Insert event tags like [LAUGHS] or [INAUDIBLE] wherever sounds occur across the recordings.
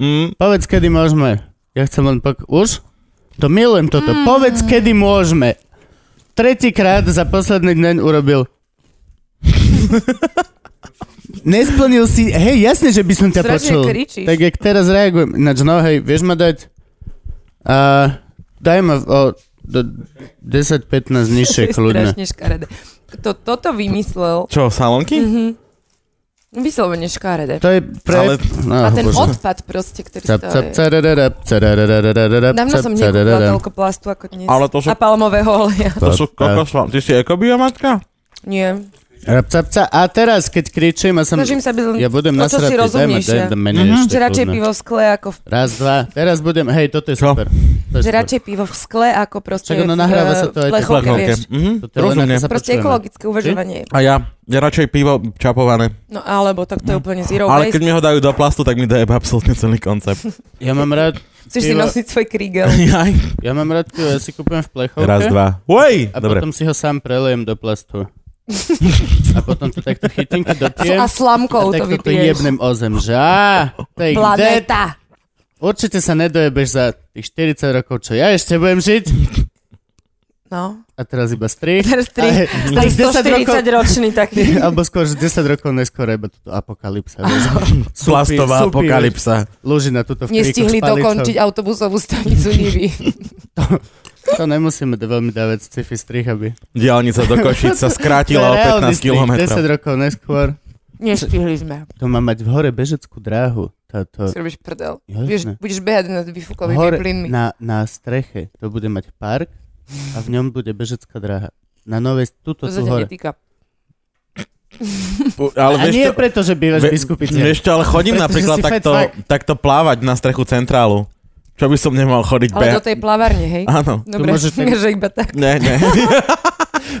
Mm, Povedz, kedy môžeme. Ja chcem len pok... Už? To milujem toto. Mm. Povedz, kedy môžeme. Tretíkrát za posledný deň [LAUGHS] urobil. Nesplnil si... Hej, jasne, že by som ťa Strašne počul. kričíš. Tak jak teraz reagujem. Ináč, no hej, vieš ma dať... A, daj ma o, do 10-15 nižšie [LAUGHS] To je kľudne. strašne škaredé. To, toto vymyslel čo, salonky? vyslovene škaredé. To je pre... Ale- No, A ten bože. odpad proste, ktorý Cap, z toho cap, je. cararara, cararara, Dávno cap, som cararara. nekúpila toľko plastu ako dnes. Ale to sú- A palmového oleja. [LAUGHS] To sú kokosla. Ty si ekobiomatka? Nie. Rap, cap, ca. A teraz, keď kričím a som... Snažím sa byť len Ja budem to, čo nasratý, si dajme, rozumieš. dajme, ja. dajme menej Mhm. ešte. Že radšej kľudne. pivo v skle ako v Raz, dva. Teraz budem... Hej, toto je Čo? super. To je Že super. radšej pivo v skle ako proste eh, Čak ono nahráva sa to aj v tak. plechovke, vieš. Mhm, Toto je len rozumiem. ako sa Proste počujeme. ekologické uvažovanie. A ja, ja radšej pivo čapované. No alebo tak Mm. to je úplne zero Ale keď waste. mi ho dajú [LAUGHS] do plastu, tak mi dojebe absolútne celý [LAUGHS] koncept. Ja mám rád... Chceš si pivo- nosiť svoj [LAUGHS] krigel. Jaj. Ja mám rád pivo, ja si kúpujem v plechovke. Raz, dva. Uej! A Dobre. potom si ho sám prelejem do [LAUGHS] plastu. a potom to takto chytinky dopijem. a A slamkou to takto to vypiješ. jebnem o zem, že á, take that. Planeta. Určite sa nedojebeš za tých 40 rokov, čo ja ešte budem žiť. No. A teraz iba [LAUGHS] strich. Teraz [LAUGHS] tri. Tak 140 ročný [LAUGHS] taký. Alebo skôr, že 10 rokov neskôr iba toto apokalypsa. vieš. Súpy, Plastová súpy, apokalypsa. vieš. Lúžina tuto v kríku Nestihli s palicou. dokončiť autobusovú stanicu Nivy. To nemusíme do- veľmi dávať sci-fi strich, aby... Diálnica do Košic To sa je skrátila o reálny 15 strih, 10 km. rokov neskôr. [LAUGHS] Nestihli sme. To má mať v hore bežeckú dráhu. Táto... Si robíš prdel. No. Jasné. Vieš, budeš behať nad V výfukovými hore, plynmi. na, na streche. To bude mať park a v ňom bude bežecká dráha. Na novej, tuto To sa tu ťa hore. netýka. Ale A vieš nie čo- preto, že bývaš v Ve- Biskupici. Vieš čo, ale chodím Pretože napríklad si takto, fat takto plávať na strechu centrálu. Čo by som nemal chodiť Ale No. do tej plavárne, hej? Áno. Dobre, môžeš [LAUGHS] tak- že iba tak. Ne, ne.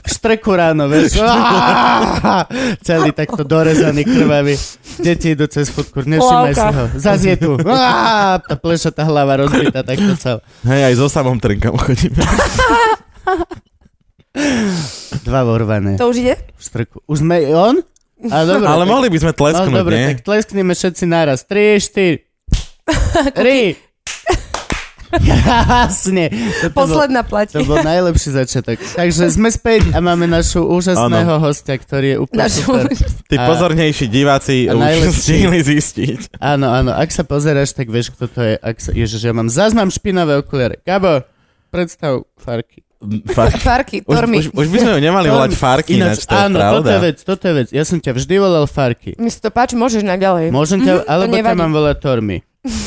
v štreku ráno, vieš. [LAUGHS] Á, Celý takto dorezaný, krvavý. Deti idú cez futkur, nevšimaj si Plavka. ho. Zas je tu. Á, Tá plešatá hlava rozbitá takto celá. Hej, aj so samom trinkom chodíme. Dva vorvané To už ide? v štreku. Už sme on? A dobre, Ale tak- mohli by sme no, tlesknúť, dobre, nie? tak tleskneme všetci naraz. 3, 4, 3. Krásne. Toto bol- Posledná plať. [LAUGHS] To bol najlepší začiatok. Takže sme späť a máme našu úžasného hostia, ktorý je úplne [LAUGHS] super. Našu- Tí A- pozornejší diváci a už najlepší. [LAUGHS] stihli zistiť. Áno, áno, ak sa pozeráš, tak vieš, kto to je. Ak sa... Ježiš, ja mám, zás mám špinavé okuliare. Gabo, predstav farky. Fakt. Farky, Už, tormy. už, už by sme ju nemali Tormy. volať Farky, ináč to je áno, toto pravda. je vec, toto je vec. Ja som ťa vždy volal farky. Mi sa to páči, môžeš naďalej. Môžem ťa, Mhm, Mm-hmm. to alebo ťa nevadí. mám volať tormy.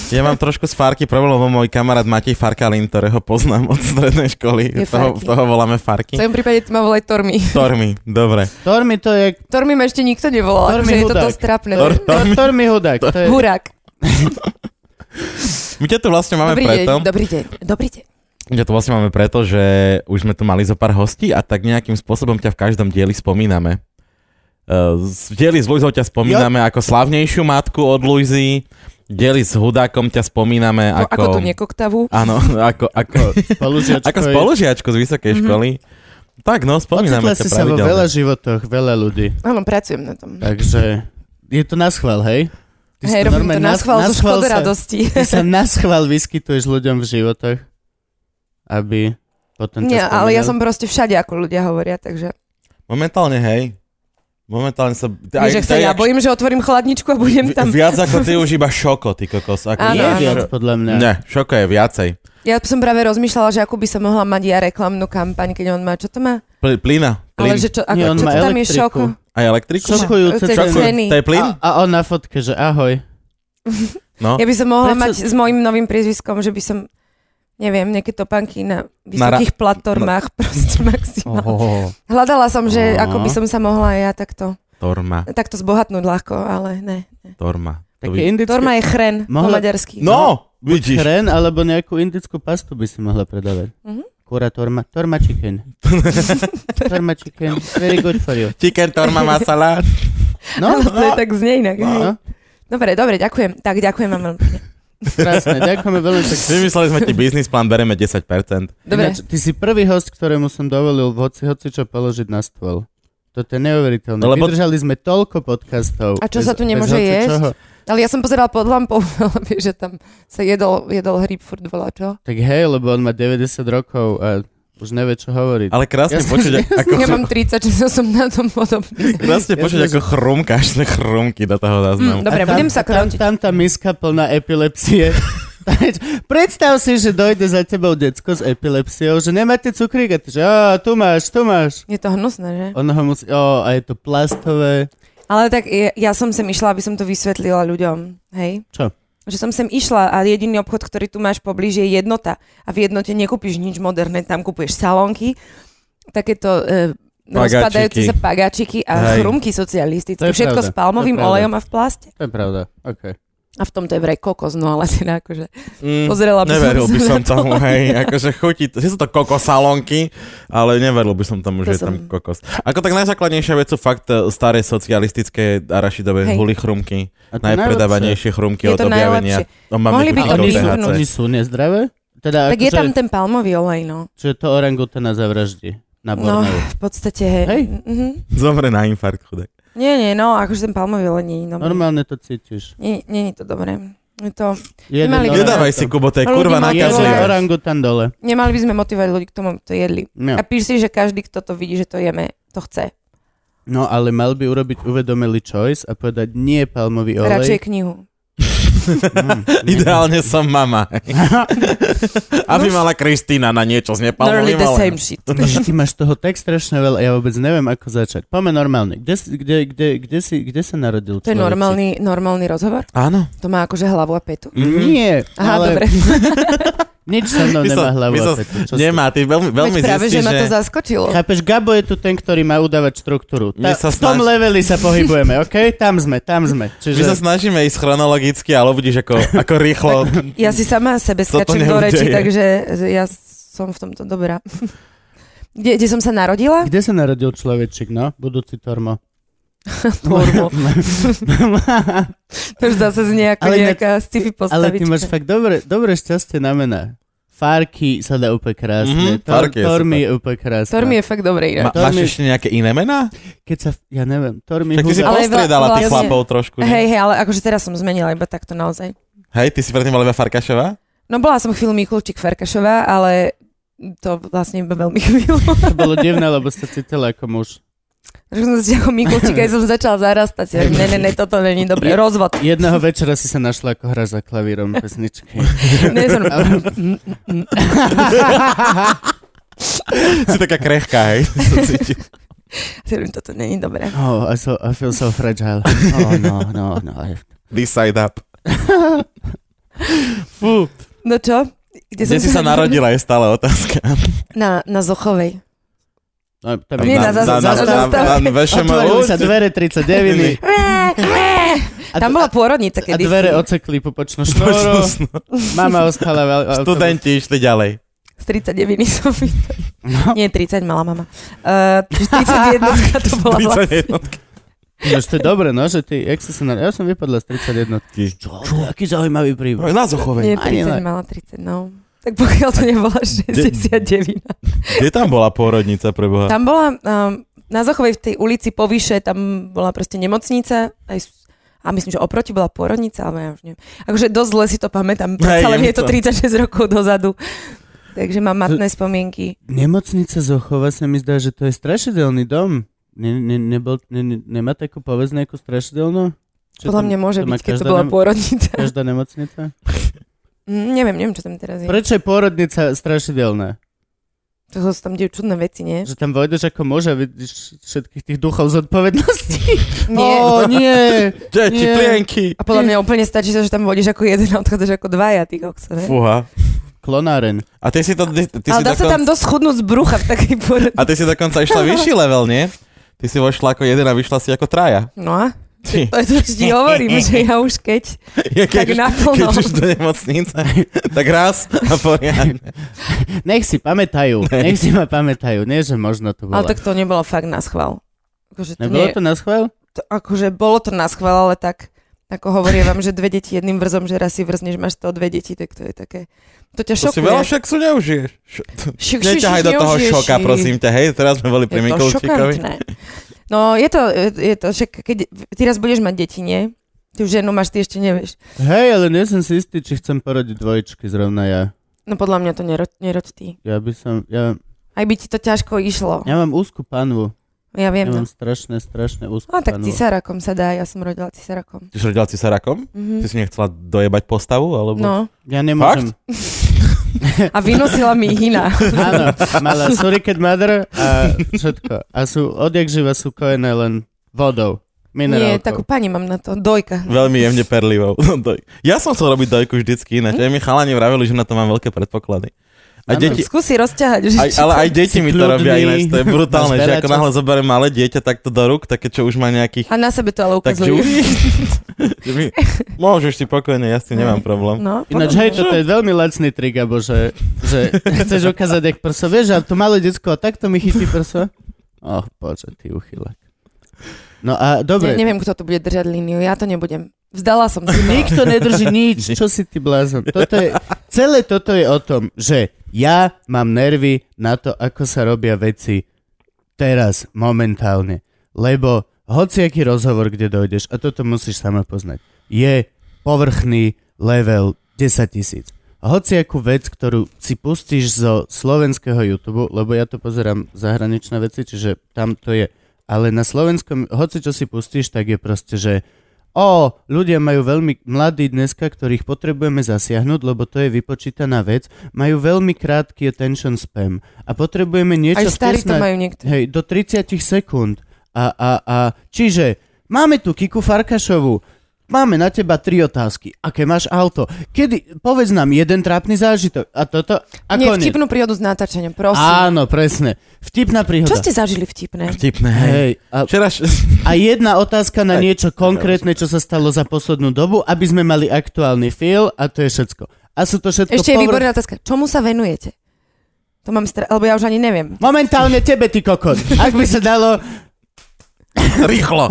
Ja mám trošku z Farky problém, lebo môj kamarát Matej Farkalin, ktorého poznám od strednej školy, Je toho, Farky. toho voláme V Farky. tvojom prípade to ma volaj Tormy. Tormy, dobre. Tormy to je... Tormy ma ešte nikto nevolal, Tormy že je to hudák. dosť trápne. Tor- To, tormy hudák. To je... Hurák. My ťa tu vlastne máme Dobrý deň, preto, dobrý deň, dobrý deň. Ja to vlastne máme preto, že už sme tu mali zo pár hostí a tak nejakým spôsobom ťa v každom dieli spomíname. Uh, v dieli s Luizou ťa spomíname ako slavnejšiu matku od Luizy, v dieli s Hudákom ťa spomíname Ako, ako ako... tu nekoktavú. Áno, [LAUGHS] ako, ako, Spolužiačko ako je- Mhm. spolužiačku z vysokej školy. Tak no, spomíname Ocitla ťa si sa vo pravidelne. veľa životoch, veľa ľudí. Áno, pracujem na tom. Takže je to na schvál, hej? Ty si Hej, robím to normálne na schvál, zo schvál škoda sa- radosti. Ty [LAUGHS] sa na schvál vyskytuješ ľuďom v životoch, aby potom ťa Nie, ale ja som spomínali. proste všade, ako ľudia hovoria, takže... Momentálne, hej. Momentálne sa... Aj, že aj- sa aj- ja bojím, že otvorím chladničku a budem tam. Viac ako ty už iba šoko, ty kokos. Ako Áno, Nie áno. viac, podľa mňa. Ne, šoko je viacej. [LAUGHS] Ja som práve rozmýšľala, že ako by som mohla mať ja reklamnú kampaň, keď on má, čo to má? Pl- Plyna. Ale Plyn. že čo, ako, Nie, on čo má to tam je elektriku. šoko? Aj elektriku? Čo- Šokujúce Cez ceny. ceny. To je plyn? A, a on na fotke, že ahoj. No. Ja by som mohla Prečo- mať s mojim novým priezviskom, že by som, neviem, nejaké topanky na Na ra- vysokých platformách, [LAUGHS] proste maximálne. Oho, Hľadala som, že Aha. ako by som sa mohla ja takto, torma, takto zbohatnúť ľahko, ale ne. ne. torma. To Také indické... Torma je chren po Mohla- maďarsky. No, vidíš. Chren alebo nejakú indickú pastu by si mohla predávať. Mhm. Kura torma, torma chicken. [LAUGHS] torma chicken, very good for you. Chicken torma masala. [LAUGHS] No, [LAUGHS] To je tak znie inak. no, Dobre, dobre, ďakujem. Tak, ďakujem vám veľmi. pekne. krásne, ďakujeme veľmi pekne. Vymysleli sme ti biznis plán, bereme 10%. Dobre, Ináč, ty si prvý host, ktorému som dovolil v hoci, hoci čo položiť na stôl. Toto je neuveriteľné. Lebo- Lebo... Vydržali sme toľko podcastov. A bez- čo sa tu bez nemôže hocičoho. Ale ja som pozerala pod lampou, [LAUGHS] lebo že tam sa jedol, jedol hryb furt volá, čo? Tak hej, lebo on má 90 rokov a už nevie, čo hovoriť. Ale krásne Jasne, počuť, jasne. ako, Ja mám 36, som na tom podobný. krásne Jasne, počuť, že- ako chrumkáš [LAUGHS] tie chrumky do toho záznamu. Mm, Dobre, A tam- budem sa a tam, krontiť. tam tá miska plná epilepsie. [LAUGHS] Predstav si, že dojde za tebou decko s epilepsiou, že nemáte cukrík a ty, že "Á, tu máš, tu máš. Je to hnusné, že? Ono ho musí, o, a je to plastové. Ale tak ja, ja som sem išla, aby som to vysvetlila ľuďom, hej? Čo? Že som sem išla a jediný obchod, ktorý tu máš poblíž je jednota. A v jednote nekúpiš nič moderné, tam kupuješ salónky, takéto e, rozpadajúce sa pagačiky a Hej. chrumky socialistické. To je Všetko pravda, s palmovým to je pravda. olejom a v plaste. To je pravda, OK. A v tom to je vraj kokos, no ale teda akože Hm. Mhm. Mm, pozrela by som neveril by sa som na to. [LAUGHS] tomu, hej, akože chutí, to- že sú to kokosalonky, ale neveril by som tomu, To že je tam som- kokos. Ako tak najzákladnejšia vec sú fakt e, staré socialistické arašidové Hej. huli chrumky, A to je najpredávanejšie chrumky Je od to objavenia. No, máme Mohli by najlepšie. A oni kritikov sú, THC. oni sú nezdravé? Teda Tak je akože- tam ten palmový olej, no. Čiže to orangutana zavraždí na No, Borneu. v podstate, hej. Hej. Mhm. Zomre na infarkt, chudák. Nie, nie, no, akože ten palmový olej nie je dobrý. Normálne to cítiš. Nie, nie je to dobré. Je to... Jeden Nemali- orangutan- Nedávaj si, Kubo, to je Ľudí kurva má- Jeden nakazlivé. nákazlivé. orangutan dole. Nemali by sme motivovať ľudí k tomu, aby to jedli. No. A píš si, že každý, kto to vidí, že to jeme, to chce. no ale mal by urobiť uvedomelý choice a povedať nie palmový olej. Radšej knihu. Mm, Ideálne som [LAUGHS] mama. Aby mala Kristýna na niečo z Normally nepalmovým No. the same olejom. shit. No, Že ty máš toho tak strašne veľa a ja vôbec neviem, ako začať. Poďme normálne. Kde, si- kde, kde, kde, si, kde sa narodil To je človek? normálny, normálny rozhovor? Áno. To má akože hlavu a petu? Mm. Nie, Aha, No, ale [LAUGHS] dobre. nič sa mnou My sa- nemá hlavu. my sa- a petu. Čo si- Nemá, ty veľmi, veľmi Veď práve, že zistíš, ma to že... zaskočilo. Chápeš, Gabo je tu ten, ktorý má udávať štruktúru. My Ta, sa v tom snaž- leveli sa pohybujeme, OK? Tam sme, tam sme. Čiže... My sa snažíme ísť chronologicky, ale vidíš, [LAUGHS] ako, ako rýchlo... Ja si sama sebe Toto skačem do neudeje. reči, takže ja som v tomto dobrá. [LAUGHS] Kde, kde som sa [LAUGHS] narodila? Kde sa narodil človečik, no? Budúci Tormo. [LAUGHS] Tormo. To už zase znie ako Ale inak- nejaká sci-fi Ale ty máš postavička. fakt dobre, dobre šťastie na mená. Farky sa dá úplne krásne. Mhm, Farky je Tormi super. je úplne krásne. Torm je fakt dobrý. no. inak. Ma, to máš mi- ešte nejaké iné mená? Keď sa, ja neviem, Tormi Tak ty si Huga. Ale postriedala vla- tých vlastne- chlapov trošku. nie? Hej, hej, ale akože teraz som zmenila iba takto naozaj. Hej, ty si predtým bola iba Farkašová? [LAUGHS] No bola som chvíľu Mikulčík Ferkašová, ale to vlastne iba veľmi [LAUGHS] chvíľu. To bolo divné, lebo sa cítila ako muž. Že som si ako Mikulčík aj som začala zarastať. Ja, ne, ne, ne, toto není dobré. Rozvod. Jedného večera si sa našla ako hra za klavírom [LAUGHS] pesničky. Ne, som... Si taká krehká, hej. [LAUGHS] sa cítim. Hovorím, toto není dobré. Oh, I, so, I feel so fragile. Oh, no, no, no. This side up. Fú. No čo? Kde si sa narodila je stále otázka. Na, na Zochovej. No, tam [LAUGHS] Nie, na za- za- zas- na za- zastávke. na- na VŠMU. Otvorili sa dvere 39. A Tam d- bola pôrodnica A kedysi. dvere odsekli popočnú šnúru. [LAUGHS] Mama ostala veľ... Studenti išli ďalej. Z 39 som vyšla. No, Nie, 30 mala mama. [LAUGHS] Uh, 31 to [LAUGHS] bola vlastne. 31. no, to je dobre, no, že ty, jak si sa... Na... Ja som vypadla z 31. Čo? Aký zaujímavý príbeh. vlastne- Na Nie, Zochovej. Ani 30 len. mala 30, no. Tak pokiaľ to nebola 69. Kde tam bola pôrodnica pre Boha? Tam bola um, na Zochovej v tej ulici povyše, tam bola proste nemocnica, aj s- a myslím, že oproti bola pôrodnica, ale ja už neviem. Akože dosť zle si to pamätám, Hej, ale je je to to. 36 rokov dozadu. Takže mám matné spomienky. Nemocnica Zochova sa mi zdá, že to je strašidelný dom. Ne, ne, nebol, ne, ne, nemá takú povesť nejakú strašidelnú? Čo Podľa tam- mňa môže to má byť, keď to každá bola nemo- pôrodnica. Každá [LAUGHS] nemocnica? [LAUGHS] Mm, neviem, neviem, čo tam teraz je. Prečo je pôrodnica strašidelná? To sú tam dejú čudné veci, nie? Že tam vojdeš ako muž a vidíš všetkých tých duchov zodpovednosti. Ó, No, Nie. No, nie. Deti, Nie. plienky. [LAUGHS] A podľa mňa úplne stačí, to, že tam vodíš ako jeden a odchádzaš ako dvaja, ty kokso, ne? Fúha. [LAUGHS] Klonáren. A ty si to... Ty, ty Ale si dá sa tam dokon- dosť chudnúť z brucha v takej A [LAUGHS] pôrodnici. ty si dokonca išla vyšší level, nie? Ty si vošla ako jeden a vyšla si ako traja. No a? Ty. To je to, čo ti hovorím, že ja už keď, [LAUGHS] Ja tak keď, už- naplno. keď už do nemocnice, [LAUGHS] tak raz a [LAUGHS] poriadne. Nech si pamätajú. Nech si ma pamätajú. Nie, že možno to Ale bolo. tak to nebolo fakt na schvál. Akože to, Nebolo nie, to na schvál? to akože bolo to na schvál, ale tak ako hovoria vám, že dve deti jedným vrzom, že raz si vrzneš, máš to dve deti, tak to je také. To ťa To si veľa šokuje. šoksu neužiješ. Š- Šok, Neťahaj do toho šoka, prosím ťa. Hej, teraz sme boli pri Je to teda. Mikulčíkovi. šokantné. No je to, je to však, keď ty raz budeš mať deti, nie? Ty už ženu máš, ty ešte nevieš. Hej, ale nie som si istý, či chcem porodiť dvojčky zrovna ja. No podľa mňa to neroď, neroď ty. Ja by som, ja, Aj by ti to ťažko išlo. ja mám úzku panvu. Ja Ja viem. no. mám strašné, strašné úzku A tak panvu. cisárakom sa dá, ja som rodila cisárakom. Čiže rodila si sa rakom? Ty Mhm. si nechcela dojebať postavu? Alebo... No. Ja nemôžem. A vynosila mi ich iná. [LAUGHS] Áno, [LAUGHS] mala surrogate mother a všetko. A sú, odjak živa sú kojené len vodou, Nie, minerálkou. takú pani mám na to. Dojka. Veľmi jemne perlivou. [LAUGHS] No, Doj- ja som chcel robiť dojku vždycky ináč. Aj mi chalani vravili, že na to mám veľké predpoklady. A Áno. deti, Skúsi rozťahať. Že aj, či ale to- aj deti mi to kľudný, robia ináč. To je brutálne, máš že veľa ako času. náhle zoberiem malé dieťa takto do rúk, také čo už má nejakých... [LAUGHS] A na sebe to ale Tak, že ukazujú. už... že my- Môžeš si pokojne, ja s tým nemám [LAUGHS] problém. No, Ináč, podľa hej, mňa. toto je veľmi lacný trik, abo že, že chceš ukázať, jak prso, vieš, a to malé decko, a takto mi chytí prso. Och, bože, ty uchylak. No a Ne, dobre, neviem, kto tu bude držať líniu, ja to nebudem. Vzdala [LAUGHS] som si to. nikto nedrží nič, čo si ty blázon. Toto je, celé toto je o tom, že ja mám nervy na to, ako sa robia veci teraz, momentálne. Lebo hociaký rozhovor, kde dojdeš, a toto musíš sama poznať, je povrchný level 10 tisíc. Hociakú vec, ktorú si pustíš zo slovenského YouTube, lebo ja to pozerám zahraničné veci, čiže tam to je. Ale na slovenskom, hoci čo si pustíš, tak je proste, že o, ľudia majú veľmi mladí dneska, ktorých potrebujeme zasiahnuť, lebo to je vypočítaná vec, majú veľmi krátky attention spam a potrebujeme Aj niečo starí to vtesnať- majú niektorí. Hej, do 30 sekúnd. A, a, a, čiže máme tu Kiku Farkašovu. Máme na teba tri otázky. Aké máš auto? Kedy, povedz nám jeden trápny zážitok. A toto, a Nie, koniec. vtipnú príhodu s natáčaním, prosím. Áno, presne. Vtipná príhoda. Čo ste zažili vtipné? Vtipné, hej. Hej, a, Včera... a jedna otázka na Hej. niečo konkrétne, čo sa stalo za poslednú dobu, aby sme mali aktuálny feel a to je všetko. A sú to všetko Ešte je povr- výborná otázka. Čomu sa venujete? To mám stra... Lebo ja už ani neviem. Momentálne tebe, ty kokot. Ak by sa dalo... [LAUGHS] Rýchlo!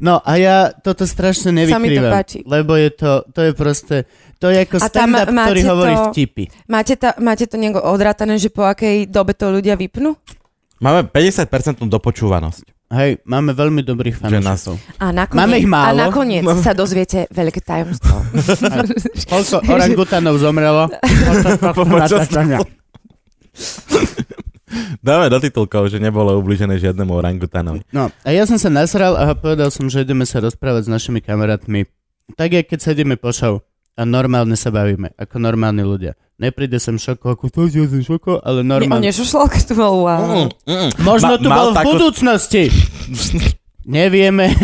No a ja toto strašne Sa mi to nevykrývam. páči. Lebo je to, to je proste, to je ako A tam stand-up, máte ktorý to- hovorí vtipy. Máte, ta, máte to nejako odratané, že po akej dobe to ľudia vypnú? Máme 50% dopočúvanosť. Hej, máme veľmi dobrých Že nás- fanúšikov. A nakoniec, Máme ich málo. A nakoniec sa dozviete veľké [LAUGHS] tajomstvo. [LAUGHS] Koľko orangutanov zomrelo? Dáme do titulkov, že nebolo ubližené žiadnemu orangutanovi. No, a ja som sa nasral a povedal som, že ideme sa rozprávať s našimi kamarátmi. Tak, jak keď sedíme po show a normálne sa bavíme, ako normálni ľudia. Nepríde sem šoko, ako to je šoko, ale Ne, on normálne. nešušlal, keď tu bol wow. Mm, mm. Možno Ma- tu mal bol v takú- budúcnosti. Nevieme [LAUGHS]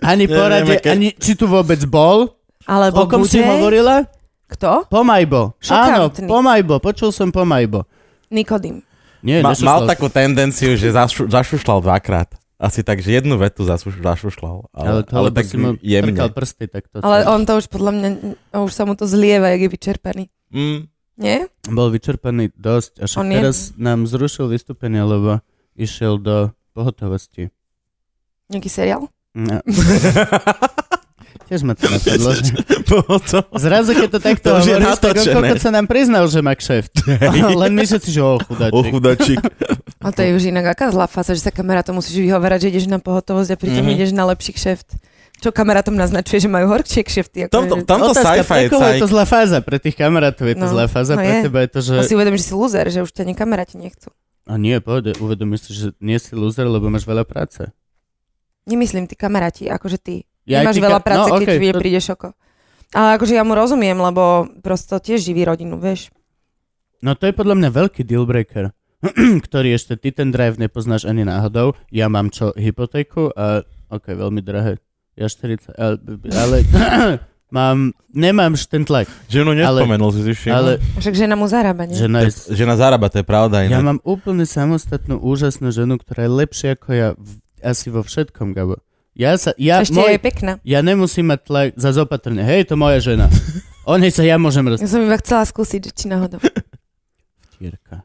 ani Nevieme, porade, keď- ani či tu vôbec bol. O Alebo kom bude... si hovorila? Kto? Pomajbo. Áno, Šokantný. pomajbo. Počul som pomajbo. Nikodým. Nie, Ma, nešušlal mal som. takú tendenciu, že zašu, zašušlal dvakrát. Asi tak, že jednu vetu zašu, zašušlal. Ale, Ale, to, ale tak tak si mu prkal jemne. prsty, tak to Ale on to už podľa mňa, už sa mu to zlieva, jak je vyčerpaný. [LAUGHS] Mm, Nie? bol vyčerpaný dosť, až On je- teraz nám zrušil vystúpenie, lebo išiel do pohotovosti. Nejaký seriál? No. Tiež ma to napadlo. že- [LAUGHS] bolo to. Zrazu, keď to takto To už je hovoríš, tak on natočené. koľko sa nám priznal, že má kšeft. [LAUGHS] Len my všetci, že o O chudáčik. [LAUGHS] chudačík. A to je už inak aká zlá fáza, že sa kamera to musíš vyhovorať, že ideš na pohotovosť a pritom Mhm. ideš na lepší kšeft. Čo kamarátom naznačuje, že majú horšie kšefty. Ako Tomto, je, tomto Otázka, sci-fi pre je koho je cajk. to zlá fáza? Pre tých kamarátov je to No, zlá fáza, no pre je. teba je to, že... že... si uvedom, že si loser, že už ťa ani kamaráti nechcú. A nie, pohode, uvedomíš si, že nie si loser, lebo máš veľa práce. Nemyslím ty kamaráti, akože ty. Ja Nemáš aj ty veľa ka- no, práce, no, keď okej, okay, to- príde šoko. Ale akože ja mu rozumiem, lebo prosto tiež živí rodinu, vieš. No to je podľa mňa veľký dealbreaker, [CLEARS THROAT] ktorý ešte ty ten drive nepoznáš ani náhodou. Ja mám čo, hypotéku a ok, veľmi drahé. Ja 40, ale, ale [CLEARS THROAT] mám, nemám už ten tlak, Ženu nespomenul, si si všimol. ale Však žena mu zarába, nie? že nice. Žena zarába, to je pravda. Ja inak. mám úplne samostatnú úžasnú ženu, ktorá je lepšia ako ja v, asi vo všetkom, Gabo. Ja sa, ja, Ešte môj, je pekná. ja nemusím mať tlak za zopatrne. Hej, to moja žena. O nej sa ja môžem Ja som iba chcela skúsiť, že či náhodou. roztírka.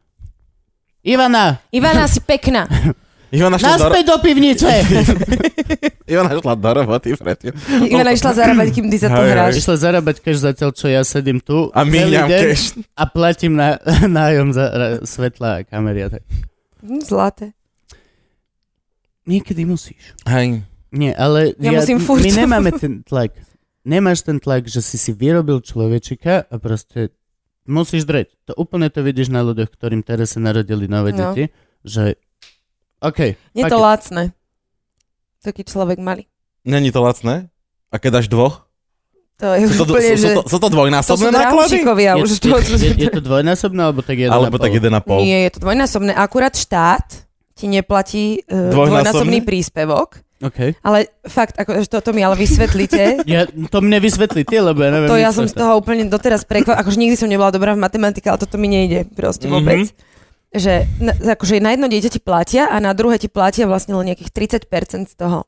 Ivana, Ivana, si pekná. Ivana šla do, naspäť do [LAUGHS] pivnice! [LAUGHS] Ivana šla do roboty predtým. Ivana išla zarábať, kým ty za to Hej, hej. hráš. Išla zarábať cash zatiaľ, čo ja sedím tu A celý míňam deň cash. a platím na, [LAUGHS] nájom za ra, svetla a kamery. a tak. Hm, Zlaté. Niekedy musíš. Hej. Nie, ale Ja musím furt. my nemáme [LAUGHS] ten tlak. Nemáš ten tlak, že si si vyrobil človečika a proste musíš dreť. To úplne to vidíš na ľuďoch, ktorým teraz sa narodili nové No. no. deti, že OK, Nie fuck to it. lacné. Taký človek malý. Není to lacné? A keď až dvoch? To je už Sú to, úplne, sú, že... to, sú to To sú dvojnásobné náklady? dráhovčikovia je, už. je, To, je, je to dvojnásobné, alebo tak jeden Alebo tak jeden a pol. Nie, je to dvojnásobné. Akurát štát ti neplatí uh, Dvojnásobný? dvojnásobný príspevok. Okay. Ale fakt, ako, že toto mi ale [LAUGHS] vysvetlíte. Ja, to mne vysvetlí ty, lebo ja neviem. to ja nič o som z toho úplne doteraz prekvapená. Akože nikdy som nebola dobrá v matematike, ale toto mi nejde proste Mhm. vôbec. Že na, akože na jedno dieťa ti platia a na druhé ti platia vlastne len nejakých 30% z toho.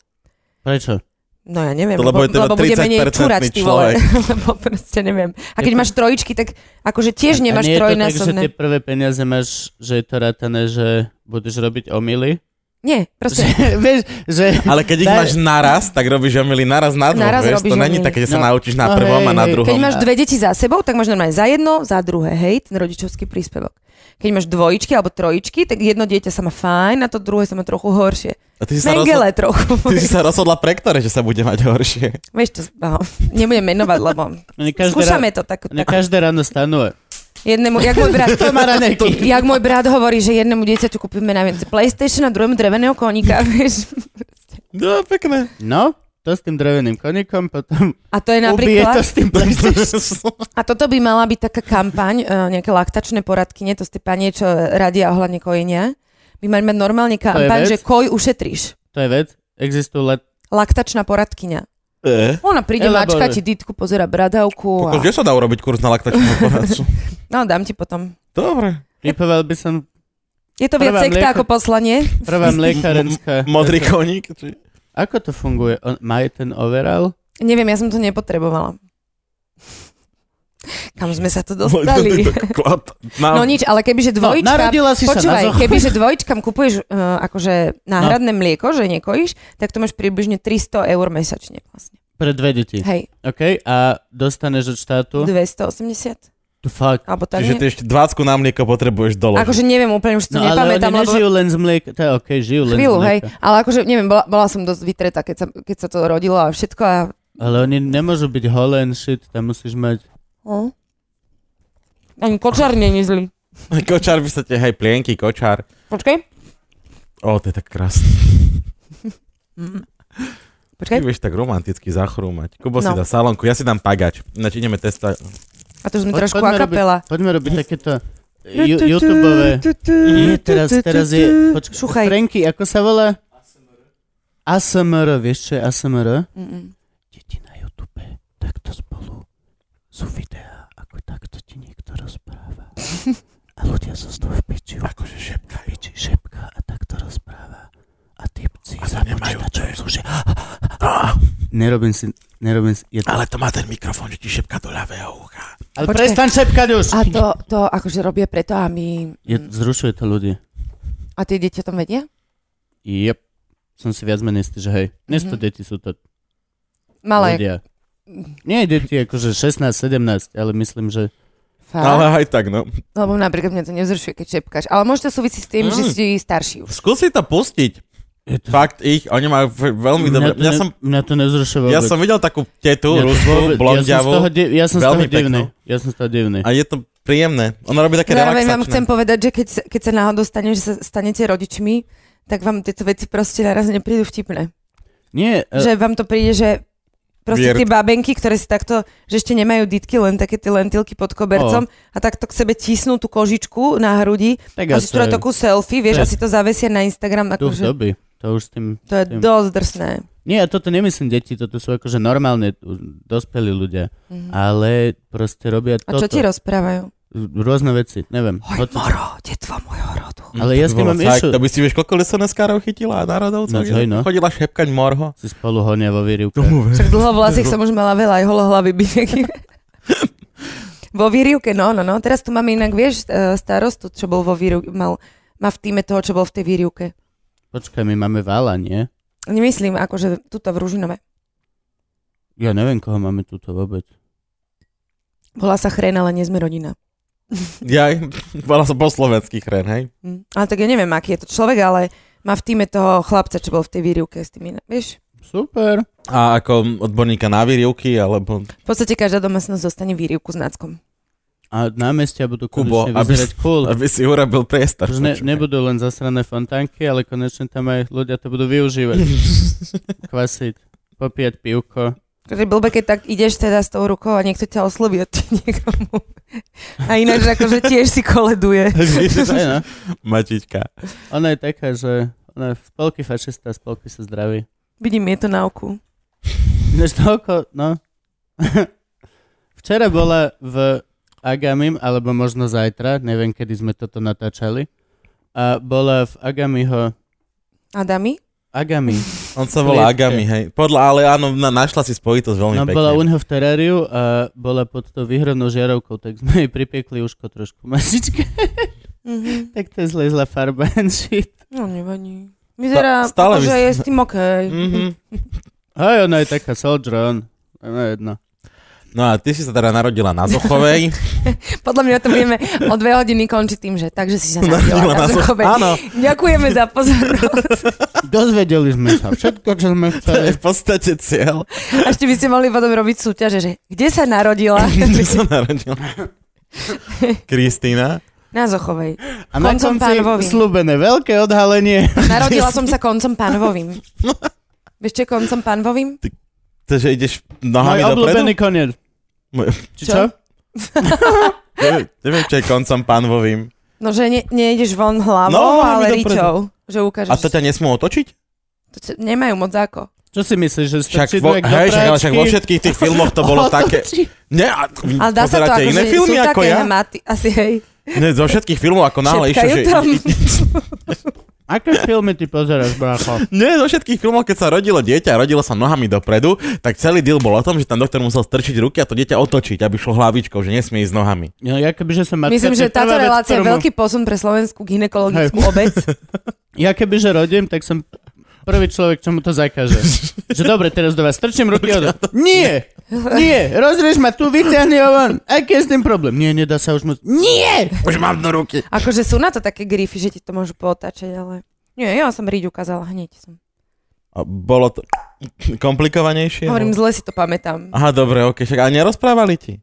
Prečo? No ja neviem, To lebo je teda lebo bude menej 30% čurať, ty vole. [LAUGHS] lebo proste neviem. A Je keď to- máš trojičky, tak akože tiež a nemáš nie je to tak, že trojnásobné. tie prvé peniaze máš, že je to rátané, že budeš robiť omily? Nie, proste [LAUGHS] Že, vieš, že... Ale keď ich Daj- máš naraz, tak robíš omily naraz na dvoch, Naraz vieš? To robíš není omyly. také, že sa No. naučíš na No prvom hej, a na hej. druhom. Keď máš dve deti za sebou, tak máš normálne za jedno, za druhé, hej, ten rodičovský príspevok. Keď máš dvojičky alebo trojičky, tak jedno dieťa sa má fajn a to druhé sa má trochu horšie. A ty si, sa rozhodla, [LAUGHS] Mengele trochu. ty si sa rozhodla pre ktoré, že sa bude mať horšie. Vieš to, no, nebudem menovať, lebo [LAUGHS] Oni každé, skúšame to tak. Oni tak každé ráno stanú. jednému, jak môj brat, [LAUGHS] To má ranejky. [LAUGHS] jak môj brat hovorí, že jednému dieťaťu kúpime na viac PlayStation a druhému dreveného koníka, [LAUGHS] vieš. [LAUGHS] No, pekné. No, to s tým dreveným konikom, potom A to je ubije napríklad... to [LAUGHS] s tým PlayStation. A toto by mala byť taká kampaň, e, nejaké laktačné poradky, nie to ste panie, čo radia ohľadne kojenia. By mali mať normálne kampaň, vec. že koj ušetríš. To je vec. Existujú let... Laktačná poradkyňa. Eh. Ona príde, Elaboruje. mačka ti ditku, pozera bradavku Kokos, a... Kde sa dá urobiť kurz na [LAUGHS] laktačného poradcu? No, dám ti potom. Dobre. Typoval by som Je to viac Prvá sekta mlieko. ako poslanie. [LAUGHS] prvá mliekarenská. Modrý koník? Či... Ako to funguje? On, má aj ten overall? Neviem, ja som to nepotrebovala. Kam sme sa to [LAUGHS] dostali? No nič, ale kebyže No, dvojička... narodila si sa na No. Počúvaj, zoch. kebyže dvojičkám kupuješ uh, akože náhradné mlieko, že nekojíš, tak to máš približne 300 eur mesačne vlastne. Pre dve deti. Hej, OK, a dostaneš od štátu? 280? To fuck. Alebo tak Čiže ty nie? ešte 20 na mlieko potrebuješ doložiť. Akože neviem, úplne už si No ale to oni nepamätám, lebo nežijú len z mlieka. To je OK, žijú len chvíľu, z hej. mlieka. Ale akože, neviem, bola, bola som dosť vytretá, keď sa, keď sa to rodilo a všetko a... Ale oni nemôžu byť holé and shit, tam musíš mať... No. Ani kočár není zlý. [LAUGHS] Kočár by sa tie, hej, plienky, kočár. Počkaj. Ó, to je tak krásne. [LAUGHS] Počkaj. Ty vieš tak romanticky zachrúmať. Kubo si No. dá salonku, ja si dám pagač. Ináč ideme testovať. A tu sme Poď- trošku poďme a kapela. Robiť, poďme robiť takéto ju, YouTubeové... Nie, teraz, teraz je... Počkaj, Šuchaj. Franky, ako sa volá? ASMR. ASMR, vieš čo je ASMR? Mm-mm. Deti na YouTube, takto spolu sú videá, ako takto ti niekto [LAUGHS] rozpráva. A ľudia sú z toho v piči. Akože šepkajú. Piči šepká a takto rozpráva. A typci za počítačom sú, že... Nerobím si... Nerobím si... Je to... to má ten mikrofón, že ti šepka do ľavého ucha. Ale Počkaj. prestaň šepkať už! A to, to akože robia preto a my... Je, vzrušuje to ľudí. A tie deti o tom vedia? Yep. Som si viac menej istý, že hej. Dnes to Mhm. deti sú to Malé. ľudia. Nie deti, akože 16, 17, ale myslím, že... Fakt. Ale aj tak, no. Lebo napríklad mňa to nevzrušuje, keď šepkáš. Ale môže to súvisí s tým, Mm. že si starší už. Skúsi to pustiť. Je to- Fakt ich, oni majú f- veľmi Mňa dobre. to Ja ne- som, Mňa to nevzrušuje ja vôbec. som videl takú tetu, Ja- Ja rusku, som z toho, blondiavu. di- ja som z Veľmi toho divný. peknú. Ja som z toho divný. A je to príjemné. Ona robí také Zároveň No, vám chcem relaxačné. povedať, že keď, sa- keď sa náhodou stane, že sa stanete rodičmi, tak vám tieto veci proste naraz neprídu vtipné. Nie, e, Že vám to príde, že proste Weird. tie babenky, ktoré si takto, že ešte nemajú ditky, len také tie lentilky pod kobercom a takto k sebe tisnú tú kožičku na hrudi tak a a si to to je takú selfie, vieš, to je- asi to zavesia na Instagram, duch akože doby. To už s tým... to je tým- dosť drsné. Nie, ja toto nemyslím deti, toto sú akože normálne uh, dospelí ľudia. Mhm. Ale proste robia A čo toto. ti rozprávajú? Rôzne veci, neviem. Hoj Hoci- moro, detvo môjho rodu. Ale ja s tým mám Tak, issue. to by si vieš, koľko lesonesskárov chytila a národovcov. No, hej, no. Chodila šepkať morho. Si spolu honia vo výrivke. Však dlho vlasek som už mala veľa, aj holohlavy by nejaký. vo výrivke, no, no, no. Teraz tu máme inak, vieš, e, starostu, čo bol vo výrivke, mal, má v týme toho, čo bol v tej výrivke. Počkaj, my máme vála, nie? Nemyslím, akože tuto v Ružinove. Ja neviem, koho máme tuto vôbec. Volá sa Chren, ale nie sme rodina. Ja, [LAUGHS] bola som po slovenský chren, hej. Hm. Ale tak ja neviem, aký je to človek, ale má v týme toho chlapca, čo bol v tej výrivke s tým inak, vieš? Super. A ako odborníka na výrivky, alebo... V podstate každá domácnosť dostane výrivku s náckom. A námestia budú Kubo, konečne aby- vyzerať cool. Aby si urobil priestor. Už ne, počúvaj. nebudú len zasrané fontánky, ale konečne tam aj ľudia to budú využívať. [LAUGHS] Kvasiť, popíjať pivko. Že blbe, keď tak ideš teda s tou rukou a niekto ťa osloví a ty [LAUGHS] niekomu. A ináč akože tiež si koleduje. Aj, no. [LAUGHS] Matička. Ona je taká, že ona je spolky fašista, spolky sa zdraví. Vidím, je to na oku. Než toľko, no. [LAUGHS] Včera bola v Agamim, alebo možno zajtra, neviem, kedy sme toto natáčali. A bola v Agamiho... Adami? Agami. On sa volá Klietke. Agami, hej. Podľa, ale áno, na, našla si spojitosť [LAUGHS] veľmi No pekne. bola u neho v teráriu a bola pod tou výhrovnou žiarovkou, tak sme jej pripiekli uško trošku masičke. [LAUGHS] Mhm. tak to je zlezla farba [LAUGHS] and shit. No nevadí. Vyzerá, Sta- stále že vys- je s tým OK. Mhm. Hej, ona je taká soldier on. Ona je jedno. No a ty si sa teda narodila na [LAUGHS] Zochovej. Podľa mňa to vieme o dve hodiny končiť tým, že takže si sa narodila na Zochovej. Áno, Ďakujeme za pozornosť. Dozvedeli sme sa všetko, čo sme to [LAUGHS] je chceli. v podstate cieľ. A ešte by ste mohli potom robiť súťaže, že kde sa [LAUGHS] narodila? Ty sa narodila. [LAUGHS] Kristýna. Na Zochovej. [LAUGHS] A na Koncom konci pánovovi. slúbené veľké odhalenie. Narodila som sa koncom panvovým. Vieš, čo je koncom panvovým? Takže ideš Môj nohami dopredu? obľúbený koniec. Môj- Či čo? Neviem, neviem, čo je koncom panvovým. No, že ne, nejdeš von hlavou, No, no, nohami ale dopredu. riťou. Že ukážeš. A to ťa nesmú otočiť? to ťa- nemajú moc ako. Čo si myslíš, že Však, stačí vo, dvek do hej, však, ale však vo práčky? všetkých tých filmoch to [LAUGHS] bolo také... Otočí. Nie, a, Ale dá sa to pozeráte ako, iné že filmy sú ako také ja? hematy. Asi hej. Nie, zo všetkých filmov ako náhle išlo, Šepkajú že... tam. Aké filmy ty pozeráš, bracho? Nie, zo všetkých filmov, keď sa rodilo dieťa a rodilo sa nohami dopredu, tak celý deal bol o tom, že ten doktor musel strčiť ruky a to dieťa otočiť, aby šlo hlavičkou, že nesmie ísť nohami. No, ja kebyže som matka, Myslím, to je že táto prvá vec, relácia je ktorú mu- veľký posun pre slovenskú gynekologickú [LAUGHS] obec. Ja kebyže rodím, tak som prvý človek, čo mu to zakáže. [LAUGHS] Že dobre, teraz do vás strčím ruky od... Nie! Nie! Rozrieš ma tu, vyťahni ho von! Aký je s tým problém? Nie, nedá sa už moc... Nie! Už mám do ruky. Akože sú na to také grify, že ti to môžu potáčať, ale... Nie, ja som riť ukázala hneď. Som. A bolo to komplikovanejšie? Hovorím, no? zle si to pamätám. Aha, dobre, ok, však a nerozprávali ti?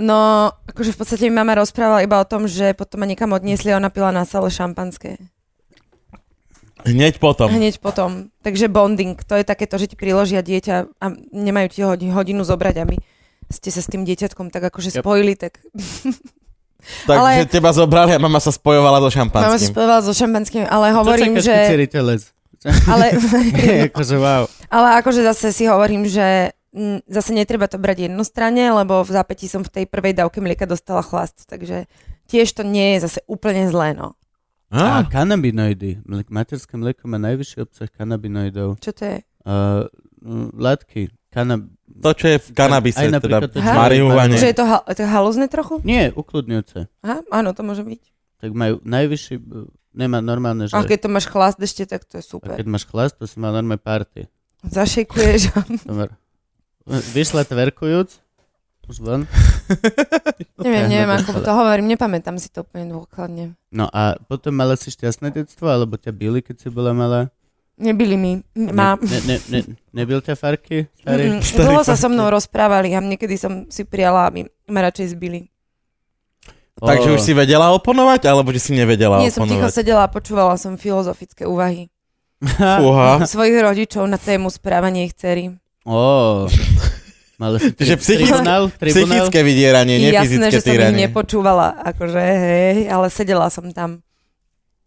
No, akože v podstate mi mama rozprávala iba o tom, že potom ma niekam odniesli a ona pila na sale šampanské. Hneď No. potom. Hneď potom. Takže bonding, to je takéto, že ti priložia dieťa a nemajú ti ho hodinu zobrať, aby ste sa s tým dieťatkom tak akože Yep. spojili, tak Takže ale- teba zobrali a mama sa spojovala so mama sa šampanským. spojovala so šampanským, ale hovorím, to čakáš, keď si že... [LAUGHS] riteľec. Ale, [LAUGHS] akože wow. ale akože zase si hovorím, že mm, zase netreba to brať jednostranne, lebo v zápätí som v tej prvej dávke mlieka dostala chlast, takže tiež to nie je zase úplne zlé, no. A Á, kanabinoidy. Mlek, materské mlieko má najvyšší obsah kanabinoidov. Čo to je? Uh, m, látky. Kanab... to, čo je v kanabise, Aj teda napríklad to, čo je v marihuane. Nie. Že je to, ha- to je halúzne trochu? Nie, ukludňujúce. Aha, áno, to môže byť. Tak majú najvyšší... b- Nemá normálne, že... A keď to máš chlast ešte, tak to je a super. keď máš chlast, to si má normálne party. Zašejkuješ a Dobre. Vyšla tverkujúc. Už von. Neviem, Áno, [LAUGHS] neviem, ako dostala. to hovorím, nepamätám si to úplne dôkladne. No a potom mala si šťastné detstvo, alebo ťa bili, keď si bola malá? Nebili mi. Ne- Mám. Ne, ne, ne, nebil ťa farky? Starý? Mm, Dlho sa so mnou rozprávali a niekedy som si prijala, aby ma radšej zbili. Takže Ó, [LAUGHS] už si vedela oponovať, alebo že si nevedela Nie, som ticho oponovať? sedela a počúvala som filozofické úvahy Fúha. [LAUGHS] svojich rodičov na tému správania ich dcery. Ó. Mala si tri, Že psychické- tribunál? tribunál? Psychické vydieranie, nie Jasné, fyzické že som ich týranie. nepočúvala, akože hej, ale sedela som tam.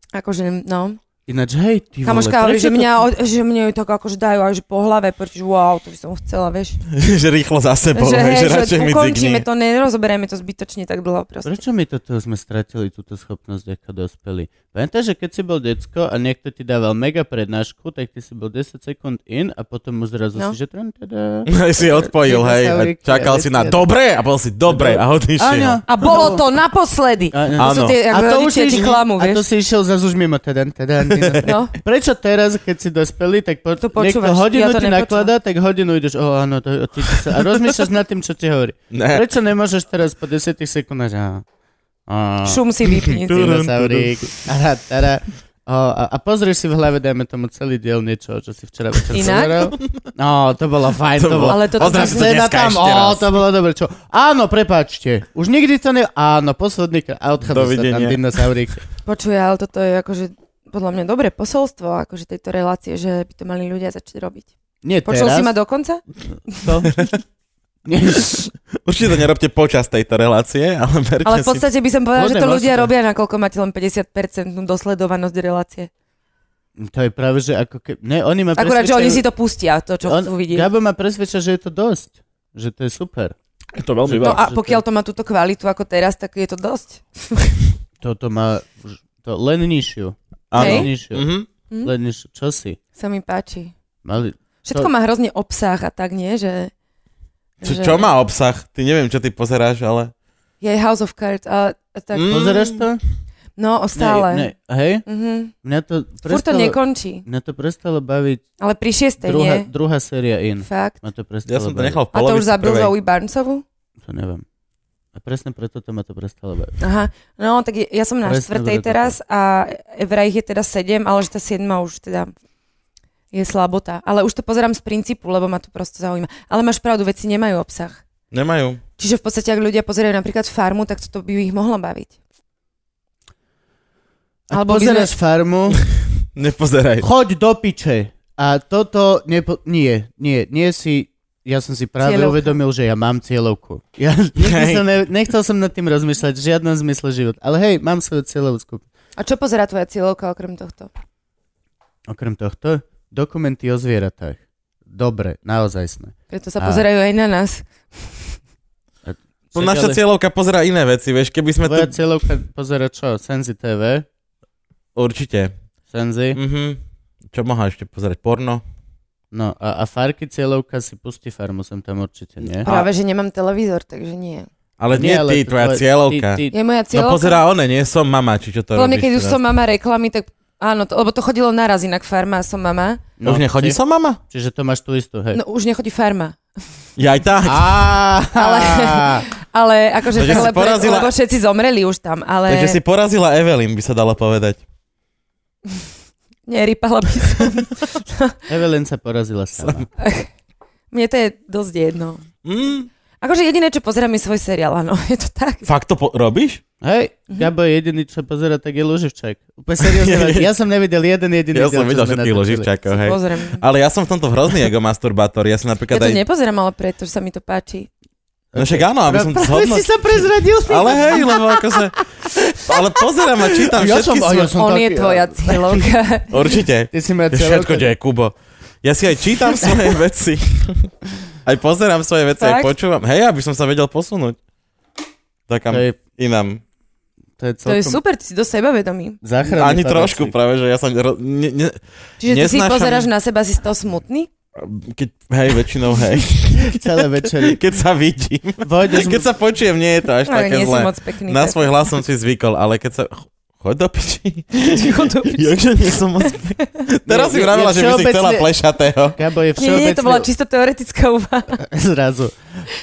Akože, no. Ináč, hej, ty Kamoška vole, hovorí, prečo že to- mňa, o- že mňa ju tak akože dajú aj že po hlave, pretože wow, to by som chcela, [LAUGHS] vieš. [LAUGHS] že rýchlo za sebou, že, hej, že, radšej mi ukončíme [LAUGHS] dzigni. to, nerozoberajme to zbytočne tak dlho proste. Prečo my toto sme stratili túto schopnosť ako dospelí? Pamätáš, že keď si bol decko a niekto ti dával mega prednášku, tak ty si bol 10 sekúnd in a potom mu zrazu No. si, že tran, teda... si odpojil, hej, a Dinosauríky, čakal si na veci. dobre a bol si dobre a odišiel. Áňa. A bolo to naposledy. Áno. To sú tie, ako rodičia ti klamú, a to vieš. si išiel zase už mimo. Teda, teda, [LAUGHS] No. Prečo teraz, keď si dospelý, tak po, To niekto počúvaš, hodinu ja to ti nepočúvam. nakladá, tak hodinu ideš, o áno, to, cítiš sa. A rozmýšľaš nad tým, čo ti hovorí. Ne. Prečo nemôžeš teraz po 10 sekundách, á, á, [LAUGHS] Šum si vypni. Tu- dinosaurík, ara, ara. O, a, a pozrieš si v hlave, dajme tomu celý diel niečo, čo si včera večer Inak? pozeral. No, to bolo fajn, to, To bolo... bolo- Ale toto Pozri tak si to Scéna dneska tam, ešte ó, raz. to bolo dobre, čo? Áno, prepáčte, už nikdy to ne... Áno, posledný krát, a odchádza sa tam Dovidenia. dinosaurík. Počuj, ale toto je akože podľa mňa dobré posolstvo akože tejto relácie, že by to mali ľudia začať robiť. Nie Počul teraz. si ma dokonca? to? [LAUGHS] Nie. [LAUGHS] Určite to nerobte počas tejto relácie, [LAUGHS] ale berte Ale v podstate by som povedala, že Kľudne, to ľudia vlastne. robia, nakoľko máte len 50% dosledovanosť relácie. to je práve, že ako keby... Ne, oni ma Akurát, že presvedčajú- oni si to pustia, to, čo On- chcú vidieť. Gabo ma presvedča, že je to dosť. Že to je super. si... To veľmi No veľa. a pokiaľ to má túto kvalitu ako teraz, tak je to dosť. Toto má už- to len nižšiu. Áno. Len Hej. nižšiu. Mhm. Mhm. Len nižšiu. Čo si? Sa mi páči. Mali... Všetko To- má hrozne obsah a tak, nie? Že, Čo, čo má obsah? Ty neviem, čo ty pozeráš, ale... Je House of Cards. A, a tak. Mm. Pozeráš to? No, stále. Ne, ne, hej? Mhm. Mňa to Furt to prestalo, nekončí. mňa to prestalo baviť Ale pri šiestej, druhá, nie? druhá séria in. Fakt. Ma to prestalo Ja som to baviť. nechal v A to polovici už zabil prvej. Zoe Barnesovu? To neviem. A presne preto to ma to prestalo baviť. Aha, no tak je- ja som na Presne štvrtej bude to teraz a vraj ich je teda sedem, ale že tá siedma už teda je slabota. Ale už to pozerám z princípu, lebo ma to prosto zaujíma. Ale máš pravdu, veci nemajú obsah. Nemajú. Čiže v podstate, ak ľudia pozerajú napríklad farmu, tak toto by ich mohlo baviť. Ak Alebo by pozeráš [LAUGHS] farmu, Nepozeraj. choď do piče. A toto, nepo... nie, nie, nie si, ja som si práve Cieľovka. uvedomil, že ja mám cieľovku. [LAUGHS] Ja nikdy Hej. som ne... nechcel som nad tým rozmýšľať, v žiadnom zmysle život. Ale hej, mám svoju cieľovku. A čo pozerá tvoja cieľovka okrem tohto? Okrem tohto, dokumenty o zvieratách. Dobre, naozaj sme. Preto sa A- pozerajú aj na nás. No, naša cieľovka pozera iné veci, vieš, keby sme Tvoja tu... cieľovka pozera čo? Senzi TV? Určite. Senzi? Mhm. Čo mohla ešte pozerať? Porno? No a, a Farky cieľovka si pustí farmu, som tam určite, nie? Práve, že nemám televízor, takže nie. Ale nie, ty, tvoja tvoje- cieľovka. Ty, ty, Je moja No cieľovka. pozerá one, nie som mama, či čo to Podľa mňa, robíš keď už teraz? som mama reklamy, tak áno, to, lebo to chodilo naraz, inak farma a som mama. Už No, či, nechodí som mama? Čiže to máš tú istú, hej. No už nechodí farma. Ja aj tak. Á, [LAUGHS] Ale- Ale akože Takže tak, si lebo, porazila- lebo všetci zomreli už tam, ale Takže si porazila Evelyn, by sa dalo povedať. nerypala by som. Evelyn sa porazila sama. Mne to je dosť jedno. Mm, Akože jediné, čo pozerám, je svoj seriál, áno, [LAUGHS] je to tak. fakt to po- robíš? Hej, Mhm. Gabo je jediný, čo pozera, tak je Luživčák. Úplne [LAUGHS] seriózne, ja som nevidel jeden jediný Ja diel, som čo videl sme všetkých natočili. loživčakov, hej. Pozriem. Ale ja som v tomto hrozný egomasturbátor. Ja som Ja napríklad to aj... nepozerám, ale preto, že sa mi to páči. No však áno, aby som to Práve si zhodnotil. sa prezradil. Ale hej, lebo akože... Ale pozerám a čítam Ja som- všetky a ja svoje... som- On taký, je [LAUGHS] tvoja cieľovka. Určite. Ty si ma Je všetko, kde je Kubo. Ja si aj čítam [LAUGHS] svoje veci. Aj pozerám svoje veci, aj Fakt? počúvam. Hej, aby som sa vedel posunúť. Takam To je, inám. to je to je celkom super, ty si do seba vedomý. záchranný Ani padáčik. trošku práve, že ja som... ro- Ne, ne, Čiže ty si Neznášam- pozeráš na seba, si z toho smutný? keď, hej, väčšinou hej. [LAUGHS] Celé večery. Keď sa vidím. Vojdeš [LAUGHS] Keď sa počujem, nie je to až Ale také nie zlé. si moc pekný. Na tak. [LAUGHS] svoj hlas som si zvykol, ale keď sa... Ch- Choď do piči. [LAUGHS] Chudobný. Jakže nie som moc... pekný. [LAUGHS] Teraz Nie, nie, si vravila, nie, že by si všeobecne- chcela plešatého. Gabo je Nie, nie, to bola všeobecne čisto teoretická úvaha. [LAUGHS] zrazu.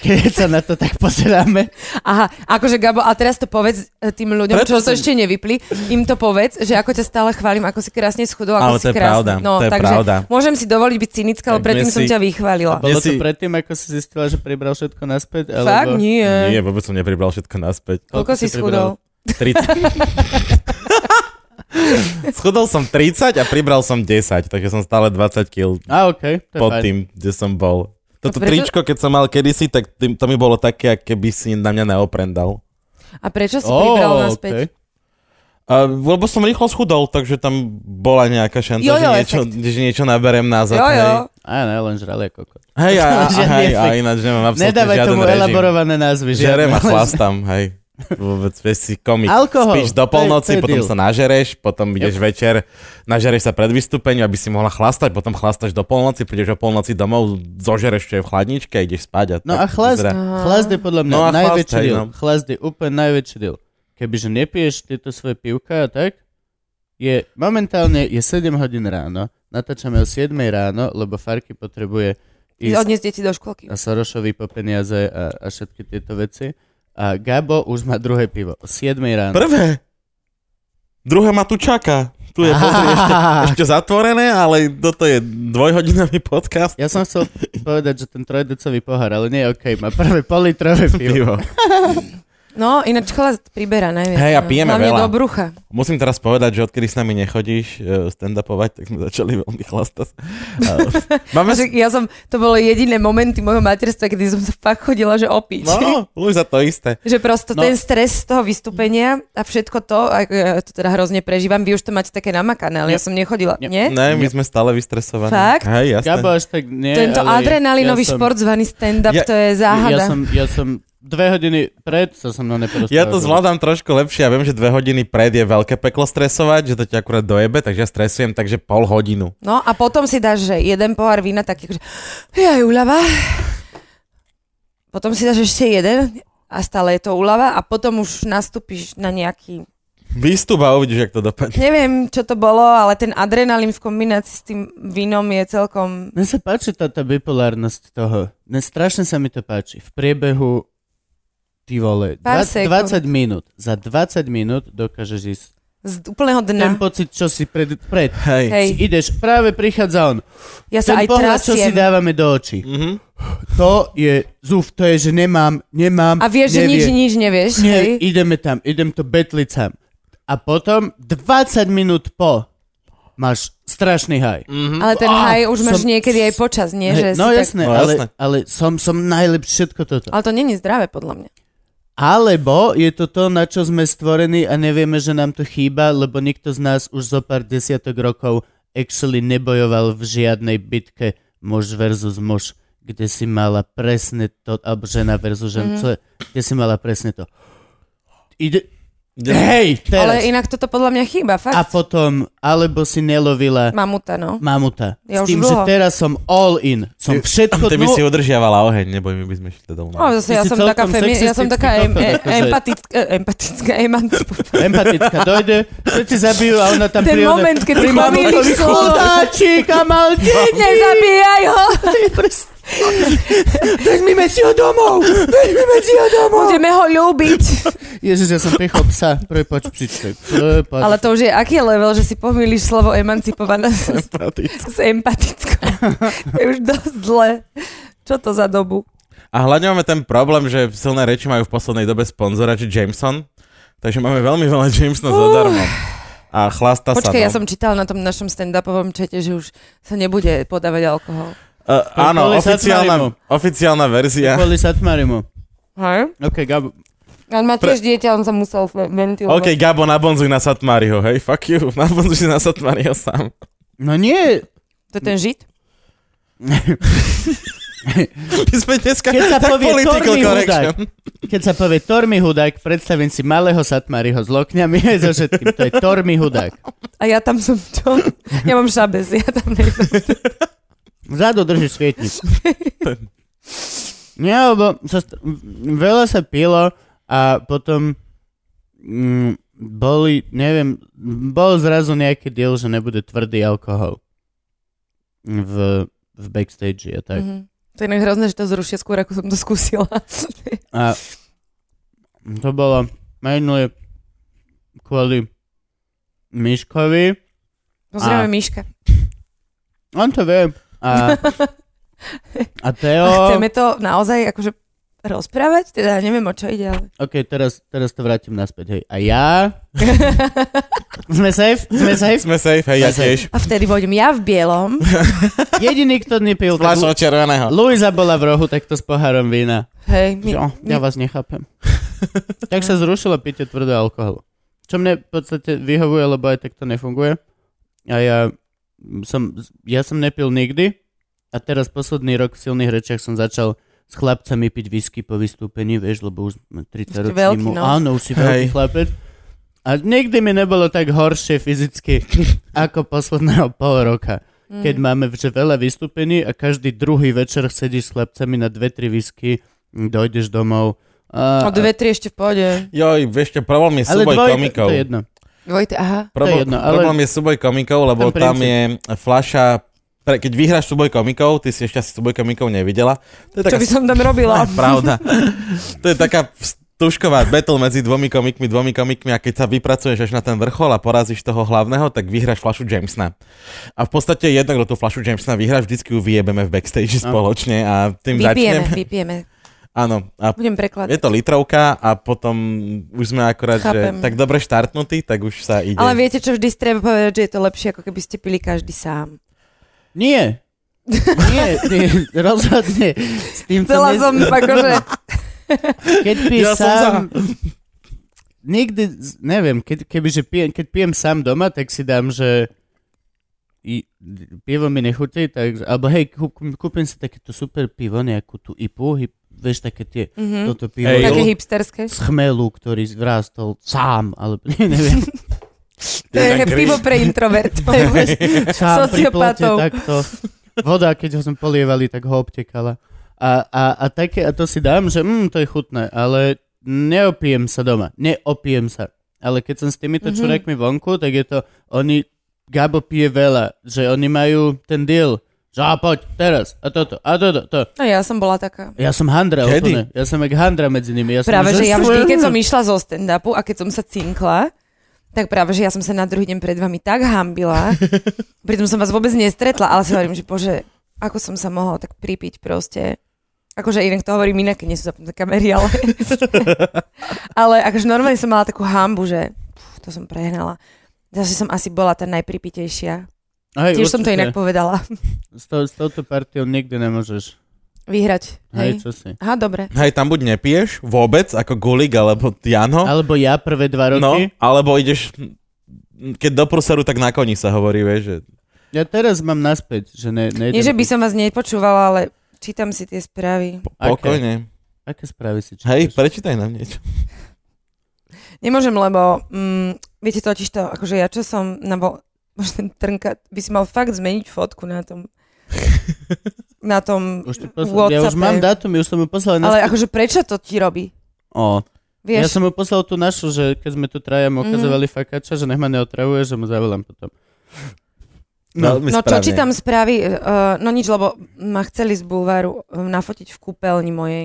Keď sa na to tak [LAUGHS] pozeráme, Aha, akože Gabo, a teraz to povedz e, tým ľuďom, Preto čo to som- ešte nevypli, im to povedz, že ako ťa stále chválim, ako si krásne schudol, ako Ale to si je pravda, krásny. No, to je takže pravda. Môžem si dovoliť byť cynická, lebo Tak predtým dnes som si- ťa vychválila. Dnes Bolo to si- predtým, ako si zistila, že pribral všetko naspäť? Alebo... Fakt? Nie. Nie, vôbec som nepribral všetko naspäť. Koľko si schudol? [LAUGHS] 30. Schudol som 30 a pribral som 10, takže som stále 20 kg A okej, to je pod fajn. tým, kde som bol. Toto prečo- tričko, keď som mal kedysi, tak tým, to mi bolo také, ako keby si na mňa neoprendal. A prečo si Ó, pribral naspäť? okej. A, lebo som rýchlo schudol, takže tam bola nejaká šanca, že, Jojo niečo, že niečo naberem nazad. Jo, jo. Á, ne, len žrali ako kokot. [LAUGHS] Hej, hej, a, a, a, Žiadny hej, a efekt. ináč nemám absolútne Nedávaj žiaden tomu režim. elaborované názvy. [LAUGHS] Žerem žiadne. a chlastam, hej. Vôbec, vieš si komik. Alkohol, Spíš to je- do to polnoci, je potom deal. sa nažereš, potom ideš večer, nažereš sa pred vystúpením, aby si mohla chlastať, potom chlastaš do polnoci, prídeš o polnoci domov, zožereš, čo je v chladničke, ideš spať. A No tak a chlast, vyzerá. chlast je podľa mňa No a chlast, najväčší hej, deal. no. Chlast je úplne najväčší deal. Kebyže nepiješ tieto svoje pivka a tak, je momentálne je 7 hodín ráno, natáčame o 7 ráno, lebo Farky potrebuje ísť Odniesť deti do a školky. Sorošovi po peniaze a, a všetky tieto veci. A Gabo už má druhé pivo. O 7 ráno. Prvé. Druhé ma tu čaká. [LAUGHS] Tu je pozri, ešte, ešte zatvorené, ale toto je dvojhodinový podcast. Ja som chcel povedať, že ten trojdecový pohár, ale nie, okej, má prvé politrové pivo. No, ináč chlast priberá najviac. Hej, a no. pijeme Hlavne veľa. do brucha. Musím teraz povedať, že odkedy s nami nechodíš e, stand-upovať, tak sme začali veľmi chlastať. A- [LAUGHS] Máme... Že ja som, to bolo jediné momenty môjho materstva, kedy som sa fakt chodila, že opiť. No, Luisa to isté. Že prosto No. no. ten stres z toho vystúpenia a všetko to, a ja to teda hrozne prežívam, vy už to máte také namakané, ale ja som nechodila, Nie. nie? Ne, my sme stále vystresovaní. Fakt? Hej, jasné. Gabo až tak nie, Tento ale adrenalinový ja som- šport zvaný stand-up, Ja- to je Ja záhada. som, ja som dve hodiny pred sa som mnou neporozprával. Ja to zvládam trošku lepšie. Ja viem, že dve hodiny pred je veľké peklo stresovať, že to ťa akurát dojebe, takže ja stresujem takže pol hodinu. No a potom si dáš, že jeden pohár vína akože, taký, že ja uľava. Potom si dáš ešte jeden a stále je to uľava a potom už nastúpiš na nejaký, Výstup a uvidíš, jak to dopadne. neviem čo to bolo, ale ten adrenalín v kombinácii s tým vínom je celkom... Mne sa páči tá, tá bipolárnosť toho. Mne strašne sa mi to páči. V priebehu ty vole, dva- Pár sekúnd. 20 minút. Za 20 minút dokážeš ísť. Z úplného Ten dna. pocit, čo si pred... pred Hej. No. Hej. si ideš, práve prichádza on. Ja sa Ten aj pohľad, čo si trasiem. dávame do očí. Mhm. To je zúf, to je, že nemám, nemám, A vieš, že nevie. nič, nič nevieš. Nie, hej? ideme tam, idem to betliť sám. A potom 20 minút po máš strašný haj. Mhm. Ale ten Á, haj už máš Ah, som- niekedy aj počas, nie? Hej, Že no si jasné, No ale, jasné. ale som, som najlepší všetko toto. Tak... Ale to není zdravé, podľa mňa. Alebo je to to, na čo sme stvorení a nevieme, že nám to chýba, lebo nikto z nás už zo pár desiatok rokov actually nebojoval v žiadnej bitke muž versus muž, kde si mala presne to, alebo žena versus Mhm. žena, mm-hmm. kde si mala presne to. Ide... Hej, teraz. Ale inak toto podľa mňa chýba, fakt. A potom, alebo si nelovila Mamuta, no. mamuta. S Ja už tým, dlho. že teraz som all in. Som všetko... Ty by no, si udržiavala oheň, neboj, my by sme šli No, teda umrieť. zase Ty ja si som, taká celkom femi- ja sexistický som taká em- kokot, e- akože. empatická, [LAUGHS] e- empatická emancipácia. Empatická dojde, všetci zabijú a ona tam Ten príde. moment, keď si Ty mamutovi pomýliš slovo. chudáčik a mal deti. Nezabíjaj [LAUGHS] ho! Vezmime si ho domov. Vezmime si ho domov. Budeme ho [LAUGHS] ľúbiť. [LAUGHS] Ježiš, ja som pichol psa. Prepač, psičtek. Prepač. Ale to už je aký level, že si pomýliš slovo emancipovaná s, s empatickou. [LAUGHS] To je už dosť zle. Čo to za dobu? A hlavne máme ten problém, že silné reči majú v poslednej dobe sponzora, že Jameson. Takže máme veľmi veľa Jamesona uh. zadarmo. A chlasta sa. Počkaj, no. ja som čítala na tom našom stand-upovom čete, že už sa nebude podávať alkohol. Uh, áno, Kvôli oficiálna, oficiálna verzia. Kvôli Satmarimu. Hej? OK, Gabo. On má tiež dieťa, on sa musel ve- ventilovať. OK, Gabo, nabonzuj na Satmáriho, hej, fuck you. [LAUGHS] Nabonzuj si na Satmáriho sám. No nie, To je ten žid? My sme dneska Keď sa tak povie political Torný correction. Keď sa povie Tormi hudák, predstavím si malého Satmariho s lokňami [LAUGHS] aj so všetkým. To je Tormi hudák. A ja tam som [LAUGHS] čo? Ja mám šabez, ja tam nejsem. Vzadu drží [LAUGHS] svietnik. Nie, lebo sa st- m, veľa sa pilo a potom mm, boli, neviem, bol zrazu nejaký diel, že nebude tvrdý alkohol v, v backstage a tak. Mhm. To je inak hrozné, že to zrušia skôr, ako som to [LAUGHS] skúsila. A to bolo minulé kvôli Miškovi, A- Pozrieme Miška. On to vie. [LAUGHS] A, a A No. Teo... chceme to naozaj akože rozprávať? Teda neviem, o čo ide, ale... [LAUGHS] OK, teraz, teraz to vrátim naspäť. Hej. A ja... Sme safe? Sme safe? Sme safe, hej, ja Sme safe. tiež. [LAUGHS] A vtedy pôjdem ja v bielom. Jediný, kto nepil. tak Flašou červeného. Luisa bola v rohu, takto s pohárom vína. Hej, my... Jo, ja vás nechápem. [LAUGHS] tak sa zrušilo pitie tvrdého alkoholu. Čo mne v podstate vyhovuje, lebo aj tak to nefunguje. A ja som, ja som nepil nikdy a teraz posledný rok v silných rečiach som začal s chlapcami piť whisky po vystúpení, vieš, lebo už sme 30 Ste veľký, roční. mu- no. Áno, už si veľký Hej. chlapec. A nikdy mi nebolo tak horšie fyzicky ako posledného pol roka keď Mm. máme že veľa vystúpení a každý druhý večer sedíš s chlapcami na dve, tri whisky, dojdeš domov. A, O dve, tri ešte v pohode. Joj, vieš čo, problém je ale súboj dvoj, komikov. To je jedno. Dvojte, aha. Problém, jedno, ale- problém je súboj komikov, lebo Ten tam je fľaša... Pre, keď vyhráš súboj komikov, ty si ešte asi súboj komikov nevidela. To je Čo [LAUGHS] taká by som tam robila? Á, pravda. to je taká tuškovať battle medzi dvomi komikmi, dvomi komikmi a keď sa vypracuješ až na ten vrchol a porazíš toho hlavného, tak vyhráš flašu Jamesona. A v podstate jedno, kto tú flašu Jamesona vyhrá, vždycky ju vyjebeme v backstage No. spoločne a tým Vypijeme, začneme. vypijeme. Áno, a Budem je prekladať. to litrovka a potom už sme akorát, že Chápem. tak dobre štartnutí, tak už sa ide. Ale viete, čo vždy si treba povedať, že je to lepšie, ako keby ste pili každý sám. Nie. nie, nie, rozhodne. S týmto Chcela nez- som akože... Keď pijem Ja som sám... Nikdy, z- neviem, keď, kebyže pijem, keď pijem sám doma, tak si dám, že i, pivo mi nechutí, tak, alebo hej, kú, kúpim si takéto super pivo, nejakú tú ipu, hip, vieš, také tie, Mhm. toto pivo Hej, Také jo. hipsterské. z chmelu, ktorý vrástol sám, alebo [LAUGHS] neviem, To je [LAUGHS] pivo pre [LAUGHS] introvertov. sám pri plote, Sociopatov. takto. Voda, keď ho sme polievali, tak ho obtekala. A, a, a, také, a to si dám, že mm, to je chutné, ale neopijem sa doma, neopijem sa. Ale keď som s týmito Mhm. čurákmi vonku, tak je to, oni, Gabo pije veľa, že oni majú ten deal, že a poď, teraz, a toto, a toto, to. No ja som bola taká. Ja som handra, Kedy? úplne. Ja som jak handra medzi nimi. Ja som, Práve, že ja vždy, keď som išla zo stand-upu a keď som sa cinkla, tak práve, že ja som sa na druhý deň pred vami tak [LAUGHS] hambila, pritom som vás vôbec nestretla, ale si hovorím, že bože, ako som sa mohla tak pripiť proste. Akože inak to hovorím inak, keď nie sú zapnuté kamery, [LAUGHS] ale... ale akože normálne som mala takú hambu, že pf, to som prehnala. Zase som asi bola tá najpripitejšia. Hej, Tiež som to určite. inak povedala. S, to, s touto partiou nikdy nemôžeš. Vyhrať. Hej, Hej. čo si. Aha, dobre. Hej, tam buď nepiješ vôbec, ako Gulik alebo Jano, Alebo ja prvé dva roky. no, alebo ideš, keď do prúseru, tak na koni sa hovorí, vieš, že Ja teraz mám naspäť, že ne, nejdem... Nie, že by som vás nepočúvala, ale čítam si tie správy. po- Aké? pokojne. Aké správy si čítaš? Hej, prečítaj nám niečo. Nemôžem, lebo mm, viete totiž to, akože ja čo som na vo... Možno Trnka by si mal fakt zmeniť fotku na tom na tom Už ti poslal, ja už WhatsAppe. mám dátum, ja už som mu poslal naspäť. ale akože prečo to ti robí? O, No, Vieš, Mhm. Ja som mu poslal tú našu, že keď sme tu traja mu ukazovali fakača, že nech ma neotravuje, že mu zavolám potom. No, Veľmi no čo správne. čítam správy, uh, no nič, lebo ma chceli z bulváru eh, nafotiť v kúpeľni mojej.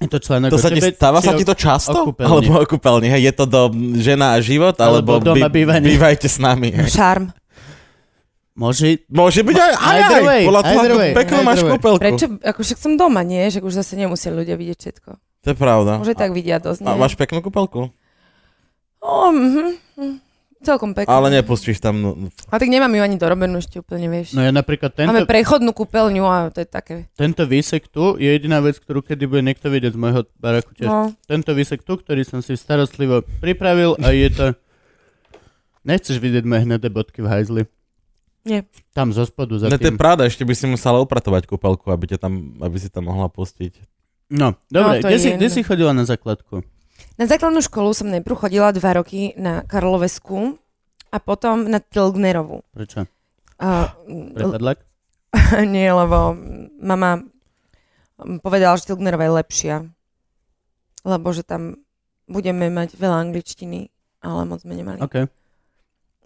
je to článok To o sa ti, tebe, stáva či sa o- ti to často? o kúpeľni. Alebo o kúpeľni, hej, je to do žena a život, alebo, Alebo doma bývanie. bývajte s nami. Hej. Šarm. Môže... Môže byť aj, aj, aj, Either way, podľa toho, either ako way, peknú either máš way. kúpeľku. Prečo? Ako však som doma, nie? Že už zase nemusia ľudia vidieť všetko. To je pravda. Už aj tak vidia dosť, No, A nie? máš peknú kúpeľku, O, mhm, mhm. celkom pekne. ale nepustíš tam... no, A tak nemám ju ani dorobenú ešte úplne, vieš. No ja napríklad Máme tento, prechodnú kúpeľňu a to je také. tento výsek tu je jediná vec, ktorú kedy bude niekto vidieť z môjho baraku tiež. No, Tento výsek tu, ktorý som si starostlivo pripravil a je to... Nechceš vidieť moje hnedé bodky v hajzli? Nie. Tam zo spodu za No to je tým. pravda, ešte by si musela upratovať kúpeľku, aby, ťa tam, aby si tam mohla pustiť. No, dobre, No, to kde, je si, jedno. kde si chodila na základku? na základnú školu som najprv chodila dva roky na Karlovesku a potom na Tilgnerovu. Prečo? A, Prepadlak? [LAUGHS] nie, lebo mama povedala, že Tilgnerová je lepšia. Lebo že tam budeme mať veľa angličtiny, ale moc sme nemali. OK.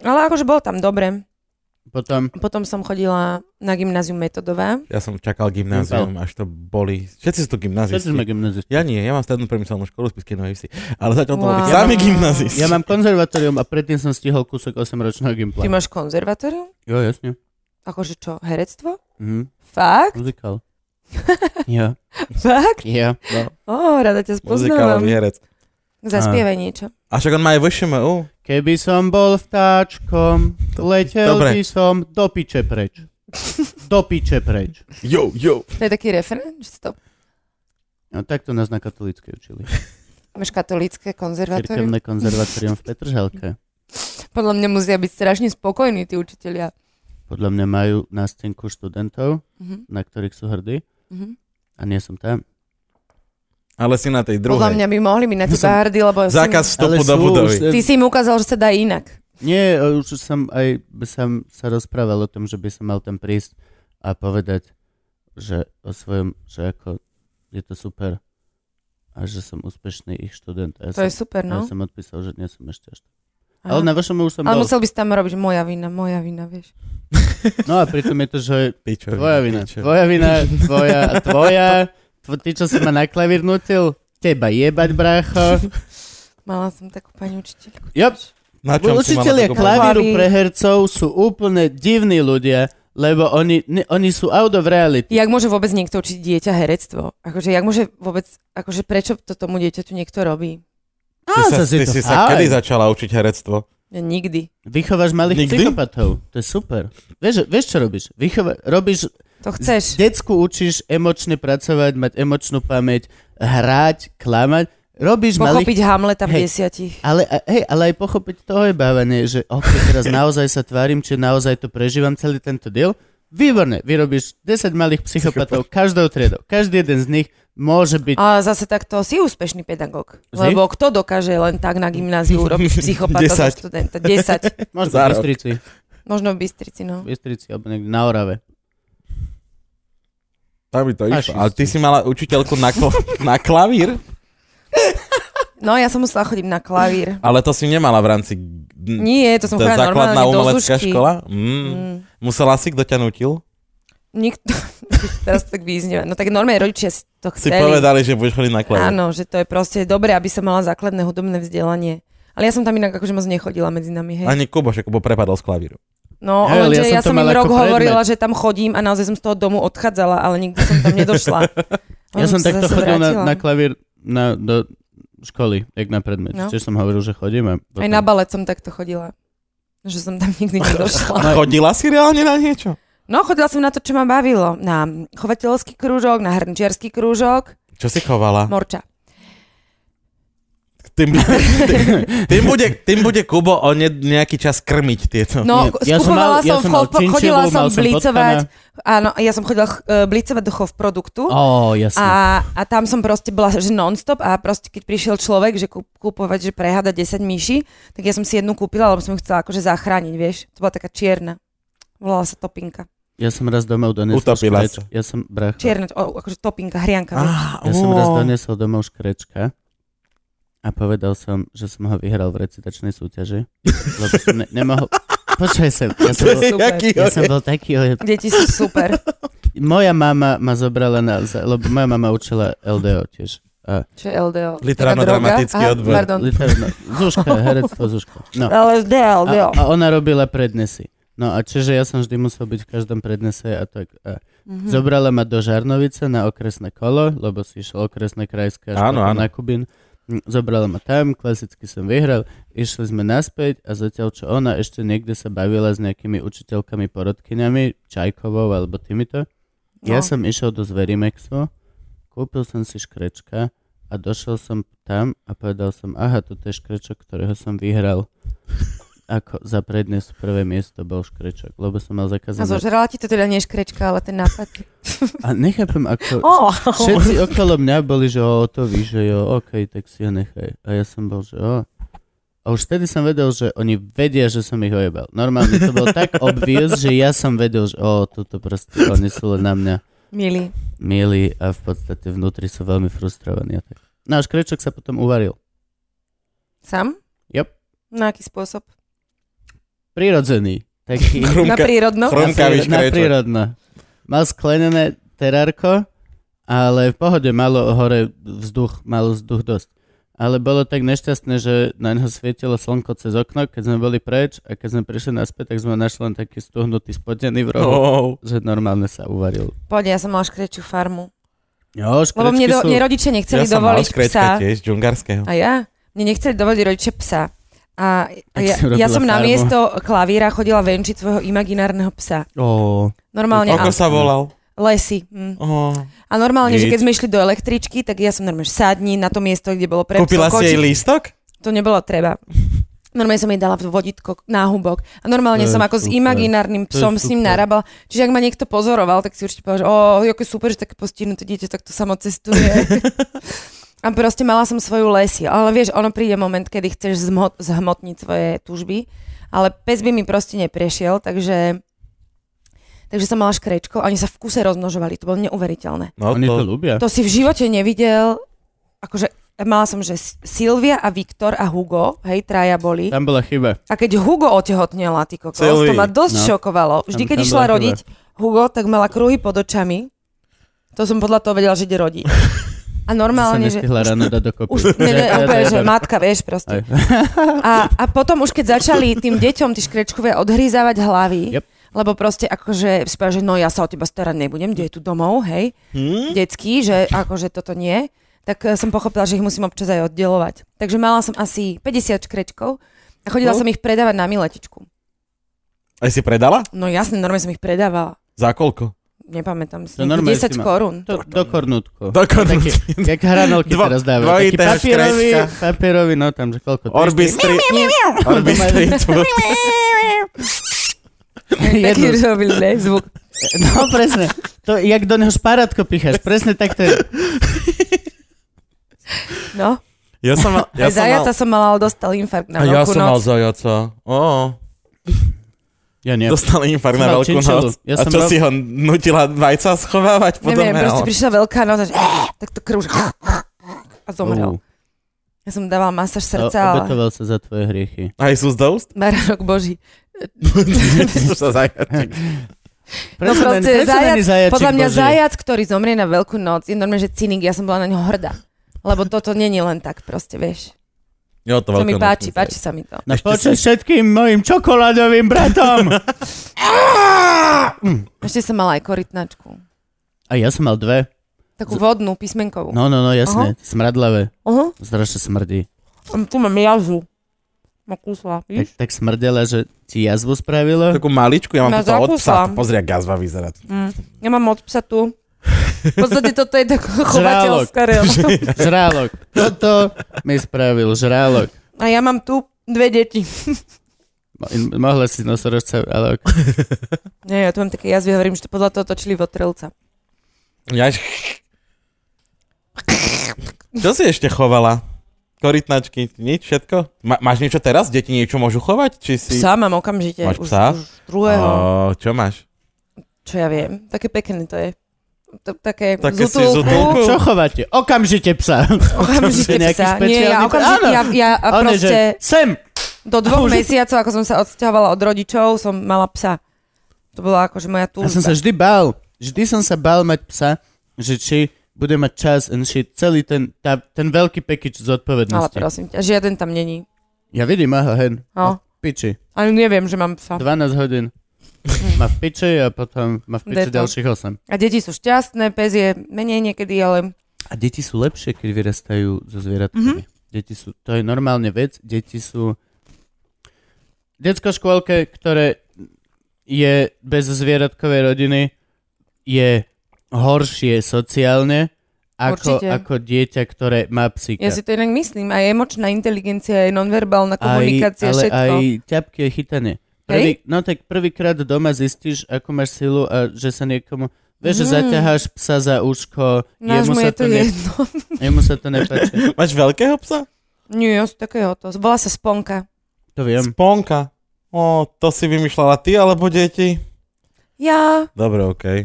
Ale akože bolo tam dobre. Potom, Potom som chodila na gymnázium Metodové. Ja som čakal gymnázium, až to boli... Všetci sú čo tu si gymnázisti. sme gymnazisti? Ja nie, ja mám strednú priemyselnú školu z Piskej Novej Vsi. Ale zatiaľ to boli Wow. sami Ja mám- gymnázisti. Ja mám konzervatórium a predtým som stihol kúsok 8-ročného Ty gimpla. máš konzervatórium? Jo, jasne. Akože čo, herectvo? Mhm, [LAUGHS] Fakt? [LAUGHS] muzikál. Ja. Fakt? Ja. No, Ó, rada ťa spoznávam. muzikálový herec. Zaspievaj niečo. A však on má aj VŠMU. Keby som bol vtáčkom, letel Dobre. by som do piče preč. Do piče preč. Jo, jo. To je taký referent, že si to No takto nás na katolíckej učili. máš katolícke konzervatórium. Cirkevné konzervatórium v Petržalke. Podľa mňa musia byť strašne spokojní tí učitelia. Podľa mňa majú na stenku študentov, Mhm, na ktorých sú hrdí. mhm. A nie som tam. Ale si na tej Podľa druhej. mňa by mohli byť na Ja teba som- hardy, lebo si- Zákaz Ale vstupu do sú budovy. už- ty si im ukázal, že sa dá inak. Nie, už som aj som sa rozprával o tom, že by som mal tam prísť a povedať, že o svojom, že ako je to super a že som úspešný ich študent. A ja To som, je super, a ja no. som odpísal, že nie som ešte až. Aha. Ale na vašom už som Ale bol. musel by si tam robiť, že moja vina, moja vina, vieš. No a pritom je to, že Pičo, tvoja vina, pičo. tvoja vina, tvoja, tvoja, Tvo- Ty, čo si ma na klavír nutil? Teba jebať, brácho. Mala som takú pani učiteľku. Jop. Na čom si mala Učitelia takú- klavír- klavíru Klavír. pre hercov sú úplne divní ľudia, lebo oni, ne, oni sú out of reality. Jak môže vôbec niekto učiť dieťa herectvo? Akože, jak môže vôbec, akože prečo to tomu dieťaťu niekto robí? Ty sa, zase je ty to si sa fajn. kedy začala učiť herectvo? Ja nikdy. Vychováš malých Nikdy? psychopatov. To je super. Vieš, vieš čo robíš? Vychova- robíš To chceš. Decku učíš emočne pracovať, mať emočnú pamäť, hrať, klamať. Robíš malých... Pochopiť Hamleta v Hej. desiatich. Ale, a- hej, ale aj pochopiť to ojebávanie, že ok, [LAUGHS] teraz naozaj sa tvárim, či naozaj to prežívam celý tento diel. Výborne, vyrobíš 10 malých psychopatov každou triedou. Každý jeden z nich môže byť... A zase takto si úspešný pedagóg. Si? Lebo kto dokáže len tak na [LAUGHS] gymnáziu urobiť psychopata zo 10. študenta? 10. Možno v za rok. Bystrici. Možno v Bystrici, no. V Bystrici, alebo niekde na Orave. Tam by to išlo. Fašisti. Ale ty si mala učiteľku na, kl- na klavír, No ja som musela chodiť na klavír. ale to si nemala v rámci... n- Nie, to som Mm. tá chodila normálne základná do umelecká zušky. škola? Mm. Mm. Musela si, kto ťa nutil? Nikto, [LAUGHS] teraz to tak význieva. No tak normálne rodičia si to Si chceli. povedali, že budeš chodiť na klavír. Áno, že to je proste dobré, aby som mala základné hudobné vzdelanie. Ale ja som tam inak akože moc nechodila medzi nami, hej. Ani Kubo, že Kubo prepadol z klavíru. No, Hej, hey, ale lenže ja ja som to som, mal im ako rok predmet. hovorila, že tam chodím a naozaj som z toho domu odchádzala, ale nikdy som tam nedošla. Ja Potom som sa takto zase chodil na, vrátila. na klavír na, do školy, jak na predmet. No. Čiže som hovoril, že chodím. A Aj na balet som takto chodila. Že som tam No. nikdy nedošla. A chodila si reálne na niečo? No, chodila som na to, čo ma bavilo. Na chovateľský krúžok, na hrnčiarsky krúžok, Čo si chovala? morča. Tým, tým, tým, bude, tým bude Kubo o ne, nejaký čas krmiť tieto. No, Ja ja som mal- ja skupovala som, som som, mal chov, chodila činčilu, mal som som blicovať. Áno, ja som chodila ch- eh, blicovať do chov produktu. Ó, jasne. A, a tam som proste bola že non-stop a proste keď prišiel človek, že kúp, kúpovať, že prehada 10 myši, tak ja som si jednu kúpila, lebo som ju chcela akože zachrániť, vieš. To bola taká čierna. Volala sa Topinka. Ja som raz domov donesol Utopila škreč. sa. Ja som, bracho, Čierna, o, akože Topinka, hrianka. vieš. Á, Ja som raz ó. [LAUGHS] donesol domov škrečka a povedal som, že som ho vyhral v recitačnej súťaži, lebo som ne- nemohol... Počkaj sem, ja som, bol, je- Super. Jaký ja som oje- bol taký... oje- Deti sú super. Moja mama ma zobrala na... za- Lebo moja mama učila LDO tiež. A, Čo je LDO? Literárno-dramatický Taká droga? Aha, odbor. Pardon. literárno, Zuzka, herectvo Zuzka. No. LSD, LDO. A, a ona robila prednesy. No a čiže ja som vždy musel byť v každom prednese a tak. A mm-hmm. Zobrala ma do Žarnovice na okresné kolo, lebo si išiel okresné krajské až Áno, potom áno. na Kubín. Mm, Zobrala ma tam, klasicky som vyhral, išli sme naspäť a zatiaľ čo ona ešte niekde sa bavila s nejakými učiteľkami porodkyňami, Čajkovou alebo týmito, ja No. som išiel do Zverimexu, kúpil som si škrečka a došiel som tam a povedal som, aha, toto je škrečok, ktorého som [LAUGHS] vyhral. Ako za prednes prvé miesto bol škrečok, lebo som mal A zakázané. zožrala ti to teda nie škrečka, ale ten [LAUGHS] nápad. A nechápem, [LAUGHS] ako... Ó, Všetci okolo mňa boli, že o, to víš, že jo, ok, tak si ho nechaj. A ja som bol, že o. A už vtedy som vedel, že oni vedia, že som ich ojebal. Normálne to bolo tak obvious, že ja som vedel, že o, toto proste, oni sú len na mňa milý. mieli a v podstate vnútri sú veľmi frustrovaní. a tak. No a škrečok sa potom uvaril. Sam? Yep. Na aký spôsob? Prirodzený. Taký [LAUGHS] Na Chrumka- prírodno? chrom- Chromkavý na škrečok. prírodno. Mal sklenené terárko, ale v pohode malo hore vzduch, malo vzduch dosť. Ale bolo tak nešťastné, že na neho svietilo slnko cez okno, keď sme boli preč a keď sme prišli naspäť, tak sme našli len taký stuhnutý spotený v rohu, oh. Ó. že normálne sa uvaril. Poď, ja som mala škrečiu farmu. Jo, Lebo škrečky mne, do, sú... mne rodičia Ja nechceli som mal dovoliť škrečka psa. tiež, džungarského. A ja? Mne nechceli dovoliť rodičia psa. A Tak ja, si urobila ja som na farmu. miesto klavíra chodila venčiť svojho imaginárneho psa. Oh. Normálne Ako a, sa volal? lesy. Hm. Oh. A normálne, že keď Nič. sme išli do električky, tak ja som normálne že sadni na to miesto, kde bolo pre Kúpila psov si jej kočík. lístok? To nebolo treba. Normálne som jej dala vodítko na hubok. A normálne To je som ako s super. To je imaginárnym psom s ním super. narabal. Čiže ak ma niekto pozoroval, tak si určite povedal, že o, aké super, že také postihnuté dieťa takto samo [LAUGHS] cestuje. A proste mala som svoju lesi. Ale vieš, ono príde moment, kedy chceš zhmot- zhmotniť svoje túžby. Ale pes by mi proste neprešiel, takže... Takže som mala škrečko a oni sa v kuse rozmnožovali. To bolo neuveriteľné. No Oni to to... ľúbia. To si v živote nevidel, akože mala som, že S- Silvia a Viktor a Hugo, hej, traja boli. Tam bola chyba. A keď Hugo otehotnela, ty kokos, to Silvi. ma dosť No. šokovalo. Vždy, Tam- keď tam išla bola rodiť Hugo, tak mala kruhy pod očami. To som podľa toho vedela, že ide rodiť. A sa normálne, že... nestihla ráno dať dokopy. Už ne, [LAUGHS] ne, úplne, že matka, vieš, Aj. proste. A, a potom už keď začali tým deťom, tí škrečkové, odhrízavať hlavy, Yep. lebo proste akože spia, že no ja sa o teba starať nebudem, kde je tu domov, hej, Hm? hmm? detský, že akože toto nie, tak eh, som pochopila, že ich musím občas aj oddelovať. Takže mala som asi 50 škrečkov a chodila No. som ich predávať na miletičku. Aj si predala? No jasne, normálne som ich predávala. Za koľko? Nepamätám si. To normálne 10 si ma- [LAUGHS] korún. Do, do kornútku. Dokonca. Taký, jak hranolky Dva- teraz dávajú. Taký dvojité papierový, škreska. papierový, no tam, že koľko? tri, Orbi štyri- Street. Orbi To majú- Street. Food. Taký Jednu. robil, ne, zvuk. [LAUGHS] No presne. To, jak do neho šparátko picháš. Presne tak to je. No, Ja som mal... [LAUGHS] Ja ja som mal... zajaca som mala, ale dostal infarkt na A ja veľkú som mal noc. zajaca. Ó, Ja nie. dostal infarkt Som na mal veľkú činčilu. noc. Ja A som čo rob- si ho nutila vajca schovávať po Neviem, dome? proste Ale- prišla veľká noc a že, tak to krv už a zomrel. Ja som dávala masáž srdca, O- ale Obetoval sa za tvoje hriechy. Aj sú z [LAUGHS] doust? baránok boží. Prišla zajačik. Prečo No proste len- prečo zajac- len zajačik Podľa mňa Boží? zajac, ktorý zomrie na veľkú noc, je normálne, že cynik, ja som bola na ňo hrdá. Lebo toto není len tak proste, vieš. Jo, to To veľká mi noc. páči, páči sa mi to. Na Ešte počas No, všetkým mojim čokoládovým bratom. Ešte som mala aj korytnačku. A ja som mal dve. Takú vodnú, písmenkovú. No, no, no, jasne. Smradlavé. Aha, Strašne smrdí. Hm, tu mám jazu. Ma kusla, Tak, víš? tak smrdela, že ti jazvu [LAUGHS] spravilo. Takú maličku, ja mám Ma toto od psa. zakúsam. Pozri, ak gazva vyzerá. Ja mám od psa tu. V podstate [LAUGHS] toto je taká chovateľská [LAUGHS] reálka. Žrálok. Toto mi spravil žrálok. A ja mám tu dve deti. Mo- No, in- Mohla si nosorožca, [LAUGHS] ale [LAUGHS] ok. Nie, ja tu mám také jazvy, hovorím, že to podľa toho točili vo trelca. Ja... Čo si ešte chovala? Korytnačky, nič, všetko? Ma- máš niečo teraz? Deti niečo môžu chovať? Či si... Psa mám okamžite. Máš už, psa? Už druhého. Ó, čo máš? Čo ja viem. Také pekné to je. To, také, Také také si z útulku? Čo chováte? Okamžite psa. Okamžite [LAUGHS] Nejaký psa. špeciálny- Nie, ja okamžite, Áno. ja, ja a On je, proste že sem. do dvoch Už- mesiacov, ako som sa odsťahovala od rodičov, som mala psa. To bola akože moja túžba. Ja som sa vždy bál. Vždy som sa bál mať psa, že či bude mať čas and shit. Celý ten, tá, ten veľký package Ale zodpovednosti. prosím ťa, žiaden tam není. Ja vidím, aha, hen. No. Piči. Ale neviem, že mám psa. 12 hodín. Mm. Má v piči a potom má v piči Detto. ďalších 8. A deti sú šťastné, pes je menej niekedy, ale A deti sú lepšie, keď vyrastajú so zvieratkami. Mhm. Mm-hmm. Deti sú, to je normálne vec, deti sú... Detsko v škôlke, ktoré je bez zvieratkovej rodiny, je horšie sociálne, ako, Určite. ako dieťa, ktoré má psíka. ja si to inak myslím. Aj emočná inteligencia, aj nonverbálna komunikácia, ale všetko. aj ťapky je chytanie. Prvý, no tak prvýkrát doma zistíš, ako máš silu a že sa niekomu... Vieš, že Mm. zaťaháš psa za úško, jemu Nášmu sa, No, je to to ne, jedno. [LAUGHS] jemu sa to nepáči. Máš veľkého psa? Nie, ja som takého to. Volá sa Sponka. To viem. Sponka. Ó, to si vymýšľala ty alebo deti? Ja, [LAUGHS] Dobre, okej.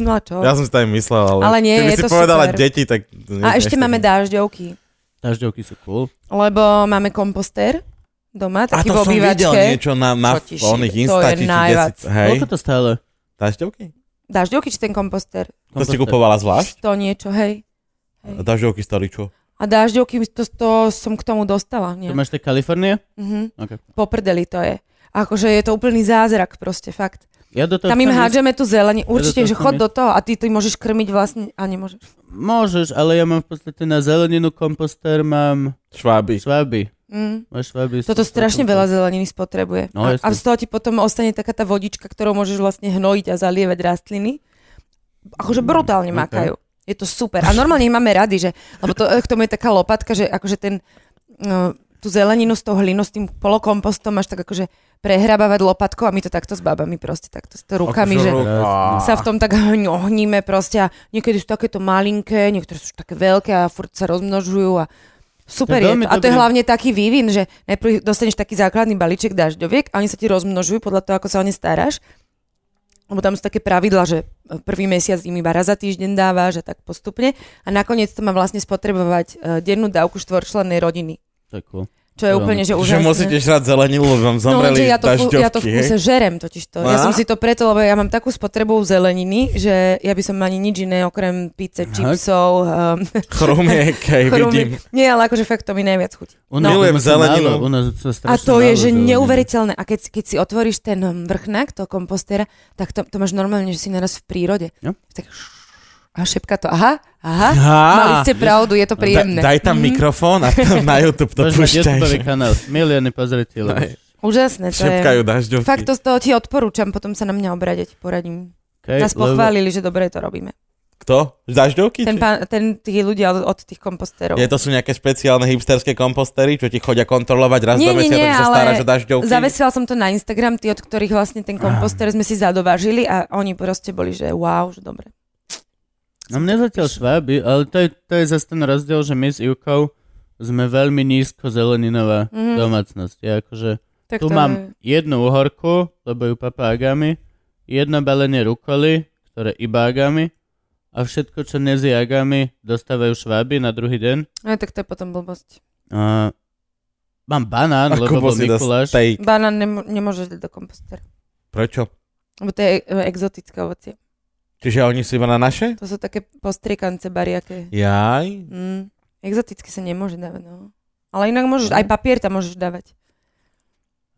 no a čo? Ja som si to aj myslel, ale... Ale nie, keby je si to povedala super. deti, tak... a ešte máme dážďovky, Dažďovky sú cool. lebo máme komposter doma, A taký v to som videl obývačke. niečo na, na Čo ti oných šíbe, to Insta, je či, či najvac. desi- Hej, Koľko to stále? dážďovky? Dážďovky či ten komposter? To si kupovala zvlášť? To niečo, hej. A Dážďovky stali čo? A dážďovky, to, to som k tomu To dostala. Nie? máš tak Kalifornia? Mhm. Okay. Poprdeli to je. Akože je to úplný zázrak proste, fakt. Ja do toho Tam im chcem ísť. hádžeme tú zelenie. Určite, to že chcem chod ísť. do toho a ty to môžeš krmiť vlastne a nemôžeš. Môžeš, ale ja mám v podstate na zeleninu komposter, mám Šváby. šváby. Mm. Máš šváby. Toto sú- sú strašne komposter. veľa zeleniny spotrebuje. No, a, jasne. a z toho ti potom ostane taká tá vodička, ktorou môžeš vlastne hnojiť a zalievať rastliny. Akože Mm, brutálne okay. makajú. Je to super. A normálne ich máme rady, že... Lebo to, eh, k tomu je taká lopatka, že akože ten... No, tú zeleninu s tou hlinou, s tým polokompostom máš tak akože prehrabávať lopatkou a my to takto s babami proste, takto s to rukami, Akože že sa v tom tak hňohníme proste a niekedy sú takéto malinké, niektoré sú už také veľké a furt sa rozmnožujú a super To je je, veľmi to. A to je dobrý- hlavne taký vývin, že najprv dostaneš taký základný balíček dažďoviek a oni sa ti rozmnožujú podľa toho, ako sa o ne staráš. Lebo tam sú také pravidla, že prvý mesiac im iba raz za týždeň dávaš a tak postupne. A nakoniec to má vlastne spotrebovať e, dennú dávku štvorčlennej rodiny. To je cool. Čo je úplne, že Že úžasné. musíte žrať zeleninu, lebo vám No lenže zomreli ja to, fu- dažďovky. ja to v kúse žerem totiž to. Ja Á. som si to preto, lebo ja mám takú spotrebu zeleniny, že ja by som ani nič iné okrem pizze, čipsov, um, Chrumiek, [LAUGHS] aj vidím. Nie, ale akože fakt to mi najviac chutí. U nás No. Milujem je to málo, zeleninu. U nás to A to je, že neuveriteľné. A keď, keď si otvoríš ten hm, vrchnák toho kompostiera, tak to, to máš normálne, že si naraz v prírode. Jo. Tak šš- a šepka to, aha, aha, Á. mali ste pravdu, je to Da, príjemné. Mhm. daj tam mikrofón a tam na YouTube [LAUGHS] to To Máš mať YouTube púšťaj. kanál, milióny pozretí. Aj. Úžasné to Šepkajú je. dažďovky. Fakt to, to ti odporúčam, potom sa na mňa obráť, ja ti poradím. Okay, Nás pochválili, že dobre to robíme. Kto? Dažďovky? Ten, či- pán, ten tí ľudia od, od tých komposterov. Je to sú nejaké špeciálne hipsterské kompostery, čo ti chodia kontrolovať raz Nie, do nie, mesiaca, nie, že sa ale staráš o dažďovky. Zavesila som to na Instagram, tí, od ktorých vlastne ten komposter sme si zadovážili a oni proste boli, že wow, že dobre. No mne zatiaľ šváby, ale to je, to je zase ten rozdiel, že my s Jukou sme veľmi nízko zeleninová Mhm. domácnosť. Ja akože, Tak tu to je- mám jednu uhorku, lebo ju papa agami, jedno balenie rukoly, ktoré iba agami, a všetko, čo nezie agami, dostávajú šváby na druhý deň. Aj No, tak to je potom blbosť. A mám banán, Ako lebo bol si dá Mikuláš. steak. Banán nemo- nemôžeš dať do kompostera. Prečo? Lebo to je e, exotické ovocie. Čiže oni sú iba na naše? To sú také postriekance Hm. bariaké. Jaj. Mm. Exotické sa nemôže dávať, no. Ale inak môžeš, Hm. aj papier tam môžeš dávať.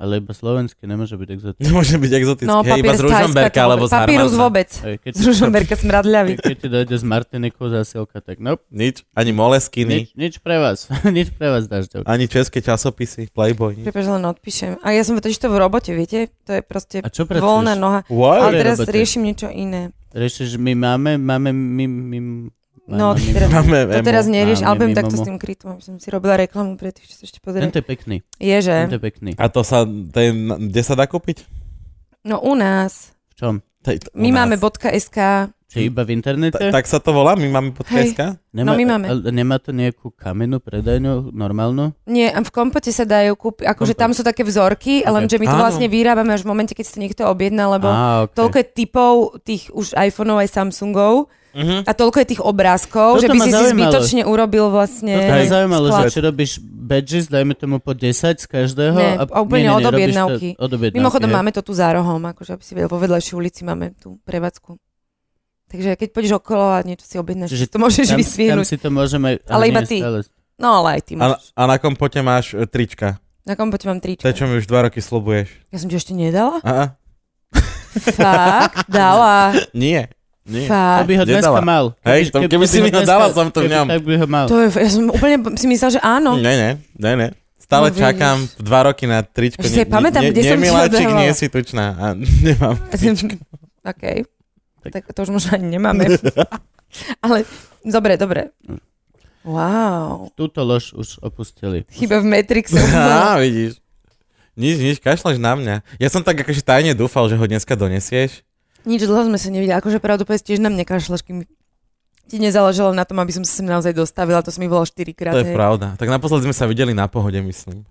Ale iba slovenský nemôže byť exotický. [LAUGHS] Nemôže byť exotické, No, hej, papier iba z z Thajska. to Ružomberka alebo vôbec- z Papírus Harmarsa. vôbec. Aj Keď, Z [LAUGHS] Ružomberka smradľavý. keď ti dojde z Martiniku zásielka, tak nope, Nič, ani nič, moleskiny, nič pre vás. [LAUGHS] nič pre vás dáš do. ani české časopisy, Playboy. nič. Prepač, len odpíšem. A ja som totiž to v robote, viete? To je proste A čo pracuješ? voľná noha. What? Ale Ktorej teraz robote? riešim niečo iné. Riešiš, my máme, máme, my, my, máme, No, my, teraz- Máme To teraz emo. Máme nerieš, ale budem mimo takto mo. s tým krytom, aby som si robila reklamu pre tých, čo sa ešte Tento pozerajú. je pekný, Je, že? tento je pekný. A to sa, to je, kde sa dá kúpiť? No u nás. V čom? To je to u My nás. máme .sk. Či iba v internete? Hm. Ta- Tak sa to volá? My máme Hej. podcast? no my máme. Ale nemá to nejakú kamennú predajňu, normálnu? Nie, a v kompote sa dajú kúpiť, akože Kompote. tam sú také Ok. vzorky, okay. lenže my to Áno. vlastne vyrábame až v momente, keď si to niekto objedná, lebo Á, okay. toľko je typov tých už iPhoneov aj Samsungov Mhm. a toľko je tých obrázkov, Toto že by ma si si zaujímalo. zbytočne urobil vlastne Toto ma zaujímalo, že sklad. či robíš badges, dajme tomu po 10 z každého. Nie, a, nie, nie, nie, úplne od robíš objednávky. To, od objednávky. Mimochodom hej. máme to tu za rohom, akože aby si vedel, vo vedľajšej ulici máme tú prevádzku. Takže keď pôjdeš okolo a niečo si objednáš, Čiže to môžeš Tam, tam vysvihnúť. si to môžeme... Ale iba nie, ty. stále. No ale aj ty A, máš. a na kompote máš e, trička. Na kompote mám To trička. je, čo mi už dva roky slubuješ. Ja som ti ešte nedala? Aha. Fakt? Dala. Nie. Nie. To Fakt. by ho dneska Nedala. mal. Hej, to- keby si ho mi ho dneska- dala, som to v keby ňom. Tak by ho mal. To je, ja som úplne si myslel, že áno. Ne, ne, ne, ne. Stále No no, vidíš. čakám dva roky na tričko. Ešte si pamätám, kde som ti ho miláčik, dávala. nie si tučná. A [LAUGHS] nemám. [LAUGHS] OK. Tak. tak to už možno ani nemáme. Ale dobre, dobre. Wow. Túto lož už opustili. Chyba v Matrixe. [LAUGHS] [LAUGHS] Á, vidíš. Nič, nič, kašľaš na mňa. Ja som tak akože tajne dúfal, že ho dneska donesieš. Nič dlho sme sa nevideli. Akože pravdu povedz, tiež na mne kašľaš, kým ti nezáležalo na tom, aby som sa sem naozaj dostavila. To som mi volal 4 krát. To je pravda. Tak naposledy sme sa videli na pohode, myslím.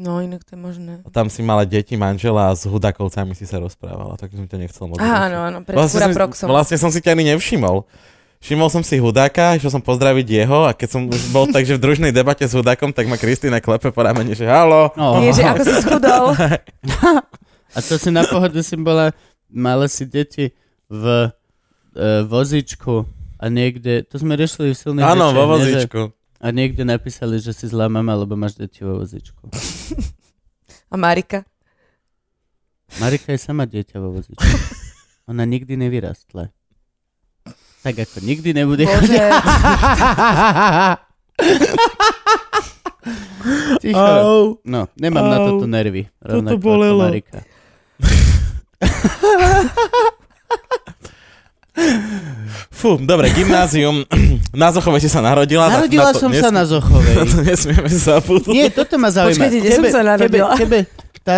No inak to je možné. A tam si mala deti, manžela a s hudakovcami si sa rozprávala, tak som ťa nechcel moc. Aha, rušiť. áno, áno, pred Vlastne vlastne som, Proxom. vlastne som si ťa ani nevšimol. Všimol som si hudáka, išiel som pozdraviť jeho a keď som už bol takže v družnej debate s hudákom, tak ma Kristýna klepe po ramene, že halo. Oh. Ježe, ako si schudol. A to si na pohode si bola, mala si deti v e, vozičku a niekde, to sme riešili v silných Áno, rečiach, nie, vo že- vozičku. A niekde napísali, že si zlá mama, lebo máš deti vo vozičku. A Marika. Marika je sama dieťa vo [LAUGHS] vozičku. Ona nikdy nevyrastla. Tak ako nikdy nebude [LAUGHS] Bože, Ticho. No, nemám na toto nervy. Rovnako toto bolelo. Marika. Fú, dobre, gymnázium. [CLEARS THROAT] Na Zochove si sa narodila. Narodila som sa na [LAUGHS] Na to Zochovej. [LAUGHS] nesmieme zabudnúť. Nie, toto ma zaujíma. Počkajte, kde som sa narodila? Tebe, tebe tá,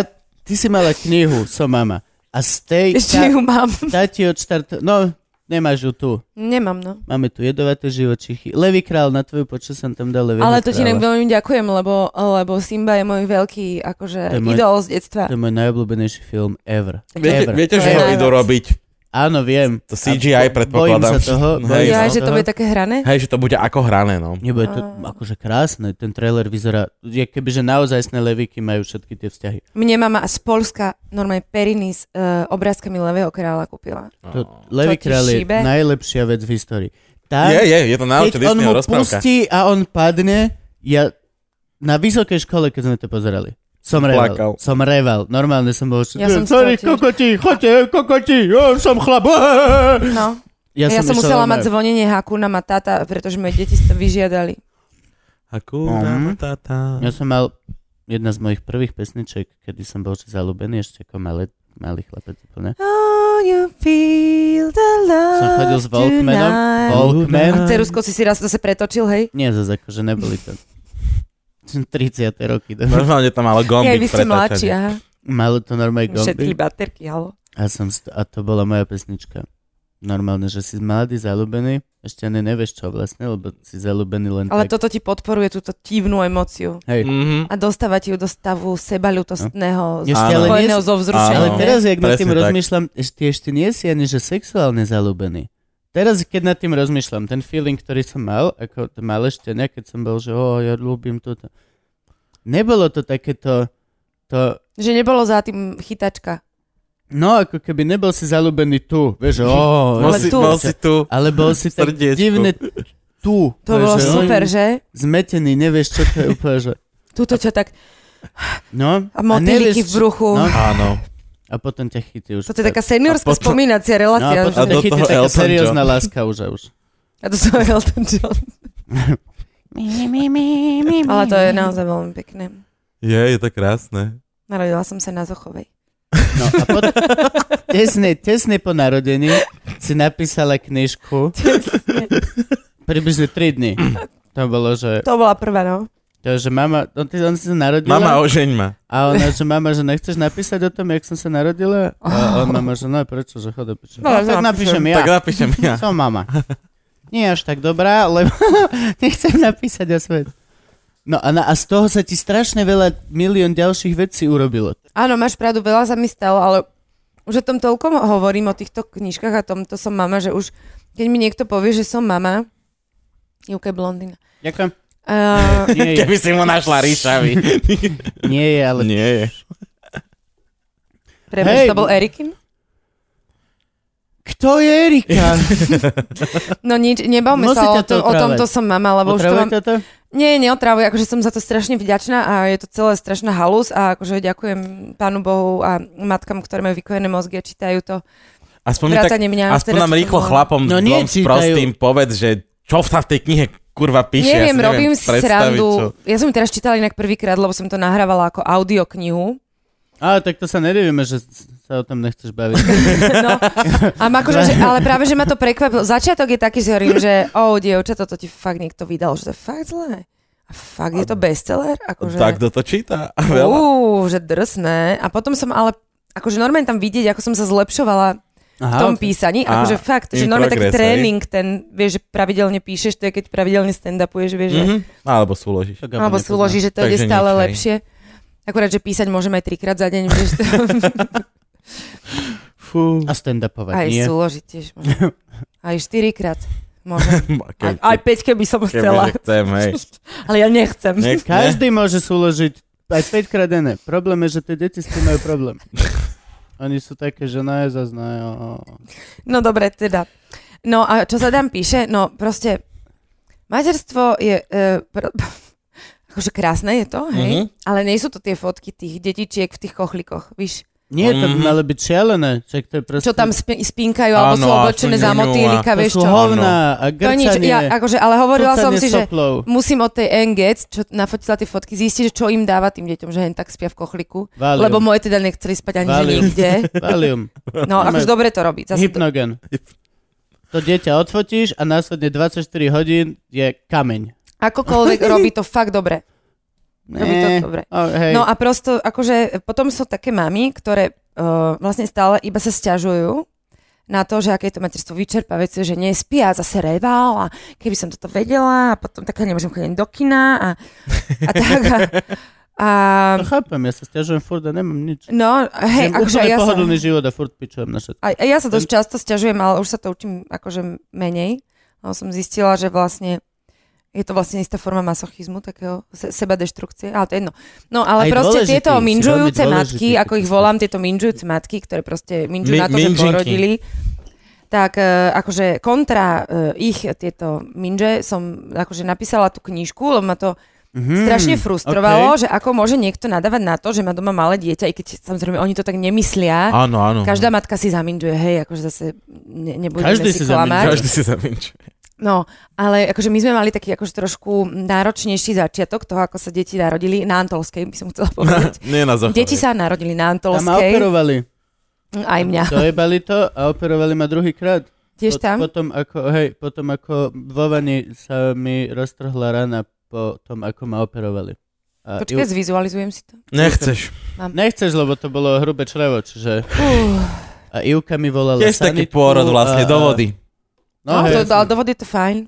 ty si mala knihu, som mama. A z tej... ešte tá- ju mám. Tá ti odštart... No, nemáš ju tu. Nemám, no. Máme tu jedovaté živočichy. Levý král, na tvoju počas som tam dal levý Ale to ti inak veľmi ďakujem, lebo, lebo Simba je môj To veľký akože je môj- idol z detstva. To je môj najobľúbenejší film ever. Viete, ever. viete To že je ho najviac. idú robiť Áno, viem. To A CGI bo- Bojím sa predpokladám. toho. Bojím Hej, no. Ja, sa že to toho. bude také hrané? Hej, že to bude ako hrané, no. Nebude to akože krásne, ten trailer vyzerá, je keby, že naozajstné levíky majú všetky tie vzťahy. Mne mama z Polska normálne periny s e, obrázkami Levého kráľa kúpila. To, No. Levý ti kráľ je šíbe? najlepšia vec v histórii. Tá, Je, je, je to naozaj keď on mu Disneyho rozprávka. pustí a on padne, ja na vysokej škole, keď sme to pozerali, som reval. Plakal. Som reval. Normálne som bol... Ja som Sorry, chcela tiež. kokoti, choďte, kokoti, ja som chlap. [LAUGHS] No. Ja, Ja, ja som išiel musela len mať na- zvonenie Hakuna Matata, pretože moje deti si to vyžiadali. Hakuna Mhm. Matata. Ja som mal jedna z mojich prvých pesniček, kedy som bol že zalúbený ešte ako malý, malý chlapec úplne. Oh, you feel the love Som chodil s Walkmanom. tonight. Walkman. A ceruzkou si si raz zase pretočil, hej? Nie, zase akože neboli to. [LAUGHS] 30. roky. To... Normálne tam ale Hej, gombík vy ste mladší, pretáčaný. aha. Malo to normálne Všetky gomby. baterky, halo. A, som, st- a to bola moja pesnička. Normálne, že si mladý, zalúbený, ešte ani nevieš čo vlastne, lebo si zalúbený len Ale tak. toto ti podporuje túto tívnu emociu. Hej. Mhm. A dostáva ti ju do stavu sebalutostného, Ešte Áno. ale, nie, spojeného si- so vzrušením. ale Áno. teraz, jak nad tým Presne tak. rozmýšľam, ešte, ešte nie si ani, že sexuálne zalúbený. Teraz, keď nad tým rozmýšľam, ten feeling, ktorý som mal, ako to malé štenia, keď som bol, že o, ja ľúbim toto. Nebolo to takéto, to, Že nebolo za tým chytačka. no ako keby nebol si zalúbený tu, vieš, že o, Ale Bol si, tu- bol si tu. Ale bol si tak Srdiečko. divne tu. To že bolo super, že? Zmetený, nevieš, čo to je úplne, že... Tuto čo tak... No, A motýliky v bruchu. No, Áno. a potom ťa chytí už. Toto je taká seniorská A potom- spomínacia No a relácia. potom že? A ťa do chytí toho taká Elton seriózna John. láska už a už. A [LAUGHS] to som Elton John. Ale to je no. naozaj veľmi pekné. Je, je to krásne. Narodila som sa na [LAUGHS] Zochovej. No a potom, tesne, tesne po narodení si napísala knižku približne 3 dny. To bolo, že, To bola prvá, no. to, že mama, on, ty, on si sa narodila. Mama, ožeň ma. A ona, že mama, že nechceš napísať o tom, jak som sa narodila? [LAUGHS] A on mama, že no, prečo, že choda piče. No, No, tak napíšem. napíšem ja. Tak napíšem ja. [LAUGHS] Som mama. Nie až tak dobrá, lebo [LAUGHS] nechcem napísať o svet. No a, na, a z toho sa ti strašne veľa milión ďalších vecí urobilo. Áno, máš pravdu, veľa sa mi stalo, ale už o tom toľko mo- hovorím, o týchto knižkách a tomto som mama, že už keď mi niekto povie, že som mama, Juka je blondina. Ďakujem. [LAUGHS] Uh, Nie je, Keby si mu našla ríšavy. nie je ale... Nie je. Hej. Prepač, to bol Erikin? Kto je [LAUGHS] Erika? No nič, nebavme Musíte sa o, to to, o tomto opravať. som mama, lebo už to Potrebuje mám... toto? Nie, neotravuj, akože som za to strašne vďačná a je to celé strašná halus a akože ďakujem pánu Bohu a matkám, ktoré majú vykojené mozgy a čítajú to. Aspoň, mi tak, Vrátane mňa. aspoň teda, nám čo rýchlo som bola. chlapom No no, nie, dvom čítajú. prostým povedz, že čo sa v tej knihe kurva píše. Neviem, ja si neviem robím si predstaviť, srandu. čo. Ja som ju teraz čítala inak prvýkrát, lebo som to nahrávala ako audioknihu. [LAUGHS] Á, tak to sa nedivíme, že sa o tom nechceš baviť. [LAUGHS] No, a ma akože, že, ale práve, že ma to prekvapilo. Začiatok je taký, že hovorím, že o, oh, dievča, toto ti fakt niekto vydal, že to je fakt zlé. A fakt, je to bestseller? Akože, Tak kto to číta? Veľa. Uú, že drsné. A potom som ale, akože normálne tam vidieť, ako som sa zlepšovala v Aha, tom okay. písaní. Á, Akože fakt, že in normálne taký progress, hej. tréning, ten, vieš, že pravidelne píšeš, to je keď pravidelne stand-upuješ, vieš, že Mhm. Alebo súložíš. To Gabo Alebo nepozná. súloží, že to Takže ide stále nič, hej. lepšie. Akurát, že písať môžem aj trikrát za deň, vieš, to... [LAUGHS] [LAUGHS] Fú. A stand-upovať, aj nie? súložiť tiež môžem. Aj štyrikrát môžem. Aj, Keď, aj päť, keby som chcela. Kebyže chcem, [LAUGHS] hej. Ale ja nechcem. Nech- Každý môže súložiť aj 5 krát denne. Problém je, že tie deti s tým majú [LAUGHS] problém. Oni sú také, že naozaj znajú. No dobre, teda. No a čo sa tam píše? No proste, materstvo je... E, pr- [LAUGHS] akože krásne je to, hej? Mhm. Ale nie sú to tie fotky tých detičiek v tých kochlikoch, víš? Nie, to by Mhm. malo byť šialené. Čak to je proste... Čo tam spi- spinkajú, alebo Áno, sú a oblečené za sú ňuňu a- motýlika, to vieš sú čo? hovna a To je nič, grcanie. ja, akože, ale hovorila som cucanie si, že soplov. musím od tej Engec, čo nafotila tie fotky, zistiť, že čo im dáva tým deťom, že hen tak spia v kochliku. Valium. Lebo moje teda nechceli spať ani že Valium. nikde. [LAUGHS] Valium. [LAUGHS] No, akože dobre to robí. Zase to... Hypnogen. To dieťa odfotíš a následne 24 hodín je kameň. [LAUGHS] Akokoľvek robí to fakt dobre. Robí to Né. dobre. O, hej. No a prosto, akože potom sú také mamy, ktoré uh, vlastne stále iba sa sťažujú na to, že aké je to materstvo vyčerpávajúce, že nespí a zase reval a keby som toto vedela a potom tak ja nemôžem chodiť do kina a, a tak. A, A, To chápem, ja sa stiažujem furt a nemám nič. no, hej, Žijem akože úplne aj ja sa... pohodlný život a furt pičujem na všetko. A, a ja sa dosť často stiažujem, ale už sa to učím akože menej. No, som zistila, že vlastne je to vlastne istá forma masochizmu, takého se, seba deštrukcie, ale to je jedno. No Aj ale proste dôležitý, si tieto veľmi minžujúce dôležitý, matky, ty ako ich kokos. volám, tieto minžujúce matky, ktoré proste minžujú Mi- na to, že minžinky. porodili, tak e, akože kontra e, ich tieto minže som akože napísala tú knižku, lebo ma to Mm, strašne frustrovalo, že ako môže niekto nadávať na to, že má doma malé dieťa, i keď samozrejme oni to tak nemyslia. Áno, áno. Každá matka si zaminduje, hej, akože zase ne, nebudeme Každý si si zaminduje. klamať. Každý si zaminčuje. [LAUGHS] No, ale akože my sme mali taký akože trošku náročnejší začiatok toho, ako sa deti narodili na Antolskej, by som [LAUGHS] chcela povedať. Nie na zochore. Deti sa narodili na Tam ma Antolskej, operovali. aj mňa. Dojebali to a operovali ma druhýkrát. Po- Tiež tam? Potom ako, hej, potom ako vo vani sa mi roztrhla rana po tom, ako ma operovali. A Počkaj, zvizualizujem si to. Nechceš. Nechceš, lebo to bolo hrubé črevo, čiže... Uh, A Ivka mi volala Tiež sanitku taký pôrod a- vlastne do vody. No, no, hej, to, ale do vody je to fajn.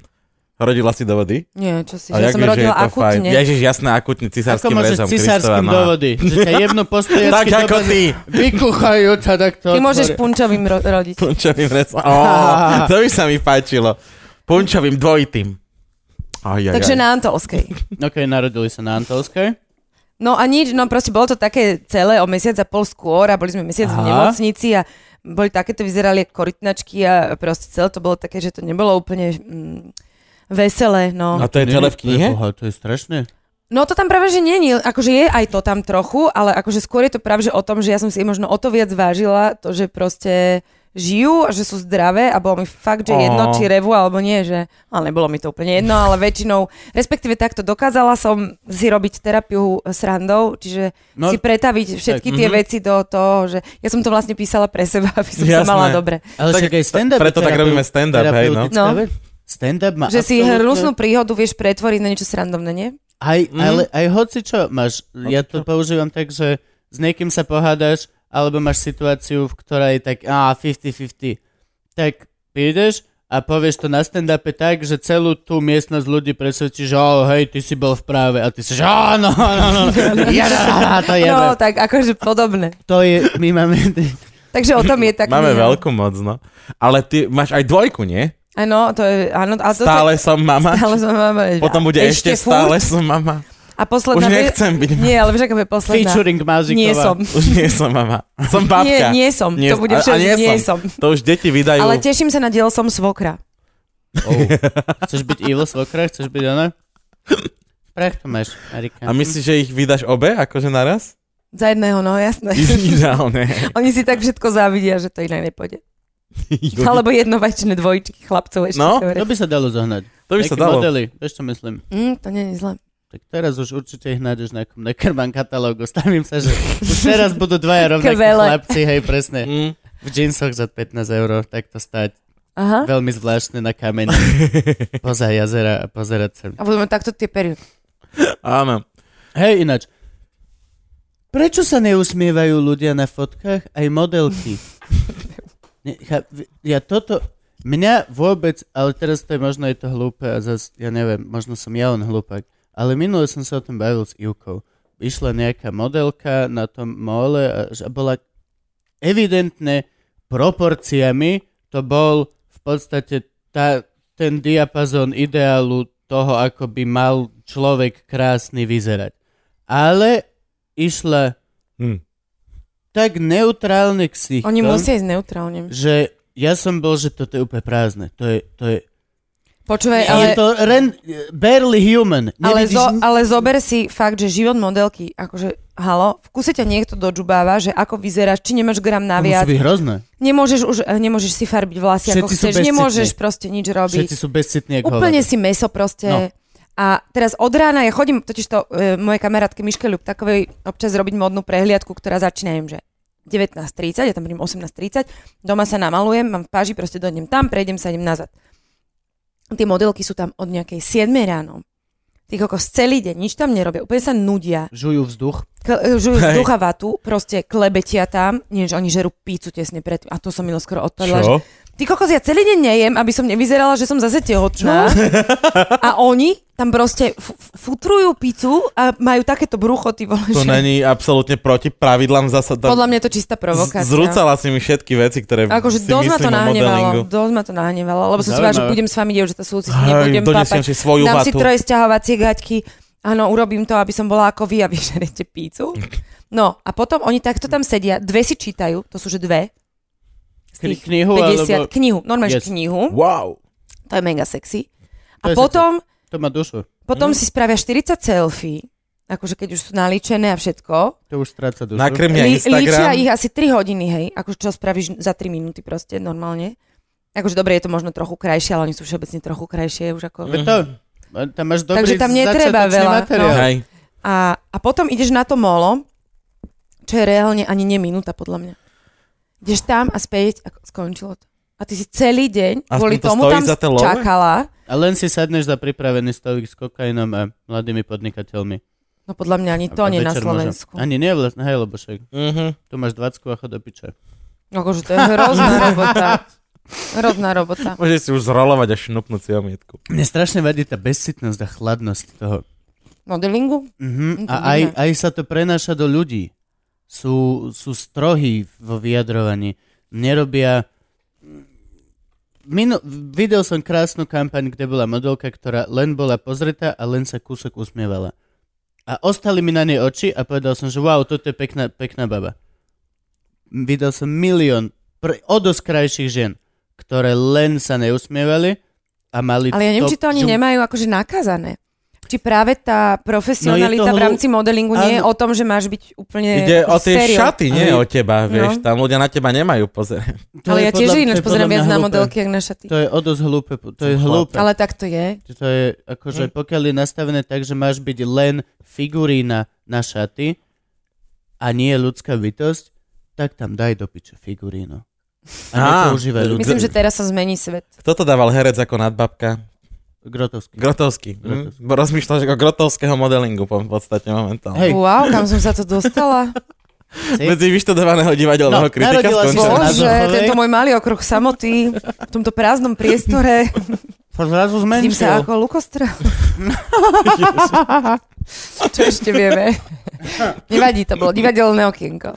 Rodila si do vody? Nie, čo si, že A ja jak som vieš, že rodila je to fajn? akutne. Ježiš, jasné, akutne ako cisárským môžeš rezom. cisárskym Kristova, do no. [LAUGHS] vody? Že ťa jedno Tak postojacky ako ty. Vykúchajú ťa takto. Ty môžeš otvoria. punčovým ro- rodiť. Punčovým rezom. Ó, [LAUGHS] To by sa mi páčilo. Punčovým dvojitým. Aj, aj, Takže aj. na Antolskej. Ok, narodili sa na Antolskej. No a nič, no proste bolo to také celé o mesiac a pol skôr a boli sme mesiac Aha. v Aha. nemocnici a boli takéto, vyzerali ako korytnačky a proste celé to bolo také, že to nebolo úplne mm, veselé, A no. to je celé v knihe? Boha, to je strašné. No to tam práve, že není, akože je aj to tam trochu, ale akože skôr je to práve, že o tom, že ja som si možno o to viac vážila, to, že proste žijú a že sú zdravé a bolo mi fakt, že jedno, Ó. či revu alebo nie, že ale nebolo mi to úplne jedno, ale väčšinou, respektíve takto, dokázala som si robiť terapiu srandou, čiže No, si pretaviť všetky Tak, tie mhm. veci do toho, že ja som to vlastne písala pre seba, aby som sa Jasné. mala dobre. ale tak- však aj stand-up. preto tak robíme stand-up, hej, no. No. no. Stand-up má Že si absolútne- hrúznú príhodu vieš pretvoriť na niečo srandovné, nie? Aj, Mhm. ale aj hoci čo máš, ja to používam tak, že s niekým sa pohádaš, alebo máš situáciu, v ktorej tak á, 50-50, tak prídeš a povieš to na stand-upe tak, že celú tú miestnosť ľudí presvedčí, že oh, hej, ty si bol v práve a ty si, že no, áno, [LAUGHS] áno, áno, to je, No, tak akože podobné. to je, my [LAUGHS] máme, Takže o tom je tak. Máme veľkú moc, no. Ale ty máš aj dvojku, nie? Áno, no, to je, áno, a to, [LAUGHS] Stále som mama. Stále som mama. Potom bude ešte, furt. stále som mama. A Už posledná... vec- nechcem byť mama. Nie, ale však je posledná. featuring Maziková. Nie som. Už nie som [LAUGHS] [LAUGHS] mama. Som babka. Nie, nie som. Nie- to bude a- a všetko. nie nie som. som. To už deti vydajú. Ale teším sa na diel Som svokra. Oh. Chceš byť evil svokra? Chceš byť ona? Prach to máš, Marika. A myslíš, že ich vydaš obe, akože [LAUGHS] naraz? Za jedného, no jasné. Ideálne. [LAUGHS] Oni si tak všetko závidia, že to inak nepôjde. Alebo jedno väčšine dvojčky chlapcov ešte. No, ktoré- To by sa dalo zohnať. To by sa Nejaké dalo. Modely, vieš čo myslím. Mm, to nie je zle. Tak teraz už určite ich nájdeš na nejakom nekrban katalógu. Stavím sa, že už teraz budú dvaja rovnakí Kvele. chlapci, hej, presne. Mm. V džinsoch za 15 eur, tak to stať. Aha. Veľmi zvláštne na kameni. Poza jazera a pozerať sa. A budeme takto tie pery. Áno. Hej, ináč. Prečo sa neusmievajú ľudia na fotkách, aj modelky? Ne, cha- v- ja toto... Mňa vôbec, ale teraz to je možno je to hlúpe a zas, ja neviem, možno som ja len hlúpak, ale minule som sa o tom bavil s Ivkou. Išla nejaká modelka na tom mole a, že- a bola evidentne proporciami, to bol v podstate tá, ten diapazon ideálu toho, ako by mal človek krásny vyzerať. Ale išla Hm. tak neutrálne k si. Oni musia ísť neutrálne. Že ja som bol, že toto je úplne prázdne. To je, to je, Počúvaj, ale... ale, je to ren, barely human. Ale, Nevidíš, zo, ale zober si fakt, že život modelky, akože, halo, v kuse ťa niekto dožubáva, že ako vyzeráš, či nemáš To gram musí naviac, byť hrozné. nemôžeš, už, eh, nemôžeš si farbiť vlasy, ako Všetci sú chceš, bezcitní. nemôžeš proste nič robiť. Všetci sú bezcitní, ako Úplne si meso proste. No. No. A teraz od rána, ja chodím totiž to e, mojej kamarátke Miške Ľuptakovej občas robiť modnú prehliadku, ktorá začína im, že 19.30, ja tam prídem 18.30, doma sa namalujem, mám v páži, proste dojdem tam, prejdem sa idem nazad. Tie modelky sú tam od nejakej 7 ráno. Ty kokos celý deň, nič tam nerobia, úplne sa nudia. Žujú vzduch. K- žujú Hej. ducha vatu, proste klebetia tam, nie, že oni žerú pícu tesne predtým. A to som milo skoro odpadla, že Čo? Ty kokos, ja celý deň nejem, aby som nevyzerala, že som zase tehotná. No. A oni tam proste f- f- futrujú pizzu a majú takéto brucho, ty vole, že- To není absolútne proti pravidlám zasada. Podľa mňa je to čistá provokácia. Z- Zrúcala si mi všetky veci, ktoré Akože si dosť ma to myslím o modelingu. nahnevalo, dosť ma to nahnevalo, lebo som si povedala, že Zaujímavé. budem s vami dievčatá súcitiť, Hej, nebudem donesiem papať. si svoju Dám vatu. si troje stiahovacie gaťky, áno, urobím to, aby som bola ako vy a [LAUGHS] vy žerete pícu. No a potom oni takto tam sedia, dve si čítajú, to sú že dve, Kni- tých Knihu 50, alebo... knihu, normálne Yes. yes. knihu, Wow. to je mega sexy. To A je potom, To má dušu. potom si spravia 40 selfie, akože keď už sú nalíčené a všetko. To už stráca dušu. Nakrmia Li- líčia Instagram. ich asi 3 hodiny, hej, akože čo spravíš za 3 minúty proste normálne. Akože dobre, je to možno trochu krajšie, ale oni sú všeobecne trochu krajšie už ako... Veď To, tam máš dobrý Takže tam netreba začiatočný veľa, no. materiál. No. Hej. A, a potom ideš na to molo, čo je reálne ani nie minúta podľa mňa. Ideš tam a späť a skončilo to. A ty si celý deň Aspoň kvôli to tomu stojí tam za tie love? čakala. A len si sadneš za pripravený stovik s kokainom a mladými podnikateľmi. No podľa mňa ani A- to a nie na večer môže- Slovensku. Ani nie vlastne, hej, lebo však Mhm. tu máš 20 a chod do piče. Akože to je [LAUGHS] hrozná robota. Hrozná robota. Môžeš si už zrolovať a šnupnúť si omietku. Mne strašne vadí tá bezcitnosť a chladnosť toho. No, Modelingu? Mhm. A To aj, vidíme. aj sa to prenáša do ľudí. Sú, sú strohí vo vyjadrovaní. Nerobia... mm, Minu... Videl som krásnu kampaň, kde bola modelka, ktorá len bola pozretá a len sa kúsok usmievala. A ostali mi na nej oči a povedal som, že wow, toto je pekná, pekná baba. Videl som milión pr- o dosť krajších žien, ktoré len sa neusmievali a mali Ale ja neviem, či to žu- ani nemajú akože nakazané. Či práve tá profesionalita hlu- v rámci modelingu nie je No Áno. o tom, že máš byť úplne Ide o tie akože stereo. No. šaty, nie Aj- o teba, vieš. Tam ľudia na teba nemajú pozerať. [LAUGHS] To je Ale ja podľa- tiež to je ináč podľa pozerám mňa viac na hlúpe. modelky, jak na šaty. To je o dosť hlúpe, to je Chlap. hlúpe. Ale Hm. tak to je. Že To je akože, pokiaľ je nastavené tak, že máš byť len figurína na šaty a nie ľudská bytosť, tak tam daj do piče figurínu. A Á, nepoužívaj ľudí. Myslím, že teraz sa zmení svet. Kto to dával herec ako nadbabka? Grotovský. Grotovský. Hm? Grotovský. Rozmýšľaš ako grotovského modelingu po- v podstate momentálne. Hej, Wow, kam som sa to [LAUGHS] dostala. si- Medzi vyštudovaného divadelného No, kritika narodila si skončil. sa- Bože, Zochovej. tento môj malý okruh samoty v tomto prázdnom priestore. to zrazu Cítim sa zmenšil. ako [LAUGHS] lukostrel. Čo ešte vieme? Nevadí, to bolo divadelné okienko.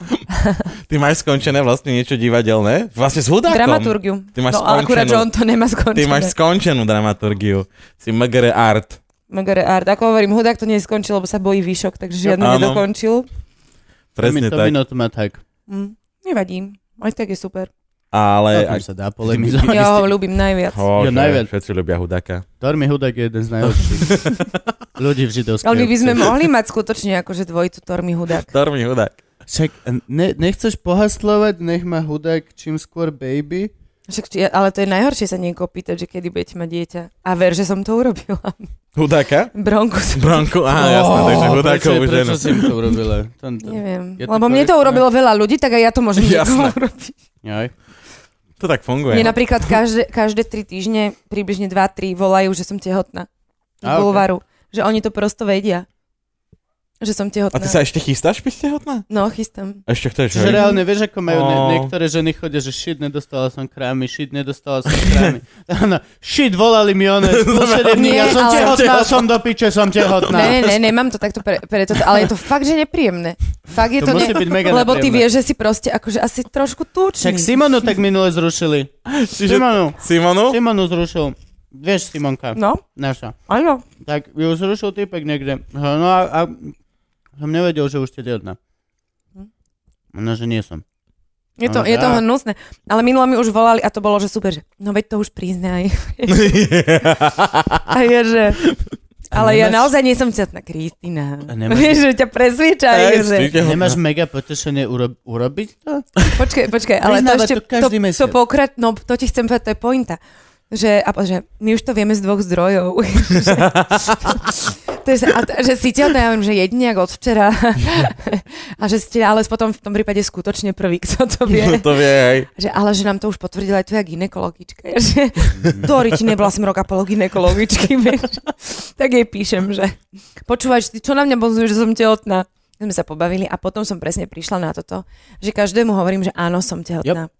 Ty máš skončené vlastne niečo divadelné? Vlastne s hudákom. Dramaturgiu. Ty máš no, ale akurát, že skončenú. on to nemá Ty skončené. máš skončenú dramaturgiu. Si MGR art. Magare Art. Ako hovorím, hudák to neskončil, lebo sa bojí výšok, takže žiadne Áno. nedokončil. Presne to tak. Mino to má tak. Hm, nevadí. Aj tak je super. Ale... O tom sa dá [LAUGHS] polemizovať. Ja ho ľúbim najviac. Oh, Ja najviac. Všetci ľubia hudáka. Tormi Hudak je jeden z [LAUGHS] najlepších ľudí v židovskej Ale my by sme obci. mohli mať skutočne akože dvojicu Tormi hudák. [LAUGHS] Tormi hudák. Však ne, nechceš pohaslovať, nech má Hudak čím skôr baby. Však, či- ale to je najhoršie sa niekoho pýtať, že kedy budete mať dieťa. A ver, že som to urobila. [LAUGHS] Hudáka? Bronku som... Bronku, áno, jasné, takže hudákovú prečo, ženu. prečo si im to urobila? To- to- Neviem. Je to Lebo mne to korektné? urobilo veľa ľudí, tak aj ja to [LAUGHS] môžem Jasné. niekomu urobiť. Jaj. To tak funguje. Mne napríklad každé, každé tri týždne, približne 2-3, volajú, že som tehotná. Z A, ok. bulvaru. Že oni to prosto vedia. Že som A tehotná. ty sa ešte chystáš byť tehotná? No, chystám. Ešte kto je Čiže reálne vieš, ako majú ne- Oh. niektoré ženy chodia, že shit, nedostala som krámy, shit, nedostala som [LAUGHS] krámy. Áno, shit, volali mi one, dní, ja Nie, som ale- tehotná, som do piče, som tehotná. Ne, ne, ne, nemám to takto pre, preto, ale je to fakt, že nepríjemné. Fakt je To to, musí byť mega Lebo ty nepríjemné. vieš, že si proste akože asi trošku Však tučný. Simonu tak minule zrušili. Čiže... Simonu, Simonu? Simonu zrušil. Vieš, Simonka, No, naša. áno. Tak ju zrušil typek niekde. No a, a som nevedel, že už ste tehotná. Hm? No, že nie som. Je to, Ale je to dá. hnusné. Ale minule mi už volali a to bolo, že super, že no veď to už [LAUGHS] priznaj. A je, že... Ale ja nemáš- naozaj nie som šťastná, Kristýna. A nemáš- Vieš, že ťa presviečajú, Hej, že... si tehotná. Nemáš mega potešenie urob- urobiť to? Počkaj, počkaj, ale to Priznávať ešte... to každý to, to mesiac. pokra... No, to ti chcem povedať, to je pointa. Že, a, po- že my už to vieme z dvoch zdrojov. [LAUGHS] že, to je, sa- a, t- že si ťa ja viem, že jedine ako od [LAUGHS] včera. a že ste, ale potom v tom prípade skutočne prvý, kto to vie. To vie, hej. Že, ale že nám to už potvrdila aj tvoja ginekologička. [LAUGHS] Ja, Že, Dori, ti nebola som roka polo ginekologičky, [LAUGHS] vieš. Tak jej píšem, že počúvaš, ty čo na mňa bonzuješ, že som tehotná? My sme sa pobavili a potom som presne prišla na toto, že každému hovorím, že áno, som tehotná.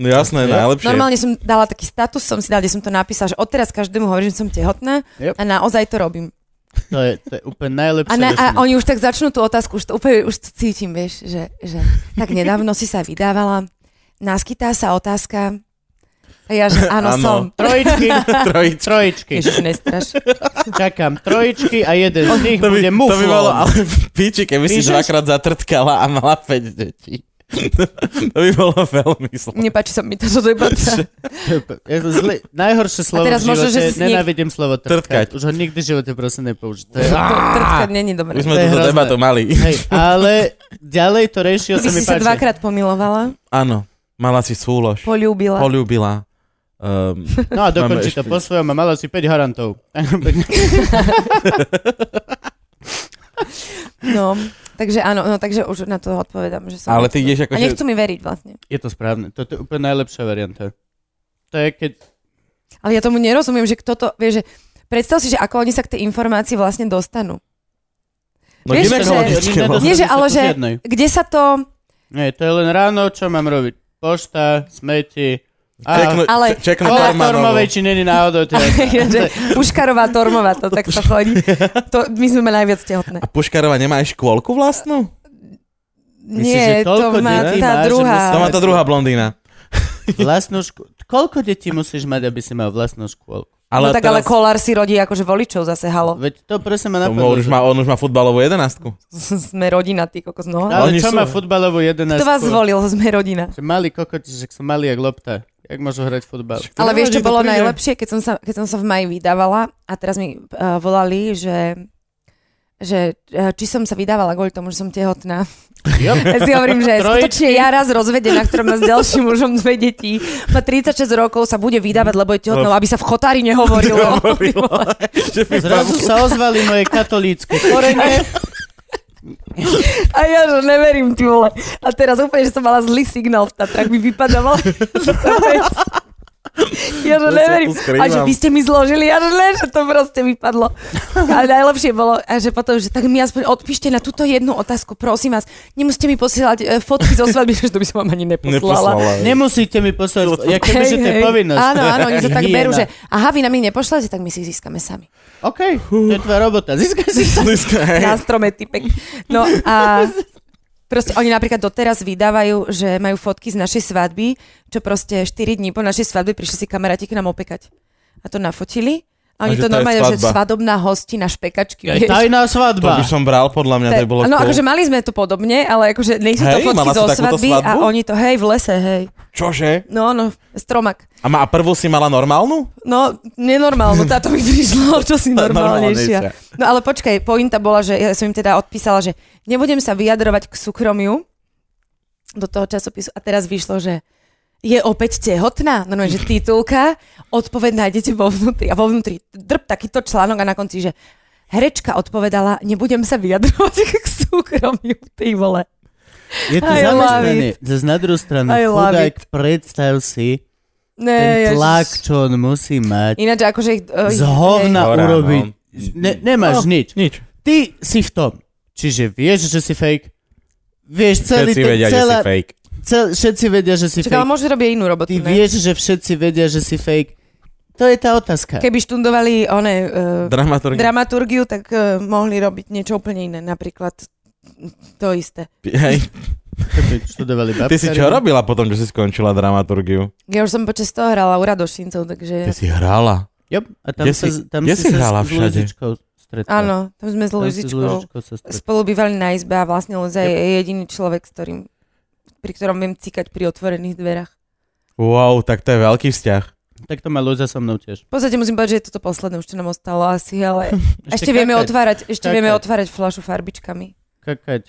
No jasné, najlepšie. Normálne som dala taký status, som si dala, kde som to napísala, že odteraz každému hovorím, že som tehotná Yep. a naozaj to robím. To No, je, to je úplne najlepšie. A, na, a riešenie. oni už tak začnú tú otázku, už to úplne už to cítim, vieš, že, že tak nedávno si sa vydávala, naskytá sa otázka a ja, že áno, som. Áno. [LAUGHS] Trojičky, Trojič. trojičky. Ježiš, nestraš. Čakám trojičky a jeden z nich To by, bude [LAUGHS] to by muflón. bolo ale v piči, keby si Píšeš? dvakrát zatrtkala a mala 5 detí. to by bolo veľmi zlé. Nepáči sa mi to, že to je pravda. Je to zlý, najhoršie slovo teraz v živote, možno, že si s niek- nenávidím slovo Trtkať. trtkať. Už ho nikdy v živote prosím nepoužiť. To je... Trtka není dobré. Už To sme je túto hrozné. debatu mali. Hej, ale ďalej to riešil sa Ty mi si sa páči. dvakrát pomilovala, Áno, mala si súlož. polúbila. Polúbila. Um, No a dokončí Máme to po svojom a mala si 5 harantov. [LAUGHS] No, takže áno, no takže už na to odpovedám, že [LAUGHS] som... ale ty A ideš ako... nechcú mi veriť vlastne. je to správne. Toto je úplne najlepšia varianta. To je keď... Ale ja tomu nerozumiem, že kto to, vieš, že predstav si, že ako oni sa k tej informácii vlastne dostanú. No Vieš, gynekologické že- vlastne. Nie, že, sa ale tu že žiadnej. kde sa to... Nie, to je len ráno, čo mám robiť. Pošta, smeti. A... Čeknú, ale- čeknú Kola Kormanovú. Tormovej, či není náhodou. Teda. [LAUGHS] že Puškarová, Tormová, to tak to chodí. To, my sme mali najviac tehotné. A Puškarova nemá aj škôlku vlastnú? Nie, že toľko to má detí tá má, že druhá. musí- To má tá druhá blondína. [LAUGHS] Vlastnú ško- Koľko detí musíš mať, aby si mal vlastnú škôlku? No tak ale teraz- kolár si rodí akože voličov zase, halo. [LAUGHS] Veď to presne ma To napadlo. on už, má, on už má futbalovú jedenástku. Sme rodina, ty kokos, no. Ale Oni čo sú- má futbalovú 11? Kto vás zvolil, sme rodina. Že malý kokoti, že sú malí jak lopta. Jak môžu hrať [LAUGHS] futbal? Ale vieš, čo nevadí, to bolo príde. najlepšie, keď som, sa, keď som sa v maji vydávala a teraz mi uh, volali, že že eh, či som sa vydávala kvôli tomu, že som tehotná. Jo. Ja si hovorím, [LAUGHS] že Trojičky. skutočne ja raz rozvedená, ktorá má s ďalším mužom dve deti, má 36 rokov, sa bude vydávať, lebo je No. tehotná, aby sa v chotári nehovorilo. [LAUGHS] Že by Zrazu sa ozvali moje katolícke korene. A ja, že neverím, ty vole. A teraz úplne, že som mala zlý signál v Tatrach, mi vypadával. [LAUGHS] ja, že To sa neverím. tu skrývam. A že vy ste mi zložili, ja, že ne, že to proste vypadlo. A najlepšie bolo, a že potom, že tak mi aspoň odpíšte na túto jednu otázku, prosím vás. Nemusíte mi posielať e, fotky zo svadby, [LAUGHS] že to by som vám ani [LAUGHS] neposlala. Neposlala. Nemusíte mi poslať, ja keby, že Hej, to je hej. povinnosť. Áno, áno, oni to tak Hyena. berú, že aha, vy nám ich nepošlete, tak my si ich získame sami. OK, to je tvoja robota. Získaj si [LAUGHS] sa. na strome typek. No a proste oni napríklad doteraz vydávajú, že majú fotky z našej svadby, čo proste 4 dní po našej svadbe prišli si kamaráti k nám opekať. A to nafotili. A oni A že to to je normálne, že svadba. svadobná hostina špekačky. Aj vieš. tajná To svadba. by som bral, podľa mňa, to by bolo no cool. akože mali sme to podobne, ale akože nejsú to Hej, fotky mala zo si takúto svadby a svadbu? oni to, hej, v lese, hej. Čože? No, no, stromak. A, má, a prvú si mala normálnu? No, nenormálno, táto mi prišlo, [LAUGHS] čo si normálnejšia. No ale počkaj, pointa bola, že ja som im teda odpísala, že nebudem sa vyjadrovať k súkromiu do toho časopisu a teraz vyšlo, že je opäť tehotná, no, no že titulka, odpoveď nájdete vo vnútri a vo vnútri drb takýto článok a na konci, že herečka odpovedala, nebudem sa vyjadrovať [LAUGHS] k súkromiu, ty vole. Je to I love zamestnané. Zas na druhú stranu, I love chudák, predstav si Ne, ten tlak, ježiš. čo on musí mať. Ináč akože... ich- eh, Z hovna Hora, no. urobiť. Ne, Oh. nemáš nič. Nič. ty si v tom. Čiže vieš, že si fake. Vieš, celý Všetci ten, vedia, že celá, si fake. Cel, všetci vedia, že si Čakaj, ale fake. môže robiť inú robotu, Ty ne? vieš, že všetci vedia, že si fake. To je tá otázka. Keby študovali one, uh, Dramaturg. dramaturgiu, tak uh, mohli robiť niečo úplne iné, napríklad to isté. Hej. Keby študovali Ty si čo robila potom, že si skončila dramaturgiu? Ja už som počas toho hrala u Radošincov, takže Ty si hrala. Yep. A tam Kde sa, si- tam kde si, si sa hrala s všade? Luizičkou stretla. áno, tam sme Tam si s s Luizičkou Luizičkou sa stretla. spolu bývali na izbe a vlastne Luza je jediný človek, s ktorým, pri ktorom viem cikať pri otvorených dverách. Wow, tak to je veľký vzťah. [LAUGHS] Tak to má Luza so mnou tiež. V podstate musím povedať, že je toto posledné, už čo nám ostalo asi, ale ešte, vieme kakať, otvárať, ešte kakať. vieme otvárať flašu farbičkami. Kakať.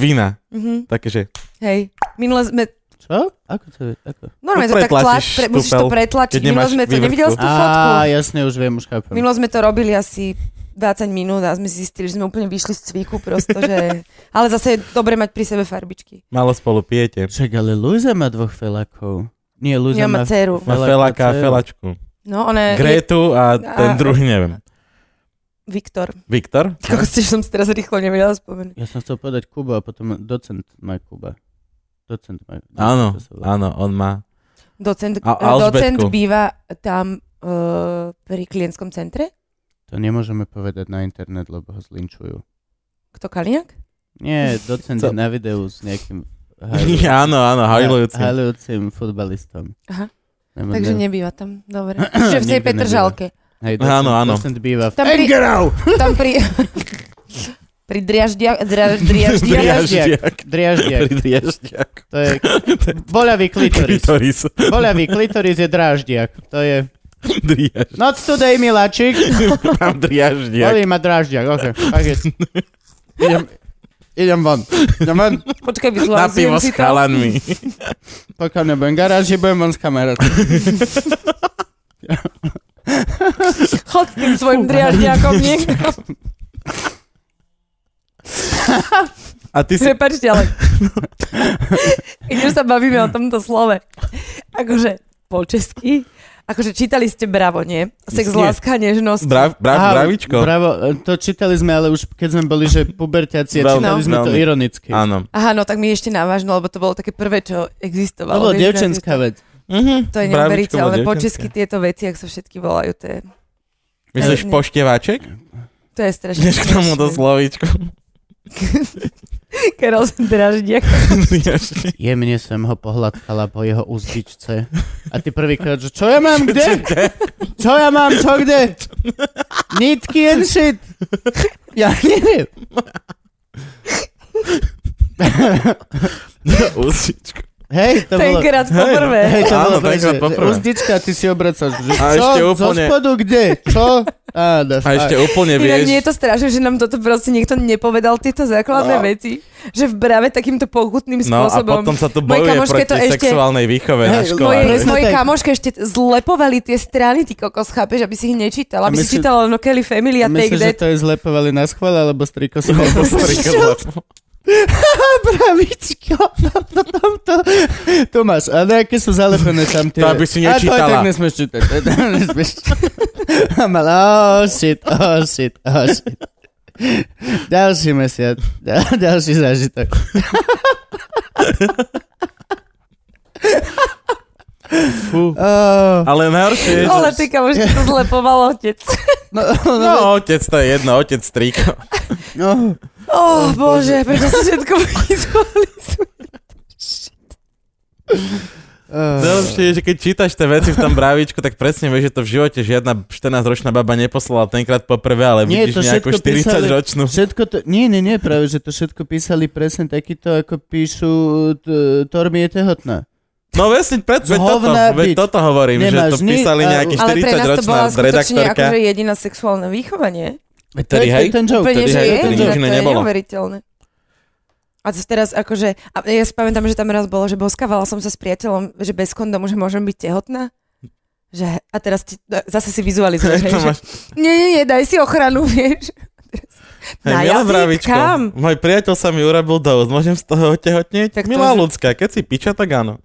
Vina. Mhm, Také, že hej. Minule sme, Čo? Ako to je? Ako? normálne to Tu tak tlač, pretlačíš pre, musíš to tupel, pretlačiť. keď nemáš Minule sme to, vývrtku. nevidel si tú fotku? Á, jasne, už viem, už chápem. Minulo sme to robili asi 20 minút a sme zistili, že sme úplne vyšli z cviku prosto, [LAUGHS] že... Ale zase je dobre mať pri sebe farbičky. malo spolu pijete. Čak, ale Luza má dvoch felakov. Nie, Luza Ja má má... dceru. Má Felak felaka a dceru. felačku. No, ona je Gretu a ten a- druhý, neviem. Viktor. [LAUGHS] Viktor? Ako ste, že som si teraz rýchlo nevedela spomenúť. Ja som chcel povedať Kuba a potom docent má Kuba. Docent má. Áno, to sa volá. áno, on má. Docent, eh, A docent Alžbetku. býva tam uh, pri klientskom centre? To nemôžeme povedať na internet, lebo ho zlinčujú. Kto Kaliňák? [LAUGHS] Nie, docent je Co? na videu s [LAUGHS] nejakým áno, áno, hajlujúci. hajlujúcim futbalistom. Aha. Nebo, Takže ne- nebýva tam, [CLEARS THROAT] dobre. Čiže v tej Nikdy Petržalke. Hej, Áno, áno. Docent býva v... Tam pri, tam pri, [LAUGHS] pri driaždia, dria, [LAUGHS] driaždia, Driaždiak. Driaždiak. Pri driaždiak. To [LAUGHS] je [LAUGHS] boľavý klitoris. Klitoris. Boľavý klitoris je dráždiak. To je... Driaž. Not today, miláčik. Tam driaždiak. Bolí ma dráždiak, ok. Tak je. [LAUGHS] Idem, idem von. Idem von. počkaj, Na pivo vizualizujem s si to. chalanmi. Pokiaľ nebudem garáž, že budem von s kamerou. Chod s tým svojim driaždiakom niekto. [LAUGHS] A ty si... No. Prepačte, ale [LAUGHS] [LAUGHS] keď už sa bavíme o tomto slove, akože po česky, akože čítali ste bravo, nie? Sex, Nie. láska, nežnosť. Brav, brav, Aha, bravičko. Bravo, e, to čítali sme, ale už keď sme boli, že puberťaci, a Veľmi, čítali sme to veľmi. ironicky. Áno. Aha, no tak mi ešte návažno, lebo to bolo také prvé, čo existovalo. To bola vieš, devčenská že- vec. Mhm. To je Bravičko neuveriteľné. Po bolo devčenské. česky tieto veci, ak sa všetky volajú, to je, Myslíš Ne. pošteváček? to je strašne. Ideš k tomuto [LAUGHS] slovíčku. Karol sa draždí. Driaždiak. Jemne som ho pohľadkala po jeho úzdičce. A ty prvýkrát, že čo ja mám, kde? Čo ja mám, čo kde? Nitky and shit. Ja neviem. Ústičko. Hej, to bolo... Tenkrát Hej, no. poprvé. Hej, to Áno, bolo tenkrát presne, poprvé. Úzdička, ty si obracaš. Že, A čo? ešte Zo úplne- spodu kde? Čo? Á, dáš, A ešte úplne Inak nie vieš... je to strašné, že nám toto proste niekto nepovedal tieto základné No. veci, že v brave takýmto pokutným No a spôsobom. potom sa to Mojej bojuje kamoške proti to ešte- sexuálnej výchove na Hej, škole. Moje, Presne moje tak. kamoške ešte zlepovali tie strany, ty kokos, chápeš, aby si ich A nečítala, aby si myslím- čítala len Kelly Family a Myslím, Take že That. to je zlepovali na schvál, alebo striko si [LAUGHS] Lebo striko Čo? zlepo. [LAUGHS] pravičko. To, tam to, to máš. A nejaké sú zalepené tam tie. To aby A si to aj nečítala. tak nesmieš čítať. [LAUGHS] To aj tak nesmieš čítať. A mal, oh shit, oh shit, oh shit. Ďalší mesiac. Ďal- Ďalší zážitok. Fú. Oh, Ale najhoršie je, Ale ty kamoške to zlepoval otec. no, že... no, No, otec to je jedno, otec striko. no. Ó, oh, bože, prečo si všetko vizualizujem? Oh. Najlepšie je, že keď čítaš tie veci v tom brávičku, tak presne vieš, že to v živote žiadna 14-ročná baba neposlala tenkrát poprvé, ale Nie, to vidíš nejakú všetko písali- 40-ročnú. Všetko to, nie, nie, nie, práve, že to všetko písali presne takýto, ako píšu t- Tormi je tehotná. No vesne, pred, Z veď, toto, hovna veď byť. toto hovorím, Nemáš že to ni- písali a- nejaký Ale pre nás to 40-ročná bola skutočne redaktorka. akože jediná sexuálna výchova, nie? to, je- Ktorý, to hej? [LAUGHS] je ten joke. Úplne, ktorý- že hej, je, ktorý jediná, nikdy to je nebolo. neuveriteľné. A to teraz akože, a ja si pamätám, že tam raz bolo, že boskávala som sa s priateľom, že bez kondomu, že môžem byť tehotná. Že, a teraz ti, zase si [LAUGHS] vizualizuješ, hej, To že máš, Nie, nie, nie, daj si ochranu, [LAUGHS] vieš. hej, Na milá jazyk, Bravičko, kam? môj priateľ sa mi urobil dosť, môžem z toho otehotnieť? Tak to- Milá ľudská, keď si piča, tak áno.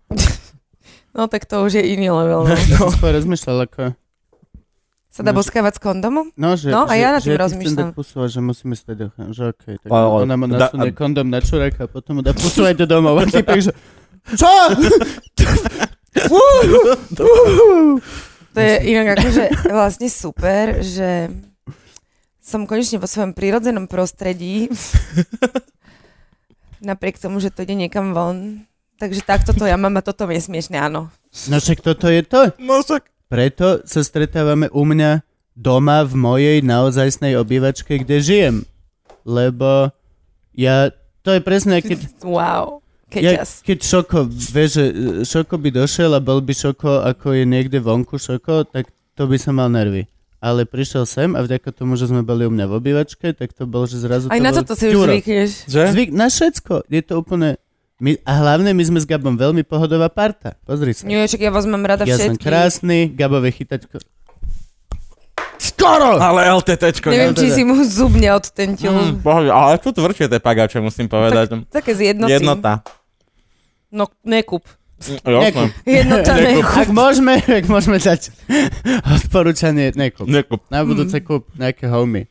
No tak to už je iný level. [LAUGHS] No. Ja som skôr rozmýšľal, ako... Sa dá boskávať s kondomom? No, že, No, že, a ja na že ti tým chcem rozmýšľam. dať pusu a že musíme stať ochranu, že okej. tak Ale- ona mu da- nasunie kondom na čurák a potom mu dá pusu aj do [LAUGHS] domov. A typek, že... Čo? To je inak [LAUGHS] akože vlastne super, že som konečne vo svojom prírodzenom [LAUGHS] prostredí. Napriek tomu, že to ide niekam von. Takže takto to ja mám a toto mi je smiešne, áno. No však toto je to. [LAUGHS] No však, Preto sa stretávame u mňa doma v mojej naozajstnej obývačke, kde žijem. Lebo ja... To je presne, keď Wow, Ja, keťas. keď Šoko, vieš, že e, Šoko by došiel a bol by Šoko, ako je niekde vonku Šoko, tak to by som mal nervy. Ale prišiel sem a vďaka tomu, že sme boli u mňa v obývačke, tak to bolo, že zrazu Aj to na bol toto si už ťuro. zvykneš. že? Zvyk na všetko. Je to úplne... My, a hlavne my sme s Gabom veľmi pohodová parta. Pozri sa. Nie, však ja vás mám rada ja som všetkých. krásny, Gabové chytačko. Skoro! Ale LTTčko. Neviem, Ja či teda- si mu zub neodtentil. Mm, bože, ale to tvrdšie tie pagáče, musím povedať. No, Také zjednotím. Jednota. No, nekup. Jo, Nekup. Jednota Nekup. nekup. Ak môžeme, [LAUGHS] ak môžeme dať odporúčanie, nekup. Nekup. Na budúce kúp nejaké homie.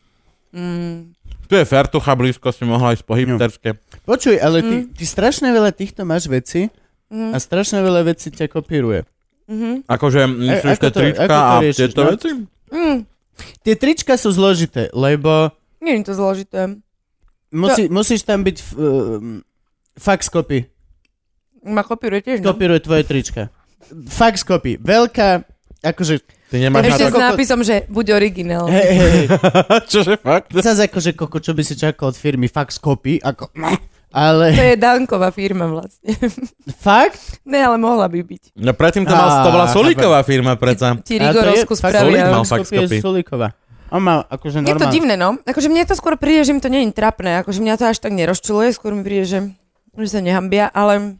Mm. Tu je fertucha blízko, si mohla ísť po hipsterské. Počuj, ale ty, ty strašne veľa týchto máš veci a Mm. strašne veľa vecí ťa kopíruje. Mhm. Akože myslíš ako tie to- trička ako to a riešiš, tieto no? veci? Mm, Tie trička sú zložité, lebo nie je to zložité. musí, No. musíš tam byť uh, fax copy. Ma kopíruje tiež, no? Kopíruje tvoje trička. Fax copy. Veľká, akože... Ty nemáš na Ešte to... s nápisom, že buď originál. Hej, hej, hej. Čože fakt? Zas akože, koko, čo by si čakal od firmy fax copy, ako... To [LAUGHS] Ale je Danková firma vlastne. fakt? Ne, ale mohla by byť. No predtým to, mal, to bola Á, Sulíková firma predsa. Ale to Ti je- Rigorovsku fax Solid spravia. mal. Fax copy fax copy. je Sulikova. On má akože Je to normálne. divné, no. Akože mne to skôr príde, že im to nie je trapné. Akože mňa to až tak nerozčuluje. Skôr mi príde, že, že sa nehambia, ale,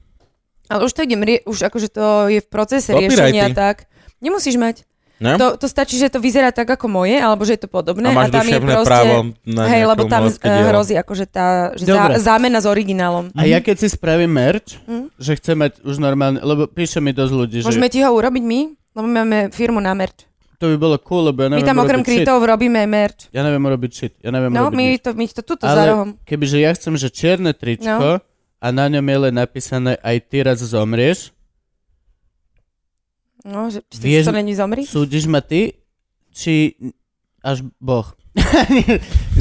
ale už to idem, rie- už akože to je v procese Copyrighty. riešenia tak. Nemusíš mať. Ne? To, to stačí, že to vyzerá tak ako moje, alebo že je to podobné. a máš tam je duševné proste, právo na Hej, lebo tam umelské eh, dielo. hrozí akože tá že Dobre. zá, zámena s originálom. A ja keď si spravím merch, Mm. že chcem mať už normálne, lebo píše mi dosť ľudí, že Môžeme ti ho urobiť my? Lebo my máme firmu na merch. to by bolo cool, lebo ja My neviem tam okrem urobiť shit. krytov robíme merch. Ja neviem urobiť shit. Ja neviem No, urobiť my nič. to, my to tuto za Ale rohom. kebyže ja chcem, že čierne tričko no. a na ňom je len napísané aj ty raz zomrieš, No, že či Vieš- Vieš... to není zomri? súdiš ma ty, či až boh. [LAUGHS]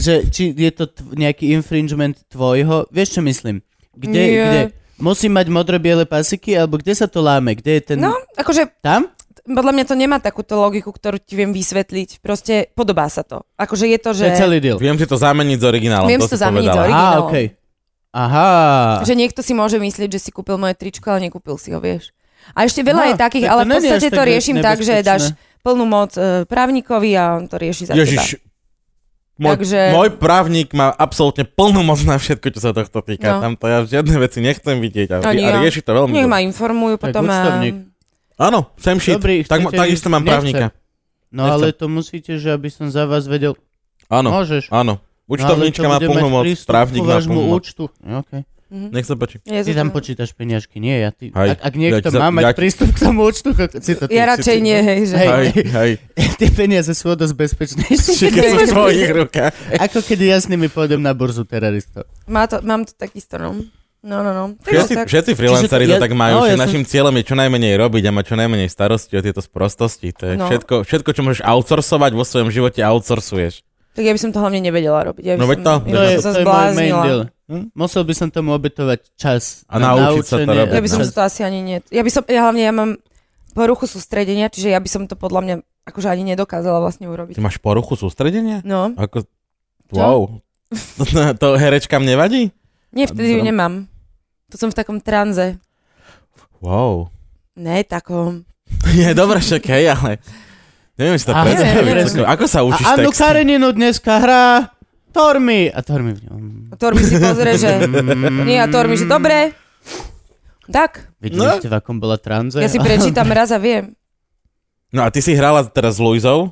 že či je to tv- nejaký infringement tvojho, vieš čo myslím? Kde, Nie. kde? Musí mať modro-biele pasiky, alebo kde sa to láme? Kde je ten... No, akože Tam? podľa mňa to nemá takúto logiku, ktorú ti viem vysvetliť. Proste podobá sa to. Akože je to, To že... je celý deal. Viem si to zameniť s originálom. Viem to si to si zameniť s povedala. ori- Á, originál. okej. Aha. Že niekto si môže myslieť, že si kúpil moje tričko, ale nekúpil si ho, vieš. A ešte veľa Aha, je takých, No, tak to ale v není až podstate tak to riešim tak, že nebezpečné. dáš plnú moc e, právnikovi a on to rieši za teba. Ježiš, môj, teda. Takže- môj právnik má absolútne plnú moc na všetko, čo sa tohto No. týka. Tam to ja žiadne veci nechcem vidieť a, Ani a ja. rieši to veľmi. Nech dobre. ma informujú Tak potom. A... účtovník. Áno, sem shit. Dobrý, tak, chcete takisto ísť? mám Nechcem. právnika. No Nechcem. ale to musíte, že aby som za vás vedel. Áno, Môžeš. No, áno. Účtovníčka má plnú moc, právnik má plnú moc. účtu. Okay. Mhm. Nech sa páči. Ja, Ty tam počítaš peniažky, nie ja. Ty, Hej, ak, ak niekto ja ti za- má ja mať ti- prístup k tomu účtu, [LAUGHS] ko- si to ty. ja radšej nie, hej, že... Hej. Hej, [LAUGHS] hej. Tie peniaze sú o dosť bezpečnejšie. Všetky sú v tvojich rukách. Ako keď ja s nimi pôjdem na burzu teroristov. Má to, mám to takisto, no. No, no, no. Takže Všetci, tak, všetci freelanceri Čiže to- to ja- tak majú, no, ja že som- našim cieľom je čo najmenej robiť a mať čo najmenej starosti o tieto sprostosti. To je No. všetko, všetko, čo môžeš outsourcovať vo svojom živote, outsourcuješ. tak ja by som to hlavne nevedela robiť. Ja by No, som, veď to- ja To by je, som sa to je môj main zbláznila. deal. Hm? Musel by som tomu obetovať čas. A na naučiť sa to naučenie robiť, no. a Ja by som čas. si to asi ani nie... Ja by som, ja hlavne ja mám poruchu sústredenia, čiže ja by som to podľa mňa akože ani nedokázala vlastne Ty urobiť. máš poruchu sústredenia? No, Ako... Wow. [LAUGHS] To, to herečkám nevadí? nie, vtedy ju Drom. nemám. To som v takom tranze. Wow. [LAUGHS] Ne, takom. Je dobre, však hej, ale... Neviem, či to Aha. predstaviť. Neviem, Ako, ako sa A učíš Annu texty? Kareninu dneska hrá Tormi. A Tormi... Tormi si pozrie, že... [LAUGHS] Nie, a Tormi, že dobre. Tak, Mm. Videli No. ste, v akom bola tranze? ja si prečítam raz a viem. No a ty si hrala teraz s Luizou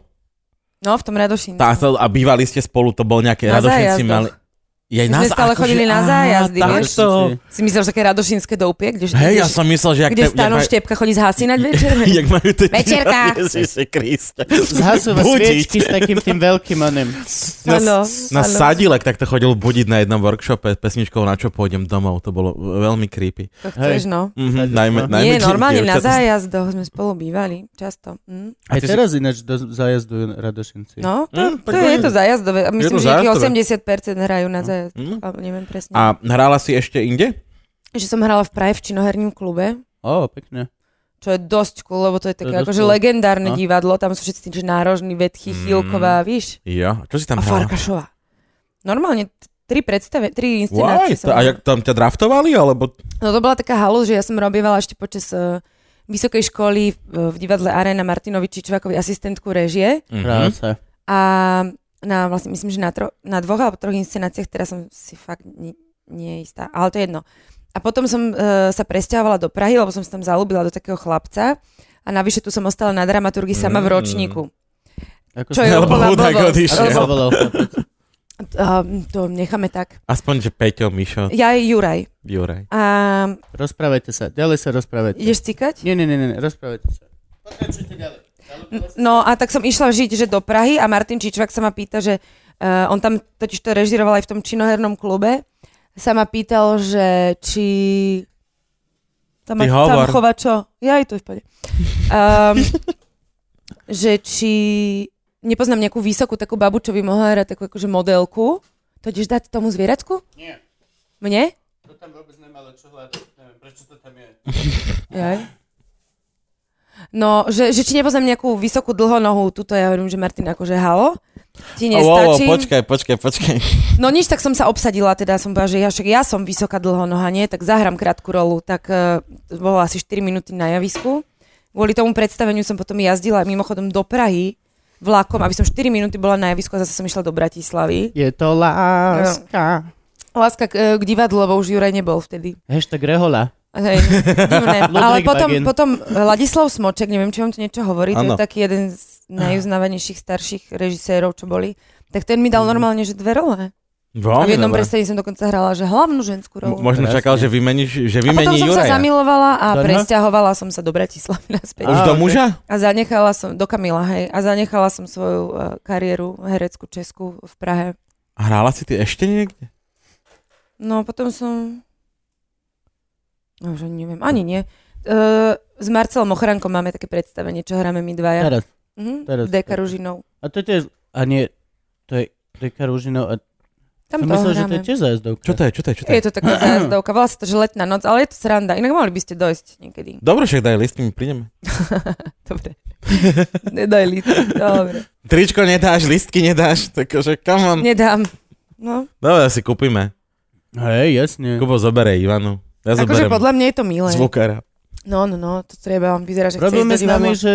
No, v tom Radošine. tá, to- a bývali ste spolu, to bol nejaké... No. Na Radošinci zájazdoch. mali... Ja, My sme akože- stále chodili na zájazdy, tak vieš? to. Si myslel, že také radošinské doupie, kde, Hej, kde, ja som myslel, že... Jak kde te- jak Stano majú- Štepka chodí [LAUGHS] zhasínať večer. Jak majú tie Večerka. [LAUGHS] Ježiši Kriste. Zhasúva Budiť. sviečky s takým tým veľkým onem. [LAUGHS] Na, Áno, na áno. sadilek takto chodil budiť na jednom workshope s pesničkou Na čo pôjdem domov. To bolo veľmi creepy. To chceš, no. Mhm, najmä, najmä Nie, tie normálne na dievčatá- zájazdoch sme spolu bývali, často. Hm? Aj A ty si- teraz ináč do zajazdujú Radošinci. No, Hm, to, tak to je, to je je. to zájazdové. A myslím, to že nejakých zájazdové. 80% hrajú na zájazd. Mhm. Ale neviem presne. A hrála si ešte inde? Že som hrala v Praje v činoherním klube, Ó, pekne. čo je dosť cool, lebo to je To také je dosť akože cool. legendárne No. divadlo. Tam sú všetci tí, že nárožní, vedchy, Mm. Chýlková, víš? Jo. Čo si A tam no. hrala? Farkašová. Normálne t- tri predstave, tri Why? inscenácie. som To- A hrala. jak tam ťa draftovali? Alebo... No to bola taká halus, že ja som robievala ešte počas uh, vysokej školy v, e, v divadle Arena Martinovi Čičvakovi asistentku režie Mhm. Krása. a na, vlastne myslím, že na, tro, na dvoch alebo troch inscenáciách, teraz som si fakt ni, nie je istá, ale to je jedno. A potom som uh, sa presťahovala do Prahy, lebo som sa tam zalúbila do takého chlapca a navyše tu som ostala na dramaturgii sama v Mm. ročníku. Ako Čo sa- je Lebo úplná chudák blbosť. odišiel. Ako Lebo- sa volal chlapec? Um, to necháme tak. Aspoň, že Peťo, Mišo, Ja je Juraj. Juraj. A Rozprávajte sa, ďalej sa rozprávajte. ideš cikať? Nie, nie, nie, nie, rozprávajte sa. No a tak som išla žiť, že do Prahy a Martin Čičvak sa ma pýta, že uh, on tam totiž to režiroval aj v tom činohernom klube, sa ma pýtal, že či Ty Tam, aj, tam hovor. chová čo? Ja aj to je v pohode. Um, [LAUGHS] že či nepoznám nejakú vysokú takú babu, čo by mohla hrať takú akože modelku. To ideš dať tomu zvieratku? Nie. Mne? To tam vôbec nemalo čo hľadať. Neviem, prečo to tam je. Jaj. No, že, že či nepoznám nejakú vysokú dlhonohu, tuto ja hovorím, že Martin akože halo, ti Ó, ó, ó, nestačí. počkaj, počkaj, počkaj. No nič, tak som sa obsadila, teda som povedala, že ja, však ja som vysoká dlhonoha, nie? Tak zahrám krátku rolu, tak uh, bola asi 4 minúty na javisku. Kvôli tomu predstaveniu som potom jazdila mimochodom do Prahy vlakom, aby som 4 minúty bola na javisku a zase som išla do Bratislavy. Je to láska. Láska k, eh, k divadlu, lebo už Juraj nebol vtedy. Hashtag rehola. Hej, divné. [LAUGHS] Ludvík Ale potom, Bagin. potom Ladislav Smoček, neviem, či vám to niečo hovorí, to je Áno. taký jeden z najuznávanejších starších režisérov, čo boli. Tak ten mi dal normálne, že dve role. A v jednom predstavení som dokonca hrala, že hlavnú ženskú rolu. M- Možno Krásne. čakal, že vymeníš, a že potom vymení som Juraja. sa zamilovala a Doňa? presťahovala som sa do Bratislavy naspäť. Už Á, do ok. muža? A zanechala som, do Kamila, hej, a zanechala som svoju uh, kariéru hereckú Česku v Prahe. A Hrála si ty ešte niekde? No potom som... No, už ani neviem, ani nie. Uh, s Marcelom Ochrankom máme také predstavenie, čo hráme my dvaja. Teraz. Mhm, teraz- Deka Ružinou. A to tiež... A nie, to je Deka Ružinov. A Tam som to myslel, že to hráme. je tiež zájazdovka. Čo to je, čo to je, čo to je? je to [CLEARS THROAT] taká zájazdovka, volá sa to, že letná noc, ale je to sranda, inak mohli by ste dojsť niekedy. Dobre, však daj list, my prídeme. [LAUGHS] Dobre. Nedaj list. [LAUGHS] Dobre. Tričko nedáš, listky nedáš, takže come on. Nedám. No. Dobre, si kúpime. Hej, jasne. Kubo zobere Ivanu. Ja Akože zoberiem podľa mňa je to milé. zvukára. No, no, no, to treba, on vyzerá, že chce Problém je ísť do s nami, divadla. že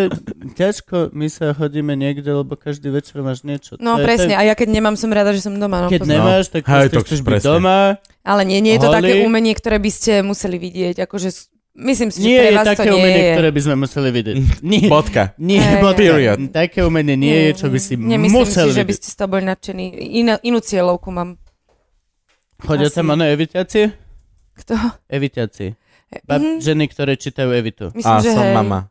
ťažko my sa chodíme niekde, lebo každý večer máš niečo. No To je presne, ten- a ja keď nemám, som rada, že som doma. No, Keď pozor. nemáš, tak Hej, proste to chceš byť presne. doma. Ale nie, nie je to Holly. také umenie, ktoré by ste museli vidieť. Akože, s- myslím si, že pre Nie je vás také to nie umenie, je. ktoré by sme museli [LAUGHS] vidieť. Nie, Bodka. nie, Hej, bodka. Period. Také umenie nie je, čo by si Nemyslím musel si, že by vidieť. ste z toho boli nadšení. Iná, inú cieľovku mám. Chodia tam Asi. ono evitácie? Kto? Evitácie. Bab, Mhm. Ženy, ktoré čítajú evitu. Myslím, A že som hej. mama.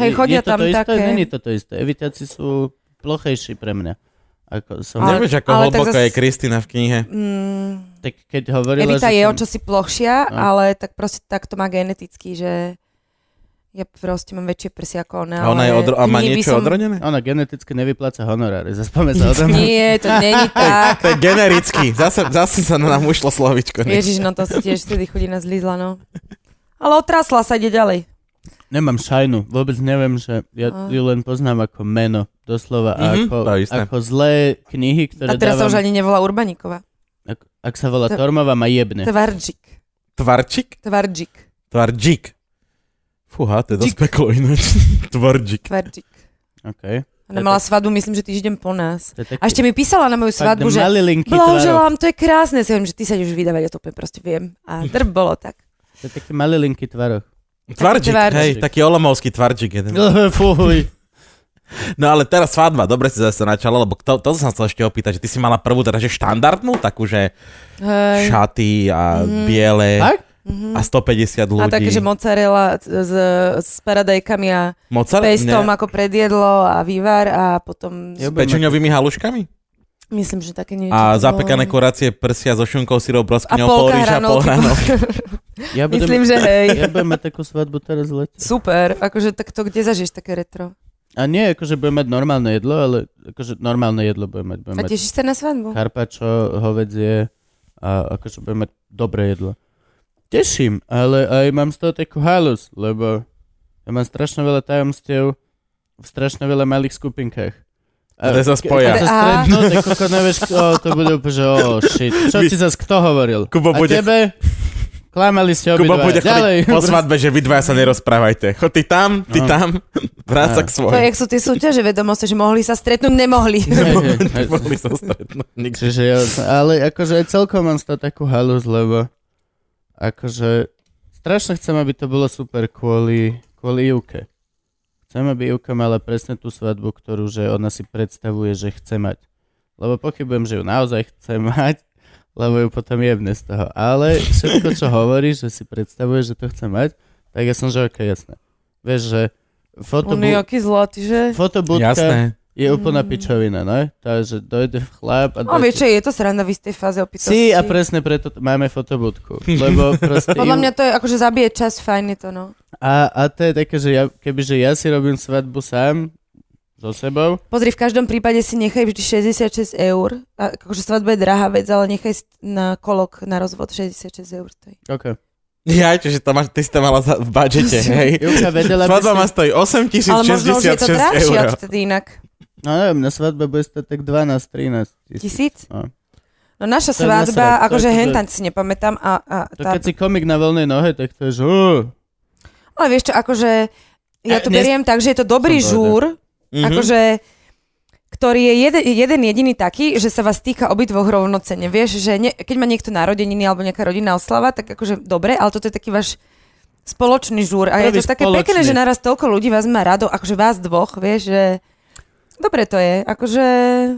Hej, Je- chodia je to tam to isté? také. Není to to isté. Evitáci sú plochejší pre mňa. Ako som... Ale- Nevieš, ako ale tak hlboko zas- je Kristina v knihe. Mm, Tak keď hovorila, Evita že je som- o čosi plochšia, No. ale tak proste tak to má geneticky, že ja proste mám väčšie prsia ako ona. A ona No, je ale odro- a má knihy by niečo som... odrodené? Ona geneticky nevypláca [LAUGHS] honoráre. Zaspome sa o [LAUGHS] tom. Nie, to [LAUGHS] není tak. To je genericky. Zase, zase sa nám ušlo slovičko. Ježiš, no to si tiež vtedy chodí na zlízla, no. Ale otrasla sa, ide ďalej. Nemám šajnu. Vôbec neviem, že ja A. ju len poznám ako meno. Doslova. A Mhm, ako, to isté. ako zlé knihy, A ktoré teraz sa dávam... už ani nevolá Urbaníková. Ak, ak sa volá To- Tormová, ma jebne. Tvardžik. Tvarčik? Tvardžik. Tvardžik. Fúha, to je dosť Džik. peklo ináč. [LAUGHS] Tvardžik. Tvardžik. Okay. Ona To je mala svadbu, myslím, že týždeň po nás. To je taký, A ešte mi písala na moju fakt svadbu, že malý linky tvárok. blahoželám, to je krásne. Si hovorím, že ty sa ideš vydávať, ja to úplne proste viem. A drb bolo tak. To je taký malý linky tvárok. Tvardžik, Tvardžik. hej, taký olomovský tvardžik jeden. Fuj. No ale teraz svadba, dobre si zase načala, lebo to, to som sa ešte opýtať, že ty si mala prvú teda, že štandardnú, takú, že Hej. šaty a Mm. biele Tak? Mhm. a 150 ľudí. A také, že mozzarella c- s, s paradajkami a Mozart? pestom Nie. ako predjedlo a vývar a potom S Jo. pečeňovými haluškami? myslím, že také niečo. A to zapekané bolo. kurácie prsia so šunkou, syrou, no. a broskyňou, polka polríža, hranolky. [LAUGHS] polhranov. Ja budem, Myslím, že hej. ja budem mať takú svadbu teraz v lete. Super, akože tak to kde zažiješ také retro? A nie, akože budem mať normálne jedlo, ale akože normálne jedlo budem mať. Budem A mať tešíš sa na svadbu? karpačo, hovedzie a akože budem mať dobré jedlo. Teším, ale aj mám z toho takú halus, lebo ja mám strašne veľa tajomstiev v strašne veľa malých skupinkách. A to sa spoja. Keď sa A- stretnú, no, tak koko nevieš, o, to bude úplne, že o, shit. Čo ti zas kto hovoril? Kubo a bude- tebe? Klamali ste Kubo obidva. bude Ďalej. chodiť po [LAUGHS] svadbe, že vy dvaja sa nerozprávajte. Chod ty tam, ty No. tam, [LAUGHS] vráť sa To k je, svojim. jak sú tie súťaže vedomosti, že mohli sa stretnúť, [LAUGHS] nemohli. Hej, [LAUGHS] hej, hej. Mohli sa stretnúť. Nikdy. Čiže ja, ale akože aj celkom mám z toho takú halus, lebo akože strašne chcem, aby to bolo super kvôli, kvôli Ivke. Chcem, aby Ivka mala presne tú svadbu, ktorú že ona si predstavuje, že chce mať. Lebo pochybujem, že ju naozaj chce mať, [LAUGHS] lebo ju potom jebne z toho. Ale všetko, čo hovorí, že si predstavuje, že to chce mať, tak ja som, že ok, jasné. Vieš, že On je fotobu- aký zlatý, že? fotobudka Jasné. je je úplná pičovina, no? Takže dojde chlap a... No dojde- vieš čo, je to sranda v istej fáze opýtať. Si a presne preto t- máme fotobudku. [LAUGHS] Lebo proste... Podľa mňa to je, akože zabije čas, fajn je to, no. A, a to je také, že ja, kebyže ja si robím svadbu sám, so sebou, Pozri, v každom prípade si nechaj vždy 66 eur. A, akože svadba je drahá vec, ale nechaj si na kolok na rozvod 66 eur stojí. OK. Ja, čiže to máš, ty si to mala za, v budžete, Prosím. hej? Júka, [LAUGHS] vedela by Svadba si... ma stojí Ale možno už je to 8066 drahšie eur. odtedy inak. No neviem, na svadbe bude stať tak 12-13 tisíc. Tisíc? No. No naša To je nasrať, to je svadba, akože akože- hentan si nepamätám a, a To tá... keď si komik na voľnej nohe, tak to je, že... uh, Ale vieš čo, akože ja A to dnes- beriem tak, že je to dobrý E, Som Mhm. povedal. žúr, Mhm. akože ktorý je jeden, jeden jediný taký, že sa vás týka obidvoch rovnocene. Vieš, že ne, keď má niekto narodeniny alebo nejaká rodinná oslava, tak akože dobre, ale toto je taký váš spoločný žúr. A Prvý je to také spoločný. pekné, že naraz toľko ľudí vás má rado, akože vás dvoch, vieš, že dobre to je. Akože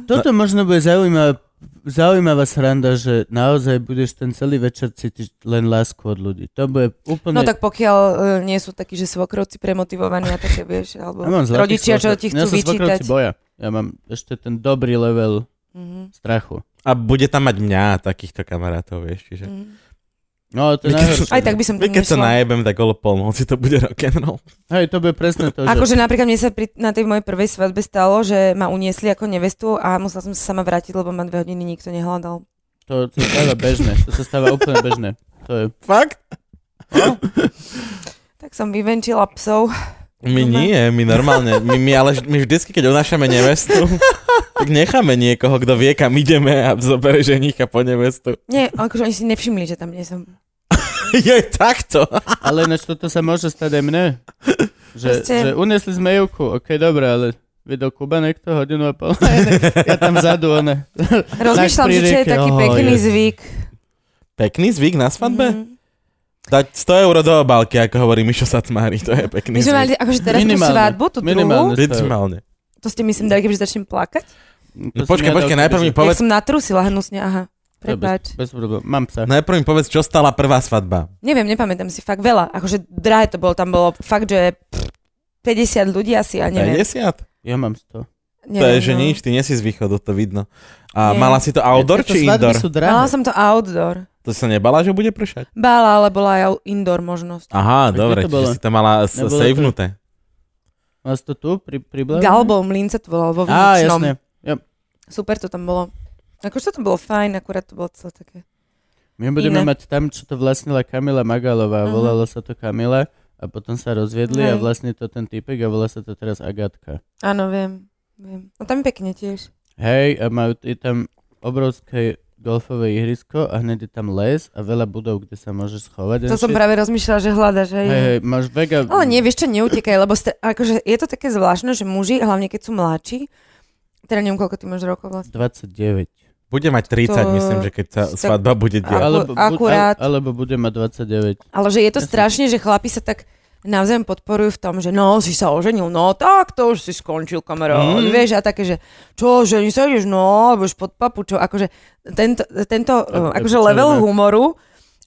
Toto možno bude zaujímavá, zaujímavá sranda, že naozaj budeš ten celý večer cítiť len lásku od ľudí. To bude úplne... No tak pokiaľ e, nie sú takí, že svokrovci premotivovaní a také, vieš, alebo Ja mám zlatých rodičia, čo svokro- ti Mňa chcú sa svokrovci vyčítať. boja. Ja mám ešte ten dobrý level Mhm, strachu. A bude tam mať mňa a takýchto kamarátov, vieš, čiže... mhm. No, to je Keď- najhoršie. Aj tak by som to My keď sa nešla. najebem, tak okolo polnoci to bude rock'n'roll. Hej, to bude presne to, že... Akože napríklad mne sa pri, na tej mojej prvej svadbe stalo, že ma uniesli ako nevestu a musela som sa sama vrátiť, lebo ma dve hodiny nikto nehľadal. To sa stáva bežné, to sa stáva úplne bežné. To je... Fakt? Tak som vyvenčila psov. My Dobre. nie, my normálne, my, my ale my vždycky, keď unášame nevestu, tak necháme niekoho, kto vie, kam ideme a zobere ženícha po nevestu. [LAUGHS] Nie, akože oni si nevšimli, že tam nie som. Je takto. Ale ináč toto sa môže stať aj mne. Že, Proste- že uniesli sme Júku, ok, dobre, ale vedel Kubanek to hodinu a pol. [LAUGHS] ja tam vzadu, ona. Rozmýšľam, pri že čo je rieke, taký oho, pekný je. zvyk. Pekný zvyk na svadbe? Mhm. Dať 100 eur do obálky, ako hovorí Mišo Satmári, to My je pekný sme mali zvyk. akože teraz tú Minimálne. svadbu, tú druhú. Minimálne. Minimálne. To ste myslím dali, keďže začnem plakať. No počkaj, počkaj, najprv mi Povedz... povedz, som natrusila hnusne, aha. Bez, Prepáč. bez problém, mám psa. najprv mi povedz, čo stala prvá svadba. Neviem, nepamätám si fakt veľa. Akože drahé to bolo, tam bolo fakt, že pff, 50 ľudí asi, ja neviem. 50? Ja mám 100. To je, Neviem, že no. nič, ty nie si z východu, to vidno. A Nie. mala si to outdoor Tieto či svadby indoor? sú Mala drahé. som to outdoor. To si sa nebala, že bude pršať? Bála, ale bola aj indoor možnosť. Aha, Tak dobre, kde to bolo? čiže si to mala s- Nebolo to- savenuté. Máš to tu, pri, pri Blavine? Galbov mlín sa to volalo vo Á, Výnočnom. jasne. Super to tam bolo. Akože to bolo fajn, akurát to bolo celé také. My budeme Iné. mať tam, čo to vlastnila Kamila Magalová. Aha. Volalo sa to Kamila a potom sa rozviedli a Hej. vlastne to ten typek a volá sa to teraz Agatka. Áno, viem. viem. No tam je pekne tiež. Hej, a majú, je tam obrovské golfové ihrisko a hneď je tam les a veľa budov, kde sa môžeš schovať. To And som shit. práve rozmýšľala, že hľadaš. Hej. Hej, hej, máš vega... Ale nie, vieš čo, neutekaj, lebo ste, akože je to také zvláštne, že muži, hlavne keď sú mladší, teda neviem, koľko ty máš rokov vlastne. 29. Bude mať 30, To- myslím, že keď sa tak- svadba bude diať. Ale- Alebo, bu- akurát. al- alebo bude mať 29. Ale že je to Jasne. strašne, že chlapi sa tak navzájom podporujú v tom, že no, si sa oženil, no tak to už si skončil, kamarát. Mm. Mm. Vieš, a také, že čo, že sa ideš, no, budeš pod papučou. Akože tento, tento To je eh, akože pičovina. level humoru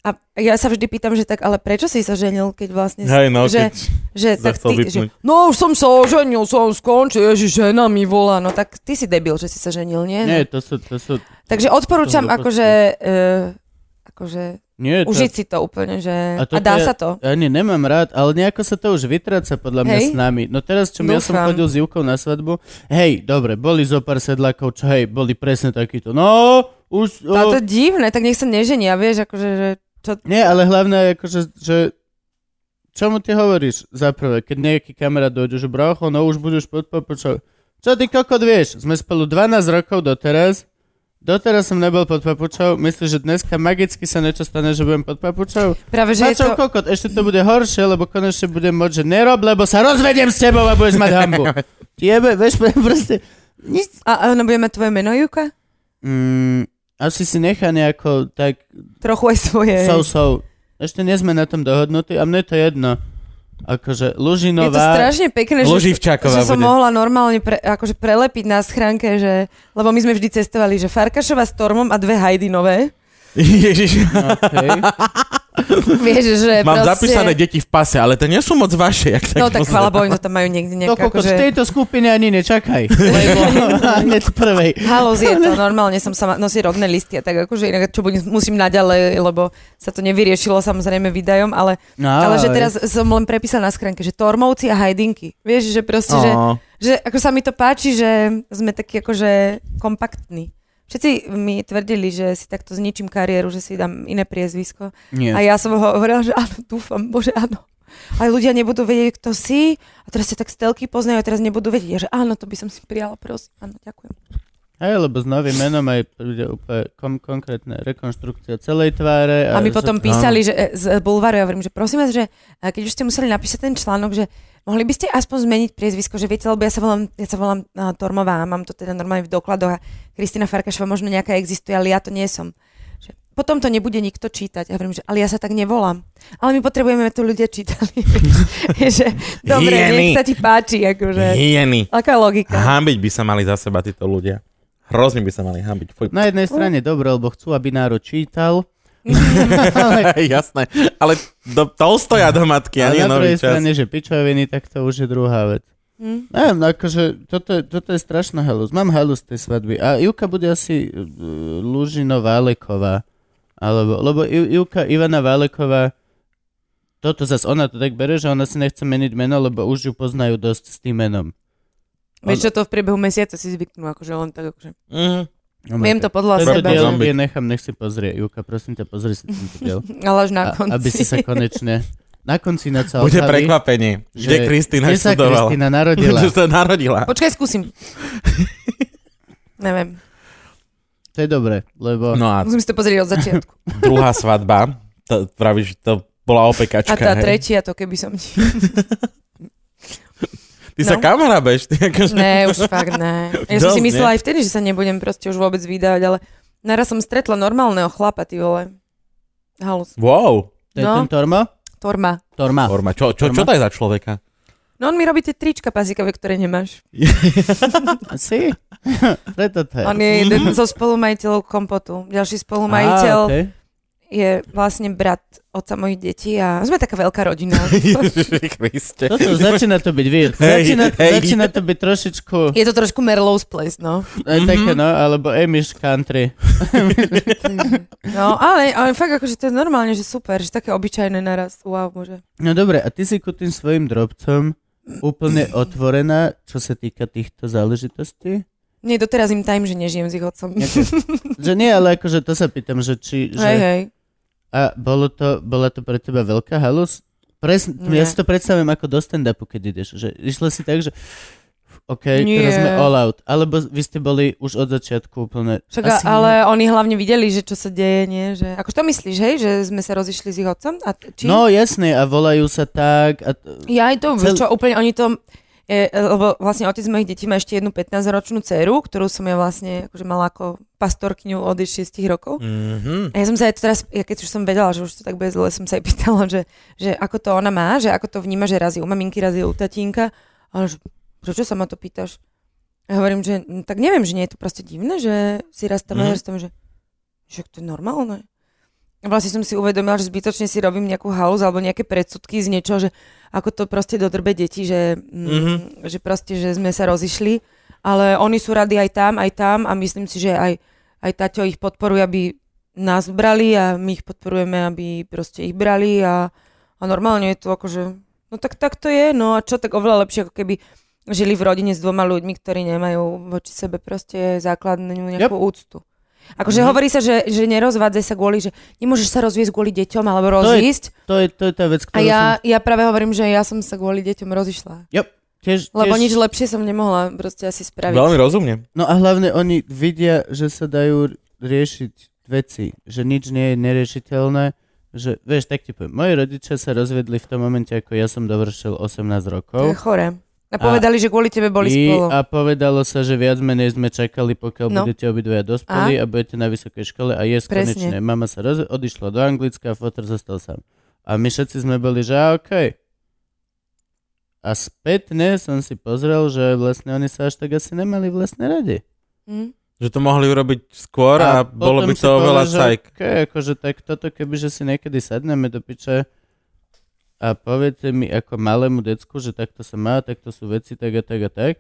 a ja sa vždy pýtam, že tak, ale prečo si sa ženil, keď vlastne... si- Hej, no, že, keď... [LAUGHS] že, tak zachcel ty, že, vypnúť. no už som sa oženil, som skončil, ježiš, žena mi volá. No tak ty si debil, že si sa ženil, nie? Nie, to sú... To sú Takže odporúčam To bolo akože, eh, akože nie, to, užiť si to úplne, že... A A, toto dá je- sa to. Ani nemám rád, ale nejako sa to už vytráca podľa mňa Hej. s nami. No teraz, čo ja som Dúfam. chodil s Júkou na svadbu, hej, dobre, boli zo pár sedlákov, čo hej, boli presne takíto. No, už... Ale to je divné, tak nech sa neženia, vieš, akože, že čo... Nie, ale hlavne je akože, že čomu ty hovoríš za prvé, keď nejaký kamarát dojde, že bracho, no už budeš pod papučou. Čo ty kokot vieš? Sme spolu 12 rokov doteraz, doteraz som nebol pod papučou, myslíš, že dneska magicky sa niečo stane, že budem pod papučou? Práve, že je Mačo, to... kokot, ešte to bude horšie, lebo konečne budem môcť, že nerob, lebo sa rozvediem s tebou a budeš [LAUGHS] mať hambu. Jebe, vieš, [LAUGHS] proste, nič A áno, budeme tvoje meno, Juka? Mm, asi si nechá nejako tak Trochu aj svoje. So, so. Ešte nie sme na tom dohodnutí a mne to jedno. Akože je to Lužinová... strašne pekné, že, že Loživčáková som bude. mohla normálne pre, akože prelepiť na schránke, že, lebo my sme vždy no, cestovali, že Farkašova s Tormom a dve Hajdinové. Ježiš. Okay. [LAUGHS] Vieš, že Mám proste... zapísané deti v pase, ale to nie sú moc vaše, jak sa No tak pozerám. chvála Bohu, im to tam majú niekde To No, nejak kokos, v akože... tejto skupine ani [LAUGHS] nečakaj. Lebo hneď z prvej. Halus je [LAUGHS] to, normálne som sama, nosí rodné listy a tak akože inak čo budem, musím naďalej, lebo sa to nevyriešilo samozrejme výdajom, ale, No, ale že teraz som len prepísala na skránke, že tormovci a hajdinky. Vieš, že proste, že, Á. že ako sa mi to páči, že sme takí akože kompaktní. Všetci mi tvrdili, že si takto zničím kariéru, že si dám iné priezvisko. Nie. A ja som hovorila, že áno, dúfam, bože áno. Aj ľudia nebudú vedieť, kto si. A teraz sa tak stelky poznajú, a teraz nebudú vedieť. Ja, že áno, to by som si prijala, prosím. Áno, ďakujem. Hej, lebo s novým menom aj príde úplne kom- konkrétna rekonštrukcia celej tváre. A Eh, my že- potom písali že, e, z Bulvaru, ja hovorím, že prosím vás, že e, keď už ste museli napísať ten článok, že mohli by ste aspoň zmeniť priezvisko, že viete, lebo ja sa volám, ja sa volám uh, Tormová a mám to teda normálne v dokladoch a Kristina Farkašová možno nejaká existuje, ale ja to nie som. Že potom to nebude nikto čítať. Ja hovorím, že ale ja sa tak nevolám. Ale my potrebujeme, aby to ľudia čítali. [LAUGHS] že, dobre, Hyeny. nech sa ti páči. Akože. Hyeny. Aká logika? Hambiť by sa mali za seba títo ľudia. Hrozne by sa mali hambiť. Fuj. [LAUGHS] Na jednej strane dobre, lebo chcú, aby národ [LAUGHS] čítal. [LAUGHS] Jasné. Ale do, Tolstoja do matky, a ani na nový druhej čas. strane, že pičoviny, tak to už je druhá vec. Hm? Neviem, no akože, toto, toto je strašná halus. Mám halus tej svadby. A Ivka bude asi uh, Lužino Váleková. Alebo, lebo I- Ivka Ivana Váleková, toto zase ona to tak bere, že ona si nechce meniť meno, lebo už ju poznajú dosť s tým menom. Vieš, čo to v priebehu mesiaca si zvyknú, akože len tak, akože. Mhm. No, Viem to podľa Tento Tento seba, diel že- zombie. je nechám, nech si pozrie. Ivka, prosím ťa, pozri si tento diel. ale až A, na konci. aby si sa konečne na konci na celom Bude prekvapenie, kde že- Kristýna Kde sa študovala. Kristina Kde [LAUGHS] narodila? sa narodila. Počkaj, skúsim. Neviem. To je dobre, lebo... No a Musím si to pozrieť od začiatku. druhá svadba, to, pravíš, to bola A opekačka. tá hej? tretia, to keby som... Ty sa no. kam hrabeš? Ty akože... Ne, už fakt ne. Ja som Dosť, si nie? myslela aj vtedy, že sa nebudem proste už vôbec vydávať, ale naraz som stretla normálneho chlapa, ty vole. Halus. Wow. To je No. ten Tormo? Torma. Torma. Orma, čo, čo, čo to je za [LAUGHS] človeka? No on mi robí tie trička pazikové, ktoré nemáš. Si? [LAUGHS] Preto to je. On je jeden zo spolumajiteľov kompotu. Á, Ďalší spolumajiteľ okej. je vlastne brat otca mojich detí a sme taká veľká rodina. Ježiši Kriste. Toto začína to byť weird. Hej, Začína, hej. začína to byť trošičku Je to trošku Merlow's Place, no. aj Mhm. také, no, alebo Amish country. No, ale, ale fakt akože to je normálne, že super, že také obyčajné naraz. Wow, bože. No dobre, a ty si ku tým svojim drobcom úplne otvorená, čo sa týka týchto záležitostí? Nie, doteraz im tajím, že nežijem s ich otcom. Nejaké, že nie, ale akože to sa pýtam, že či... Že, [LAUGHS] Hej, hej. A bolo to, bola to pre teba veľká halus? Pres, ja Nie. si to predstavujem ako do stand-upu, keď ideš. Že išlo si tak, že OK, Nie. teraz sme all out. Alebo vy ste boli už od začiatku úplne... Však, a- ale oni hlavne videli, že čo sa deje, nie? Že, ako to myslíš, hej? Že sme sa rozišli s ich otcom? A t- či? No jasne, a volajú sa tak. A t- Ja aj to, Cel- Cel... čo úplne, oni to... Je, lebo vlastne otec mojich detí má ešte jednu 15-ročnú dceru, ktorú som ja vlastne akože mala ako pastorkňu od jej 6 rokov. Mhm. A ja som sa aj teraz, ja keď už som vedela, že už to tak bude zle, som sa aj pýtala, že, že ako to ona má, že ako to vníma, že raz je u maminky, raz je u tatínka. Ale že, prečo sa ma to pýtaš? A ja hovorím, že no, tak neviem, že nie je to proste divné, že si raz tam, Mhm. mm. raz tam, že, že to je normálne. A vlastne som si uvedomila, že zbytočne si robím nejakú halus alebo nejaké predsudky z niečoho, že ako to proste dodrbe deti, že, mm, Mhm. že proste, že sme sa rozišli. Ale oni sú radi aj tam, aj tam a myslím si, že aj, aj Taťo ich podporuje, aby nás brali a my ich podporujeme, aby proste ich brali a, a normálne je to akože, no tak, tak to je, no a čo tak oveľa lepšie, ako keby žili v rodine s dvoma ľuďmi, ktorí nemajú voči sebe proste základnú nejakú úctu. Akože Mhm. hovorí sa, že, že nerozvádzaj sa kvôli, že nemôžeš sa rozviesť kvôli deťom alebo To je- rozísť. to, je, to je tá vec, ktorú A ja, som... ja práve hovorím, že ja som sa kvôli deťom rozišla. Tiež, Lebo tiež, nič lepšie som nemohla proste asi spraviť. Veľmi rozumne. No a hlavne oni vidia, že sa dajú riešiť veci, že nič nie je neriešiteľné, že, vieš, tak ti poviem, moji rodičia sa rozvedli v tom momente, ako ja som dovršil 18 To je rokov. chore. A povedali, že kvôli tebe boli I, spolu. a povedalo sa, že viac menej sme čakali, pokiaľ no. No. budete obidvaja dospelí a? a budete na vysokej škole a je Presne. konečne. Mama sa roz... odišla do Anglicka a fotr zostal sám. A my všetci sme boli, že a OK. A spätne som si pozrel, že vlastne oni sa až tak asi nemali vlastne radi. Hm? Že to mohli urobiť skôr a, bolo by potom to si oveľa povedal, že cajk. Okay, akože tak toto, kebyže si niekedy sadneme do piče a poviete mi ako malému decku, že takto sa má, takto sú veci, tak a tak a tak,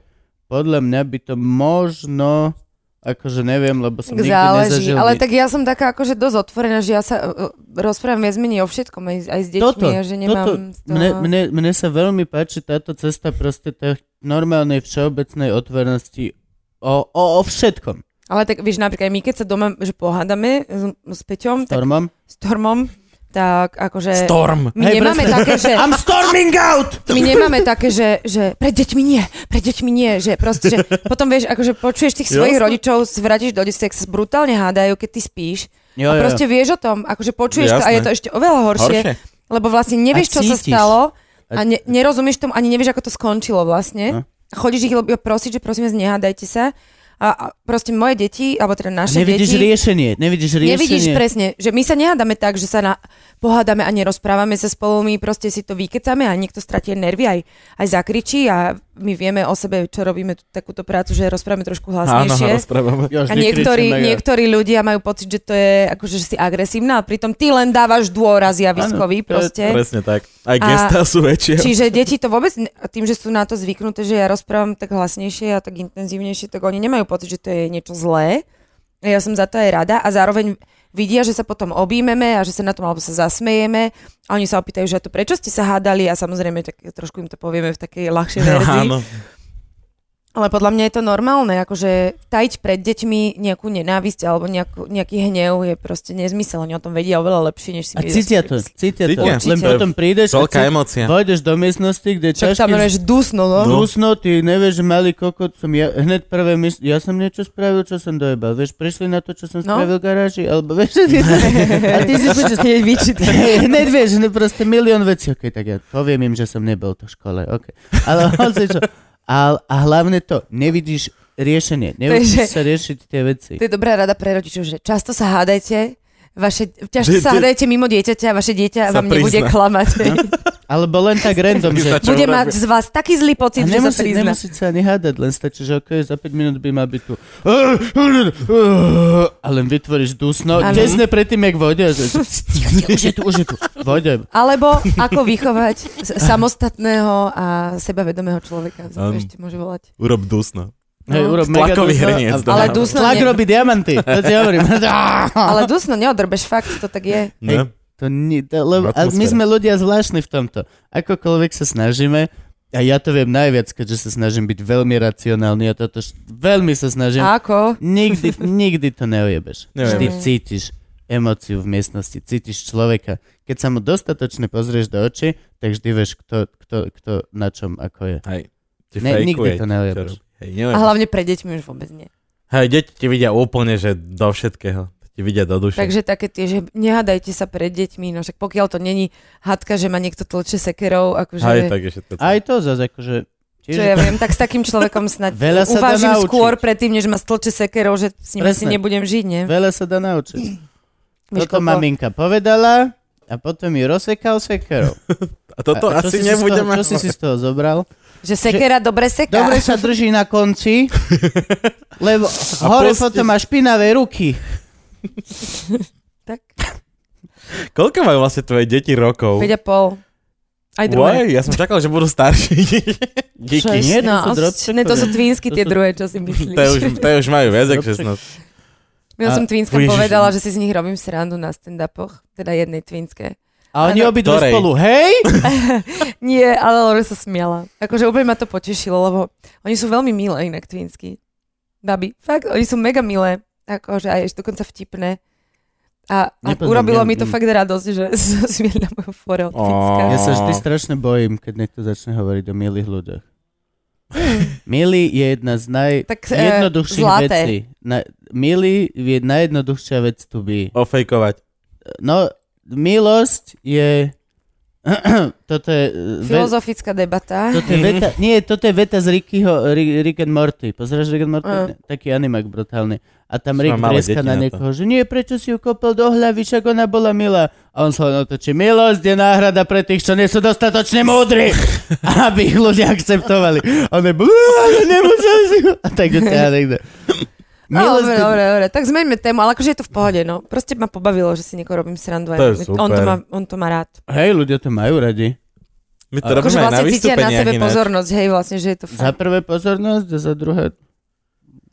podľa mňa by to možno, akože neviem, lebo som Tak nikdy záleží. nezažil. Ale ni- tak ja som taká akože dosť otvorená, že ja sa uh, rozprávam viac menej o všetkom, aj, aj s deťmi, Toto, a že nemám... no. toto, z toho- mne, mne, mne sa veľmi páči táto cesta proste tej normálnej všeobecnej otvorenosti o, o, o všetkom. Ale tak vieš, napríklad my, keď sa doma že pohádame s, s Peťom, tak, Stormom. s Tormom, tak akože... Storm. My Hej, nemáme presne. také, že... [LAUGHS] I'm storming out! [LAUGHS] My nemáme také, že, že pred deťmi nie, pred deťmi nie, že [LAUGHS] proste, že potom vieš, akože počuješ tých svojich Jasné. rodičov, zvratíš do detstva, ak sa brutálne hádajú, keď ty spíš. Jo, a jo. proste vieš o tom, akože počuješ to a Jasné. je to ešte oveľa horšie, Horšie. lebo vlastne A nevieš, čo sa cítiš. stalo A- a ne, nerozumieš tomu, ani nevieš, ako to skončilo vlastne. A Chodíš ich iba prosiť, že prosím vás, nehádajte sa. A, a proste moje deti, alebo teda naše Nevidíš deti... riešenie, nevidíš riešenie. Nevidíš presne, že my sa nehádame tak, že sa na, pohádame a nerozprávame sa spolu, my proste si to vykecame a niekto stratí nervy, aj, aj zakričí a my vieme o sebe, čo robíme tú, takúto prácu, že rozprávame trošku Áno, hlasnejšie. rozprávame. Ja a niektorí, niektorí ľudia majú pocit, že to je akože, že si agresívna a pritom ty len dávaš dôraz javiskový Áno, to je- proste. Presne tak. Aj gestá sú väčšie. Čiže deti to vôbec, ne- tým, že sú na to zvyknuté, že ja rozprávam tak hlasnejšie a tak intenzívnejšie, tak oni nemajú pocit, že to je niečo zlé. A Ja som za to aj rada a zároveň vidia, že sa potom objímeme a že sa na tom alebo sa zasmejeme a oni sa opýtajú, že a to prečo ste sa hádali a samozrejme tak trošku im to povieme v takej [LAUGHS] ľahšej No, verzii. [LAUGHS] Áno. Ale podľa mňa je to normálne, akože tajiť pred deťmi nejakú nenávisť alebo nejakú, nejaký hnev je proste nezmysel. Oni o tom vedia oveľa lepšie, než si A my cítia to, cítia to. Cítia. Len Určite. potom prídeš a Veľká cít- emócia. vojdeš do miestnosti, kde Však tam ťažkým že dusno, no. Dusno, ty nevieš, že malý kokot som ja, hneď prvé myš... Ja som niečo spravil, čo som dojebal. Vieš, prišli na to, čo som No. spravil v garáži, alebo vieš, že ty [LAUGHS] A ty si počas... [LAUGHS] Hneď vieš, ne, proste milión vecí. Ok, tak ja poviem im, že som nebol to v škole. Ok. Ale [LAUGHS] hoci čo. A, a hlavne to, nevidíš riešenie. Nevidíš že- sa riešiť tie veci. To je dobrá rada pre rodičov, že často sa hádajte, vaše, často Že sa tie- hádajte mimo dieťaťa a vaše dieťa Sa vám nebude prizná. [LAUGHS] klamať. Alebo len [LAUGHS] tak random, že... Stačí Bude urobiť. mať z vás taký zlý pocit, A že sa nemusí, prizná. nemusí sa ani hádať, len stačí, že ok, za 5 minút by mal byť tu. A len vytvoríš dusno. Áno. Tesne predtým, jak vojde. [LAUGHS] že- [LAUGHS] Už je tu, už je tu. Vojde. [LAUGHS] Alebo ako vychovať s- samostatného a sebavedomého človeka. Za to Áno. ešte môže volať. Urob dusno. Hej, No. urob mega Tlakový dusno hrniec a- dám. Ale dusno Tlak nie- robí diamanty, to ti hovorím. [LAUGHS] Ale dusno neodrbeš, fakt, to tak je. Ne? To nie, to, lebo, a my Atmosféra. sme ľudia zvláštni v tomto. Akokoľvek sa snažíme, a ja to viem najviac, keďže sa snažím byť veľmi racionálny a toto š- veľmi sa snažím. A ako? Nikdy, nikdy to neojebeš. Neviem. Vždy cítiš emóciu v miestnosti, cítiš človeka. Keď sa mu dostatočne pozrieš do očí, tak vždy vieš, kto, kto, kto na čom ako je. Hej. Ti Ne, fejkuje, nikdy to čo neujebeš. robí. Hej, A neujebeš. hlavne pre deťmi už vôbec nie. Hej, deti ti vidia úplne, že do všetkého. Ti vidia do duše. Takže také tie, že nehádajte sa pred deťmi, no však pokiaľ to není hádka, že ma niekto tlče sekerou, akože... Hej, tak je všetko. Aj to zase akože... Tiež Čo ja viem, tak s takým človekom snad [LAUGHS] Veľa sa dá uvážim naučiť. skôr predtým, než ma stĺče sekerou, že s ním Presne. asi nebudem žiť, nie? Veľa sa dá naučiť. Vieš, Toto koľko- maminka povedala a potom ju rozsekal sekerou. A [LAUGHS] toto a, a čo asi si si z toho- nebudeme... Čo si si z toho zobral? Že sekera dobre seká. Dobre sa drží na [LAUGHS] konci, lebo hore posti- potom má špinavé ruky. Tak, Koľko majú vlastne tvoje deti rokov? 5 a pol. Aj druhé. Uaj, ja som čakal, že budú starší. [LAUGHS] Šesť, Díky. Nie, to no, sú os- drobčekové. ne, to sú twinsky [LAUGHS] tie To sú- druhé, čo si To už, myslíš. to už majú viac, ako Drobček. 16. Ja som twinskám Ježiš. povedala, že si z nich robím srandu na stand-upoch, teda jednej twinske. A oni Áno. obidve Ktorej? spolu, hej? Nie, ale Lore sa smiala. Akože úplne ma to potešilo, lebo oni sú veľmi milé inak twinsky. Babi, fakt, oni sú mega milé. Akože aj ešte dokonca vtipné. A, a Nepoznám, urobilo ja- mi to mm. fakt radosť, že [LAUGHS] sa smieli na moju forel Ó. twinska. Ja sa vždy strašne bojím, keď niekto začne hovoriť o milých ľuďoch. [LAUGHS] Milý je jedna z Tak, e, najjednoduchších zlaté. vecí. Na, milý je najjednoduchšia vec tu by. Ofejkovať. No, milosť je... [CLEARS THROAT] toto je... e, ve- Filozofická debata. Toto je veta, nie, toto je veta z Rickyho, Ri- Rick and Morty. Pozeráš Rick and Morty? Mm. Mm. Taký animák brutálny. A tam Sme Rick malé treska deti na na to. niekoho, že nie, prečo si ju kopol do hlavy, však ona bola milá. A on sa len otočí, milosť je náhrada pre tých, čo nie sú dostatočne múdri, [LAUGHS] aby ich ľudia akceptovali. A on je, "Bú, ale nemusel si ju. A tak ju ťa niekde. [LAUGHS] No, Milé dobre, zde- dobre, dobre, tak zmeňme tému, ale akože je to v pohode, no. Proste ma pobavilo, že si niekoho robím srandu. aj To je mi- On to, super. má, on to má rád. Hej, ľudia to majú radi. My to Akože Akože robíme aj na vlastne cítia na vystúpeniach sebe ináč. pozornosť, hej, vlastne, že je to Za fakt. prvé pozornosť a za druhé...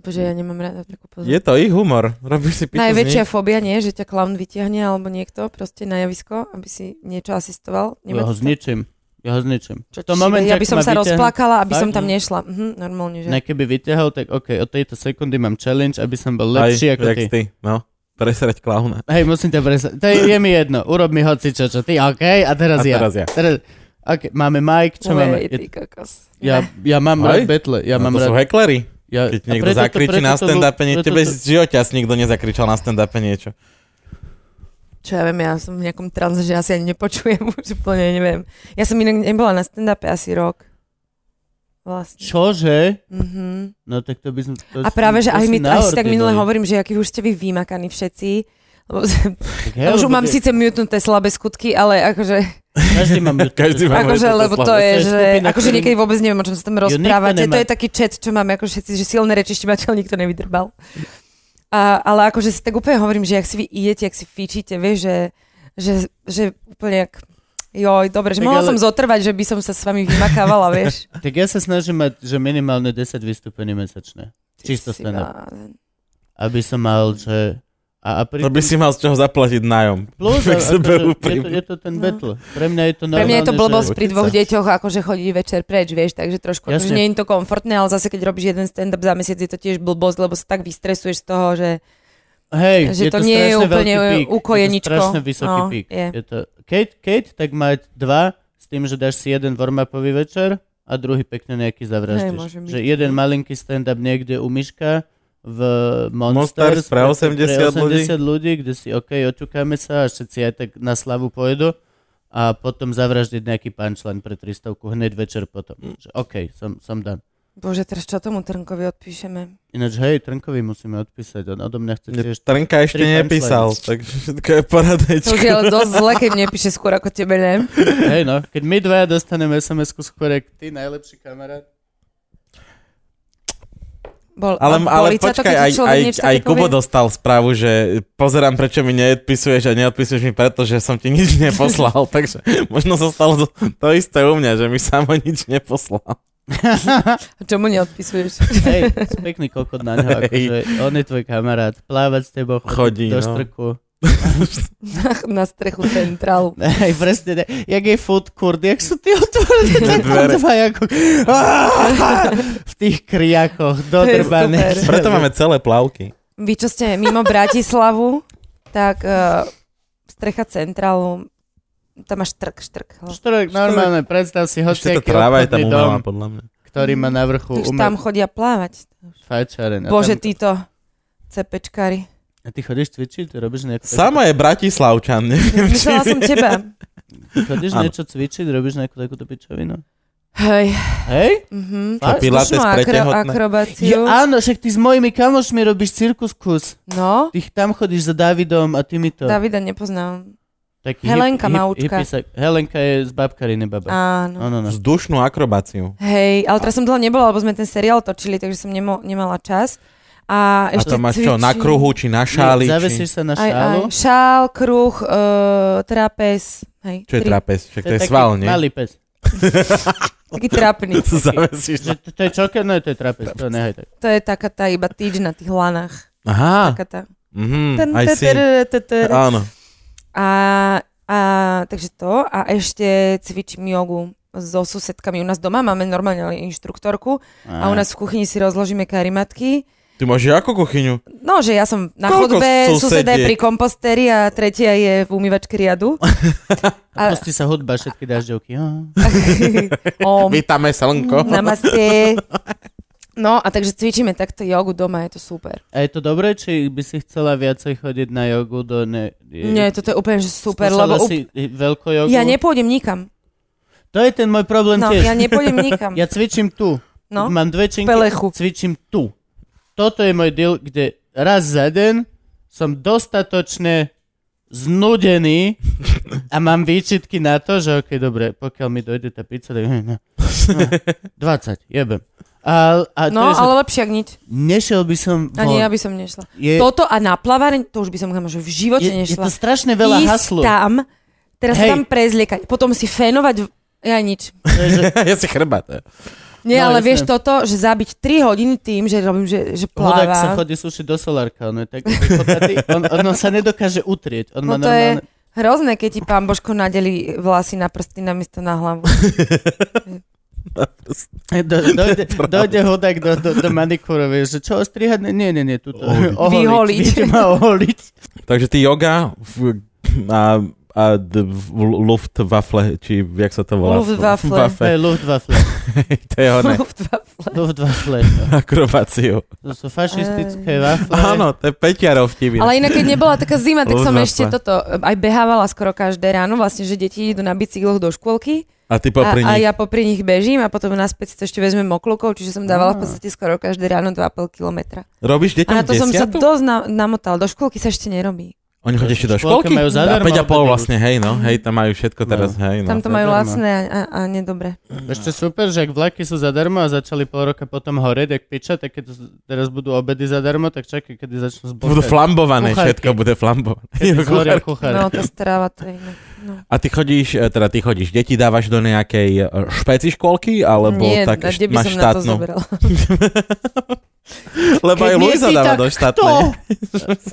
Bože, ja nemám rada takú Je pozornosť. to ich humor. Robíš si pitu Najväčšia Najväčšia... z nich. fóbia nie, že ťa klaun vytiahne alebo niekto proste na javisko, aby si niečo asistoval. Ja Nemáte ho to? zničím. Ja ho zničím. Čo, V tom momente, ja ak by som ma sa vyťahne- rozplakala, aby som Fakt? tam nešla. Mhm, normálne, že? Ne, keby vyťahol, tak OK, od tejto sekundy mám challenge, aby som bol Aj, lepší ako jak ty. ty. No, presrať klauna. Hej, musím ťa presať. To je, je mi jedno. Urob mi hoci čo, čo ty, OK? A teraz A ja. teraz ja. Teraz, OK, máme Mike, čo máme? Lej, Ja, ty kokos. ja, ja mám rád Hej. betle. Ja no, mám to sú rád... heklery. Ja, a Keď niekto preto to- zakričí preto na to- stand-upe, nie, preto tebe to- z života asi nikto nezakričal na stand-upe niečo. Čo ja viem, ja som v nejakom tranze, že asi ani nepočujem [LAUGHS] už úplne, neviem. Ja som inak nebola na stand-upe asi rok. Vlastne. Čože? Mhm. No tak to by som... To A práve, že aj mi to, aj si tak minule hovorím. hovorím, že aký už ste vy vymakaní všetci. Lebo, ja, [LAUGHS] už mám síce mutnuté slabé skutky, ale akože, Každý mám... [LAUGHS] Každý má- akože to lebo to slabé. je, To No, je že skupina, akože ktorým- niekedy vôbec neviem, o čom sa tam nikto rozprávate. nemá- To je taký chat, čo máme ako všetci, že silné reči štimateľ nikto nevydrbal. A, ale akože si tak úplne hovorím, že ak si vy idete, ak si fičíte, vieš, že, že, že úplne jak, joj, dobre, Tak že mohla ale- som zotrvať, že by som sa s vami [LAUGHS] vymakávala, vieš. Tak ja sa snažím mať, že minimálne 10 vystúpení mesačne. Čisto Si stand-up. blázen. Aby som mal, že... A, a pri... To by si mal z čoho zaplatiť nájom. Plus, Tak a- akože sebe je, to, úprimne. je to ten No. battle. Pre mňa je to No, normálne, Pre mňa je to že- blbosť že- pri dvoch deťoch, akože chodí večer preč, vieš, takže trošku, akože Jasne. nie je to komfortné, ale zase keď robíš jeden stand-up za mesiac, je to tiež blbosť, lebo sa tak vystresuješ z toho, že Hej, že je to to nie je strašne úplne veľký pík. Je ukojeničko. to strašne vysoký No, pík. je. Je. to, keď, keď, tak mať dva s tým, že dáš si jeden warm-upový večer a druhý pekne nejaký Hej, zavraždíš. môže byť. že jeden malinký stand-up niekde u Myška v Monsters Monsters pre pre 80 ľudí. 80 ľudí, kde si OK, oťukáme sa a všetci aj tak na slavu pôjdu a potom zavraždiť nejaký punchline pre 300 hneď večer potom. Mm. Že OK, som, som done. bože, teraz čo tomu Trnkovi [LAUGHS] odpíšeme? Ináč, hej, Trnkovi musíme odpísať, on odo mňa chce tiež... Trnka ešte tri nepísal, punchlines. takže všetko To je už poradečko. je ale dosť zle, keď mne píše skôr ako tebe, ne? Hej no, keď my dvaja dostaneme SMS-ku skôr, jak ty najlepší [LAUGHS] kamarát. Bol, Ale, boli ale ťa to, keď počkaj, ti aj, človek aj, niečo aj také Kubo povie? dostal správu, že pozerám, prečo mi neodpisuješ a neodpisuješ mi preto, že som ti nič neposlal. [LAUGHS] takže možno sa stalo to, to isté u mňa, že mi samo nič neposlal. A Čo mu neodpisuješ? [LAUGHS] Hej, pekný kokot na ňo, akože on je tvoj kamarát, plávať s tebou, Chodí, chodí, do no. štrku. [LAUGHS] Na strechu centrálu. Hej, presne, ne. jak je food court, jak sú tie [LAUGHS] otvorené, Tie tak dvere. dva ako... [LAUGHS] v tých kriakoch, super. dodrbaných. [LAUGHS] Preto máme celé plavky. Vy, čo ste mimo Bratislavu, tak uh, strecha centrálu, tam máš štrk, štrk. hlas. Štrk, normálne, predstav si Ešte tá hociaký tráva je tam obchodný dom, umelá, podľa mňa. ktorý má na vrchu Takže tam umelú chodia plávať. fajčareň. A Bože, tam- títo [LAUGHS] cepečkári. A ty chodíš cvičiť, robíš nejakú... Samo je Bratislavčan, [LAUGHS] neviem, či Myslela som teba. Chodíš Áno. niečo cvičiť, robíš nejakú takúto pičovinu? Hej. Hej? mhm. Čo, pilates Slušnú pre akro- tehotné? akrobáciu. Ja, áno, však ty s mojimi kamošmi robíš cirkus kus. No, Ty ch- tam chodíš za Davidom a týmito. Davida nepoznám. Taký Helenka Maučka. hippisak. Helenka je z babkariny baba. Áno. No, no, no. Vzdušnú akrobáciu. Hej, ale teraz som dlho nebola, lebo sme ten seriál točili, takže som nemo- nemala čas. A, A ešte to máš čo, na cvičím. kruhu, či na šáli, či... Zavesíš sa na Aj, aj. šálu. Šál, kruh, uh, trapez. Hej, Čo je tri- trapez? Však to je taký sval, nie? Malý pes. Taký [LAUGHS] trapný. Zavesíš Že to, to je čoker, no to je trapez. To nehaj tak. To je taká tá iba tyč na tých lanách. Aha, Taká tá. mhm, Ten, I ten, see. ter- ter- ter. Áno. A, a takže to. A ešte cvičím jogu so susedkami. U nás doma máme normálne inštruktorku a u nás v kuchyni si rozložíme karimatky. Ty máš akú kuchyňu? No, že ja som na Koľko chodbe, suseda je susediek? pri komposteri a tretia je v umývačke [LAUGHS] riadu. A, Pustí sa hudba, všetky dažďovky. Oh. om, Vítame, slnko. namaste. No a takže cvičíme takto jogu doma, je to super. A je to dobré, či by si chcela viacej chodiť na jogu do... Ne... Nie, toto je úplne že super, Skúšala lebo up... si veľkú jogu? ja nepôjdem nikam. To je ten môj problém No, tiež. ja nepôjdem nikam. [LAUGHS] Ja cvičím tu. No, Mám dve činky, pelechu. cvičím tu. Toto je môj deal, kde raz za deň som dostatočne znudený a mám výčitky na to, že ok, dobre, pokiaľ mi dojde tá pizza, tak... hm, no, no, 20, jebem. A, a to je, No, že ale lepšie, ak nič. nešiel by som von. Ani ja by som nešla. je, Toto a na plaváreň, to už by som kam, že v živote je, je nešla. to strašne veľa Ísť haslov. tam, teraz Hej. sa tam prezliekať, potom si fénovať, v- ja nič. To je, [LAUGHS] že [LAUGHS] ja si chrbát. eh. Nie, No, ale jasné. vieš toto, že zabiť 3 hodiny tým, že robím, že, že Hudák sa pláva. chodí sušiť do solárka, on je [LAUGHS] taký vychotnatý. on, on, on, sa nedokáže utrieť. On má No to je normálne... hrozné, keď ti pán Božko nadeli vlasy na prsty namiesto na hlavu. Do, dojde, dojde hudák do, do, do manikúrovej, že čo, ostrihať? Nie, nie, nie, tuto. [LAUGHS] Oholiť. Vyholiť. Viete ma oholiť. Takže ty yoga v, a, a d, v Luftwaffe, či jak sa to volá? Luftwaffe. To je [LAUGHS] Luftwaffe. [LAUGHS] to je ono, Luftwaffe. Luftwaffe. akrobáciu. To sú fašistické wafle. Áno, to je Peťarov vtip. Ale inak, keď nebola taká zima, tak som Luftwaffe. ešte toto, eh, aj behávala skoro každé ráno, vlastne, že deti idú na bicykloch do škôlky A ty a, popri a nich. ja popri nich bežím a potom naspäť si to ešte vezmem oklukov, čiže som dávala v podstate skoro každé ráno 2,5 kilometra. Robíš A na deťom to som sa desiatu? dosť na, namotal, do škôlky sa ešte nerobí. Oni chodia ešte do Škôlke školky? majú zadarmo, a 5 a pol obedy vlastne, hej, no. Hej, tam majú všetko teraz, hej, no. Tam to to je majú darmo. vlastné a, a, a nedobre. Ešte super, že ak vlaky sú zadarmo a začali pol roka potom horeť, ak piča, tak keď teraz budú obedy zadarmo, tak čakaj, kedy začnú Budú zbúchať. flambované, Kuchárky. všetko bude flambované. Kedy Jo, [LAUGHS] zhoria kuchárky. kuchári. No, tá strava to je inak. No. A ty chodíš, e, teda ty chodíš, deti dávaš do nejakej e, špeci školky, alebo Nie, tak a kde by som máš na to štátnu? [LAUGHS] zobrala. Lebo aj Keď nie Luisa ty, dáva tak do To! [LAUGHS] štátnej.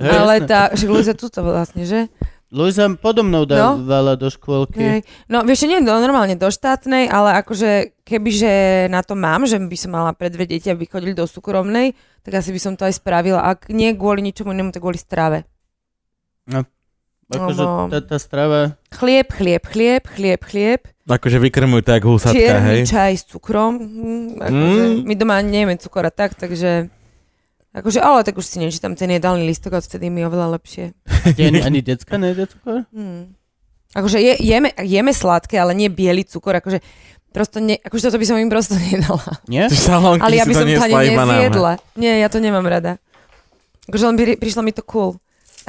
Hej, Ale jasné. tá, že Luisa tuto vlastne, že? Luisa podo mnou dávala do škôlky. Hej. No vieš, čo, nie do, normálne do štátnej, ale akože kebyže na to mám, že by som mala pre dve deti, aby chodili do súkromnej, tak asi by som to aj spravila. Ak nie kvôli ničomu inému, tak kvôli strave. Akože No. tá, tá strava... Chlieb, chlieb, chlieb, chlieb, chlieb, Akože vykrmujú tak husatka, hej. čierny čaj s cukrom. Hm, akože, Mm. My doma ani nejeme cukor a tak, takže... Akože, ale tak už si nečítam ten jedálny listok a vtedy mi je oveľa lepšie. Ti ani, ani decka nejde cukor? Hmm. Akože je, jeme, jeme sladké, ale nie biely cukor, akože prosto ne, akože toto by som im prosto [LAUGHS] nedala. Nie? Ty salónky Ale ja si by to som to ani niesla iba nám. nezjedla. Nie, ja to nemám rada. Akože len by, ri- prišlo mi to cool.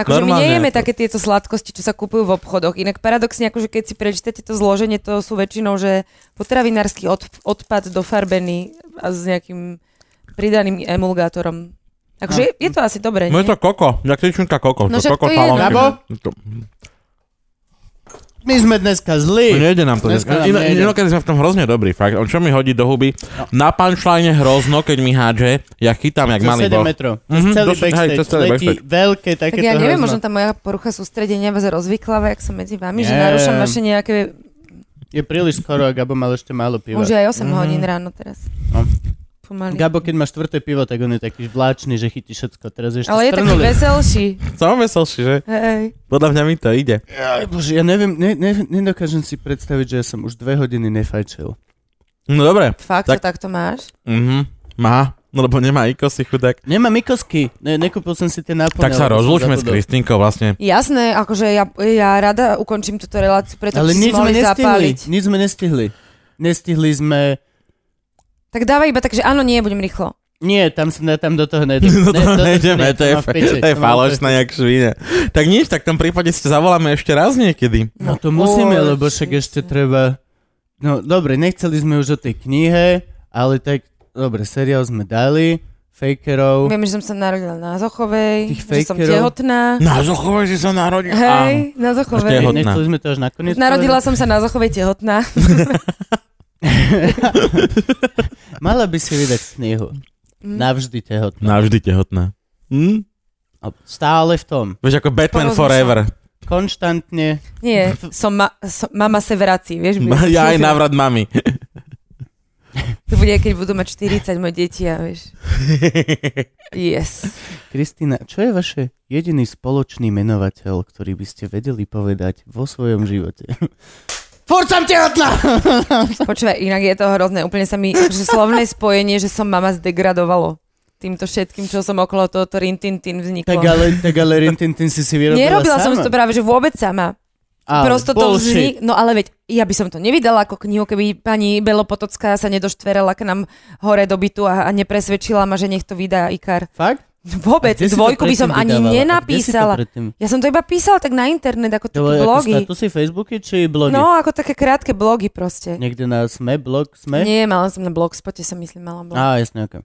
Akože my Normálne nejeme je to. také tieto sladkosti, čo sa kúpujú v obchodoch. Inak paradoxne, akože keď si prečítate to zloženie, to sú väčšinou, že potravinársky od, odpad dofarbený a s nejakým pridaným emulgátorom. Akože je, je to asi dobré, No je nie? to koko, jak tričunka koko, No to však koko to je salónky. jedno. Gabo? To- My sme dneska No zlí. nejde nám to Dneska dneska. nám Ino- nejde. Inokedy sme v tom hrozne dobrí, fakt. On čo mi hodí do huby? Na punchline hrozno, keď mi hádže, ja chytám jak Cez malý 7 boh. metrov. Cez Mhm, celý dosť- hej, backstage. cez celý Letí backstage. veľké Tak takéto ja neviem, možno hrozno. tá moja porucha sústredenia vás rozvyklava, jak som medzi vami, že Nie. narúšam vaše nejaké Je príliš skoro a Gabo mal ešte málo piva. Už je aj 8 mm-hmm. hodín ráno teraz. Mhm. No. Pomaly. Gabo, keď má štvrté pivo, tak on je taký vláčny, že chytí všetko. Teraz ešte Ale je taký strnuli. veselší. Som veselší, že? Hej. Podľa mňa mi to ide. Aj bože, ja neviem, ne, ne, nedokážem si predstaviť, že ja som už dve hodiny nefajčil. No dobre. Fakt, Tak- tak. to takto máš? Mhm. Má. No lebo nemá ikosy chudák. Nemám ikosky, ne, nekúpil som si tie nápone. Tak sa lebo som rozlúčme s zabudol. Kristinkou vlastne. Jasné, akože ja, ja rada ukončím túto reláciu, pretože Ale si nič sme mohli nestihli, zapáliť. nič sme nestihli. Nestihli sme... Tak dávaj iba tak, že áno, nie, budem rýchlo. Nie, tam som tam do toho nejdem. [LAUGHS] Do toho do nejdeme, nie, No to je, ma v fe- piči, to je ma falošné v piči. jak švine. Tak nič, tak v tom prípade si zavoláme ešte raz niekedy. No to musíme, Bože. lebo však ešte treba... No dobre, nechceli sme už o tej knihe, ale tak... Dobre, seriál sme dali, fakerov. Viem, že som sa narodila na Zochovej, Tých že som fakerov. tehotná. Na Zochovej si sa narodil. Hej, na Ešte Zochovej. tehotná. Nechceli sme to až nakoniec. Narodila som sa na Zochovej tehotná. Mala by si vydať knihu. Mhm. Mm. Navždy tehotná. Navždy tehotná. Hm? Alebo No, Stále v tom. Vieš ako Batman Porozmýšľam. Forever. Konštantne. Nie, som, ma, som mama se vrací, vieš. [LAUGHS] Ja aj návrat mami. To bude, keď budú mať 40 moje deti, a [LAUGHS] vieš. Yes. Kristýna, čo je vaše jediný spoločný menovateľ, ktorý by ste vedeli povedať vo svojom živote? [LAUGHS] Furt som tehotná! [LAUGHS] Počúvaj, inak je to hrozné. Úplne sa mi, že slovné spojenie, že som mama zdegradovalo týmto všetkým, čo som okolo tohoto rintintin vzniklo. tak ale, tak ale Rintintin si si vyrobila Nerobila sama. som si to práve, že vôbec sama. Ale Prosto to bullshit. vznik... No ale veď, ja by som to nevydala ako knihu, keby pani Belopotocká sa nedoštverela k nám hore do bytu a, a nepresvedčila ma, že nech to vydá Ikar. [LAUGHS] Fakt? Vôbec, Kde si to dvojku by predtým som ani vydávala? A kde si to nenapísala. predtým- Ja som to iba písala tak na internet, ako To také boli ako blogy. statusy Facebooky či blogy? No, ako také krátke blogy proste. Niekde na Sme, blog, Sme? Nie, mala som na blogspote, som myslím, mala blog. Á, jasne, [LAUGHS] ok.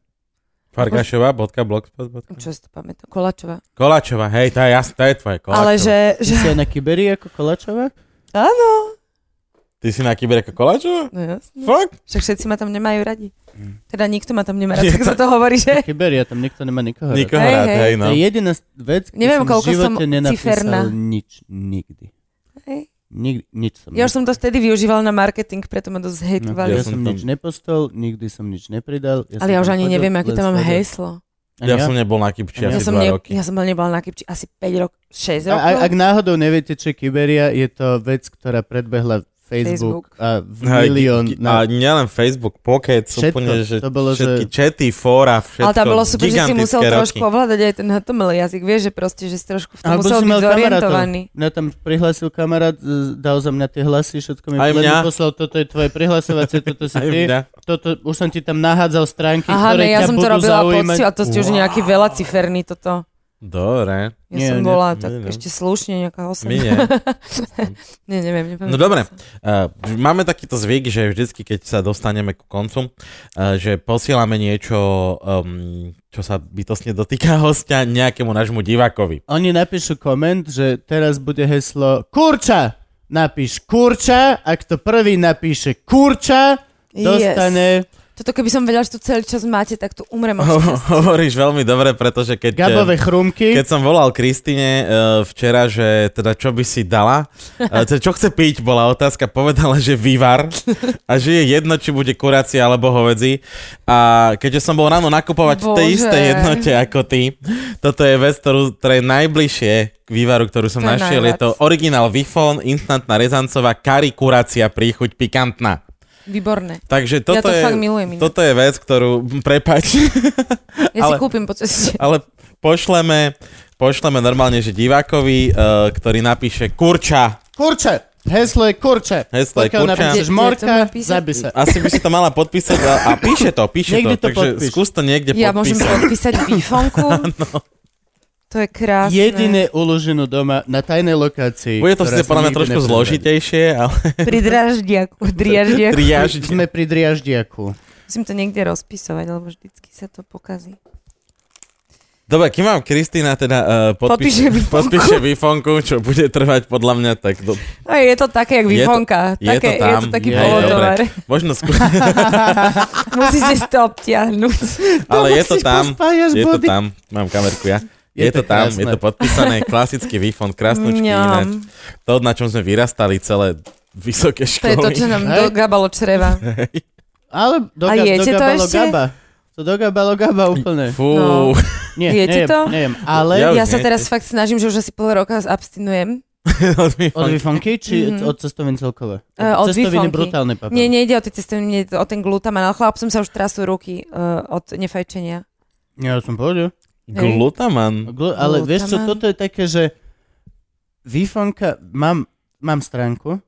Farkašová.blogspot.com Čo si to pamätám? Kolačová. Koláčová, hej, tá je jasná, tá je tvoje. Koláčová. Ale že, Ty že... si aj na Kyberi ako Kolačová? Áno. Ty si na kybere ako Koláčová? No jasne. Fuck. Však všetci ma tam nemajú radi. Mm. Teda nikto ma tam nemá Je [LAUGHS] rád, tak sa to hovorí, že... Kyberia, tam nikto nemá nikoho rád. Nikoho Hej, rád, hej. hej, To no. je jediná s- vec, kde Neviem, som koľko v živote som nenapísal ciferná. nič, nikdy. Hej. Nik, nič som Mm. Ja už som to vtedy využívala na marketing, preto ma dosť No, hejtovali. ja Ja som som tam- nič nepostol, nikdy som nič nepridal. Ale ja som už tam ani chodil, neviem, aké len tam mám sledoval. heslo. Ani Ja som nebol na kybči Ja asi som, dva ne, roky. ja som ale nebola na Kipči asi 5 rok, 6 A, a- rokov. ak náhodou neviete, čo je Kyberia, je to vec, ktorá predbehla Facebook, Facebook. a v Hej, milión... ki- ki- A nielen Facebook, Pocket, Všetko, úplne, že to bolo, že- všetky čety, fóra, všetko. Ale tam bolo super, že si gigantické musel roky. [LAUGHS] trošku ovládať aj ten HTML jazyk. Vieš, že proste, že si trošku v tom Alebo musel si byť mal zorientovaný. kamarátov. Mňa tam prihlásil kamarát, z- dal za mňa tie hlasy, všetko mi Aj len mňa. mi poslal, toto je tvoje [LAUGHS] prihlasovacie, toto si Aj ty, mňa. toto, už som ti tam nahádzal stránky, Aha, ktoré ne, ja ťa som to budú robila zaujímať. poctivo a to ste už nejaký veľa ciferný toto. Dobre. Ja Nie, nie, som bola nie, tak nie. ešte slušne nejaká 8. My nie. [LAUGHS] nie, neviem, nepamätám No dobre. sa. Uh, máme takýto zvyk, že vždycky, keď sa dostaneme ku koncu, uh, že posielame niečo, um, čo sa bytostne dotýka hostia, nejakému nášmu divákovi. [LAUGHS] Oni napíšu koment, že teraz bude heslo kurča. Napíš kurča, ak to prvý napíše kurča, dostane... Toto keby som vedela, že tu celý čas máte, tak tu umrem. [LAUGHS] od Ho- šťastia. Hovoríš veľmi dobre, pretože keď... eh, Gabové chrumky. Keď som volal Kristine eh, včera, že teda čo by si dala, eh, [LAUGHS] teda čo chce piť, bola otázka, povedala, že vývar a že je jedno, či bude kurácia alebo hovedzi. A keďže som bol ráno nakupovať v tej Bože. istej jednote ako ty, toto je vec, ktorú, ktorá je najbližšie k vývaru, ktorú To som je našiel. Je najviac. to originál Vifon, instantná rezancová kari kurácia, príchuť pikantná. Výborné. Takže toto, to je, fakt milujem inak. toto je vec, ktorú, prepač, Ja si Ale- kúpim po [LAUGHS] ceste. ale pošleme, pošleme normálne, že divákovi, uh, ktorý napíše kurča. Kurča. Heslo je kurča. Heslo je Pokiaľ kurča. napíšeš Kde- kde to morka, napísať? zabi sa. Asi by si to mala podpísať a, a píše to, píše Niekde to. to takže podpíš. skús to niekde Ja môžem [LAUGHS] podpísať. podpísať výfonku. To je krásne. Jediné uloženú doma na tajnej lokácii. Bude to ktorá síce sa podľa mňa nikdy trošku neprezradí. zložitejšie, ale [LAUGHS] Pri draždiaku. Driaždiaku. triaždne. Sme pri Driaždiaku. Musím to niekde rozpisovať, lebo vždycky sa to pokazí. Dobre, kým vám Kristýna teda uh, Podpíše podpíše, výfonku. podpíše výfonku, čo bude trvať podľa mňa, tak do, A No, je to také, jak Je to- výfonka. je také, to tam. je to taký Je, je, je, polotovar. možno skú... [LAUGHS] Musíte si to obtiahnuť. ale je to tam. Je to body. tam, mám kamerku ja. Je Je, to to, tam, krásne. je to podpísané, klasický výfon, krásnočky ináč. Mňam. To, na čom sme vyrastali celé To vysoké je školy. to, čo nám Hej. do gabalo čreva. Ale do, A ga- do jete to Gabalo ešte? Gaba. To do Gabalo Gaba úplne. Fú, [LAUGHS] No. Nie, Jete neviem, to? neviem. Ale Ja- Ja už sa nie. teraz fakt snažím, že už asi pol roka abstinujem. od od výfonky. Vifonky či Mhm. od cestovín celkové? E, od cestoviny Vifonky. brutálne, papa. Nie, nejde o tie cestoviny, nie, o ten glutaman, ale chlapcom sa už trasú ruky uh, od nefajčenia. Ja som povedal. Glutaman. Gl- ale Glutaman. vieš čo, toto je také, že Vifonka, mám, mám stránku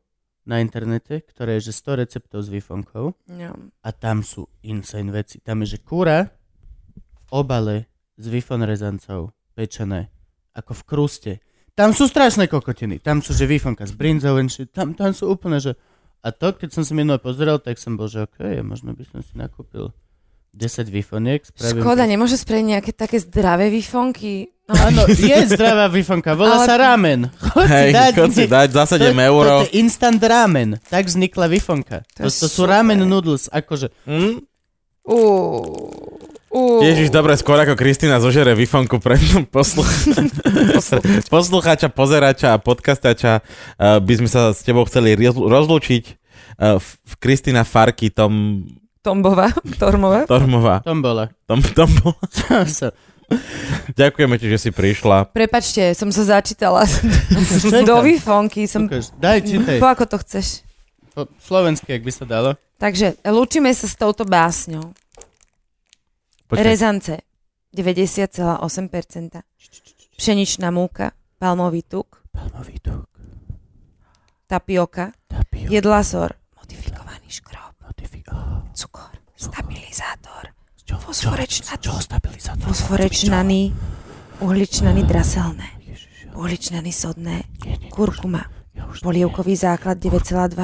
na internete, ktorá je, že 100 receptov s Vifonkou No. a tam sú insane veci. Tam je, že kúra v obale s Vifon rezancov pečené, ako v kruste. Tam sú strašné kokotiny. Tam sú, že Vifonka s brinzou, and shit. tam, tam sú úplne, že... A to, keď som si minulé pozeral, tak som bol, že okej, možno by som si nakúpil 10 Vifoniek. spravím to. Škoda, nemôže spraviť nejaké také zdravé výfonky. No, Áno, je zdravá Vifonka, volá Ale- sa ramen. Chod si Hej, dať, chod si dať za 7 eur. To je instant ramen. Tak vznikla Vifonka. To, To je to sú super. ramen noodles, akože... Hm? Uh, uh, Ježiš, dobre, skôr ako Kristýna zožere vifonku pre [LAUGHS] posluch- poslucháča, pozerača a podcastača, uh, by sme sa s tebou chceli riz- rozlúčiť. Uh, f- Kristýna Farky, Tom, Tombová, [LAUGHS] Tormová. Tormová. Tom bola. [LAUGHS] Tom, Tom, Čo ďakujeme ti, že si prišla. Prepačte, som sa začítala [LAUGHS] je do tam? výfonky. Som... Ukáž, daj, čítaj. Po ako to chceš. Po slovensky, ak by sa dalo. Takže, lúčime sa s touto básňou. Počkaj, Rezance 90,8%. Pšeničná múka, palmový tuk, Palmový tuk, tapioka, tapio, jedlasor, modifikovaný škrob, notifi... Oh, cukor, stabilizátor, čo fosforečnaný, Čo stabilizátor? fosforečnaný, uhličnaný draselné, uhličnaný sodné, kurkuma, polievkový základ 9,2%,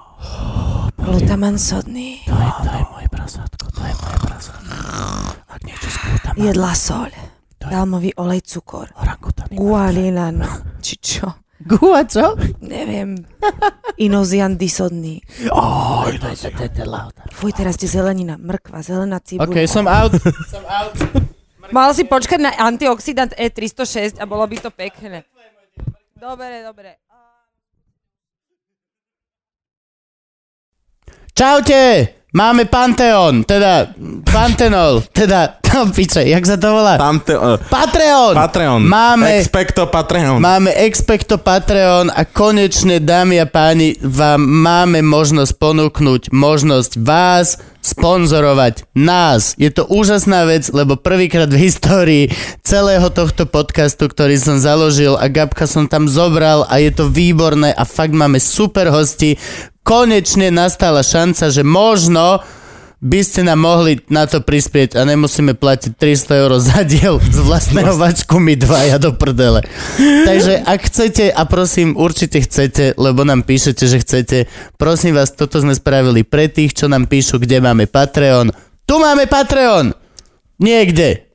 [GASPS] glutaman sodný, To je, to je moje prasátko, to je moje prasátko. Ak niečo skútam, jedla sol, dalmový olej, cukor, orangutany. gualinano, či čo, Gua, čo? neviem, [LAUGHS] inozian disodný. Oj, to je to, to lauda. Fuj, teraz je zelenina, mrkva, zelená cibulka. OK, som out. Mal si počkať na antioxidant E E306 a bolo by to pekné. Dobre, dobre. Čaute! Máme Panteon, teda Pantenol, teda, [LAUGHS] no piče, jak sa to volá? Pante- eh, Patreon! Patreon. Máme, Expecto Patreon. Máme Expecto Patreon a konečne, dámy a páni, vám máme možnosť ponúknuť možnosť vás sponzorovať nás. Je to úžasná vec, lebo prvýkrát v histórii celého tohto podcastu, ktorý som založil a Gabka som tam zobral a je to výborné a fakt máme super hosti. Konečne nastala šanca, že možno by ste nám mohli na to prispieť a nemusíme platiť 300 eur za diel z vlastného vačku my dvaja do prdele. Takže ak chcete, a prosím, určite chcete, lebo nám píšete, že chcete, prosím vás, toto sme spravili pre tých, čo nám píšu, kde máme Patreon. Tu máme Patreon! Niekde.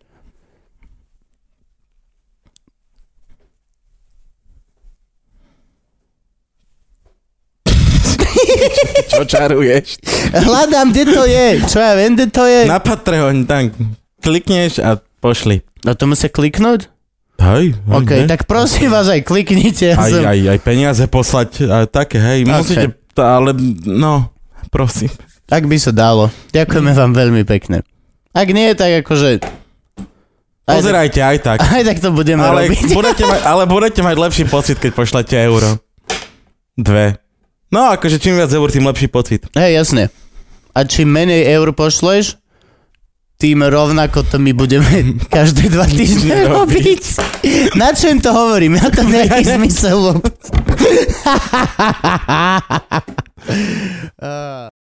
Čo čaruješ? Hľadám, kde to je. Čo ja viem, kde to je. Na Patreon, tak klikneš a pošli. No to musia kliknúť? Hej, hej, hej. OK, tak prosím vás aj kliknite. Ja Aj, som- aj, aj peniaze poslať, aj také, hej, Okay. musíte, to, ale no, prosím. Ak by sa dalo. Ďakujeme vám veľmi pekne. Ak nie, tak akože... Aj, tak- Pozerajte aj [LAUGHS] tak. aj tak to budeme Ale robiť. [LAUGHS] budete, mať, ale budete mať lepší pocit, keď pošlete euro. Dve. No, akože čím viac eur, tým lepší pocit. Hej, jasne. A čím menej eur pošleš, tým rovnako to my budeme každé dva týždne Robiť. robiť. Na čo im to hovorím? Ja to nejaký [LAUGHS] zmysel. vôbec.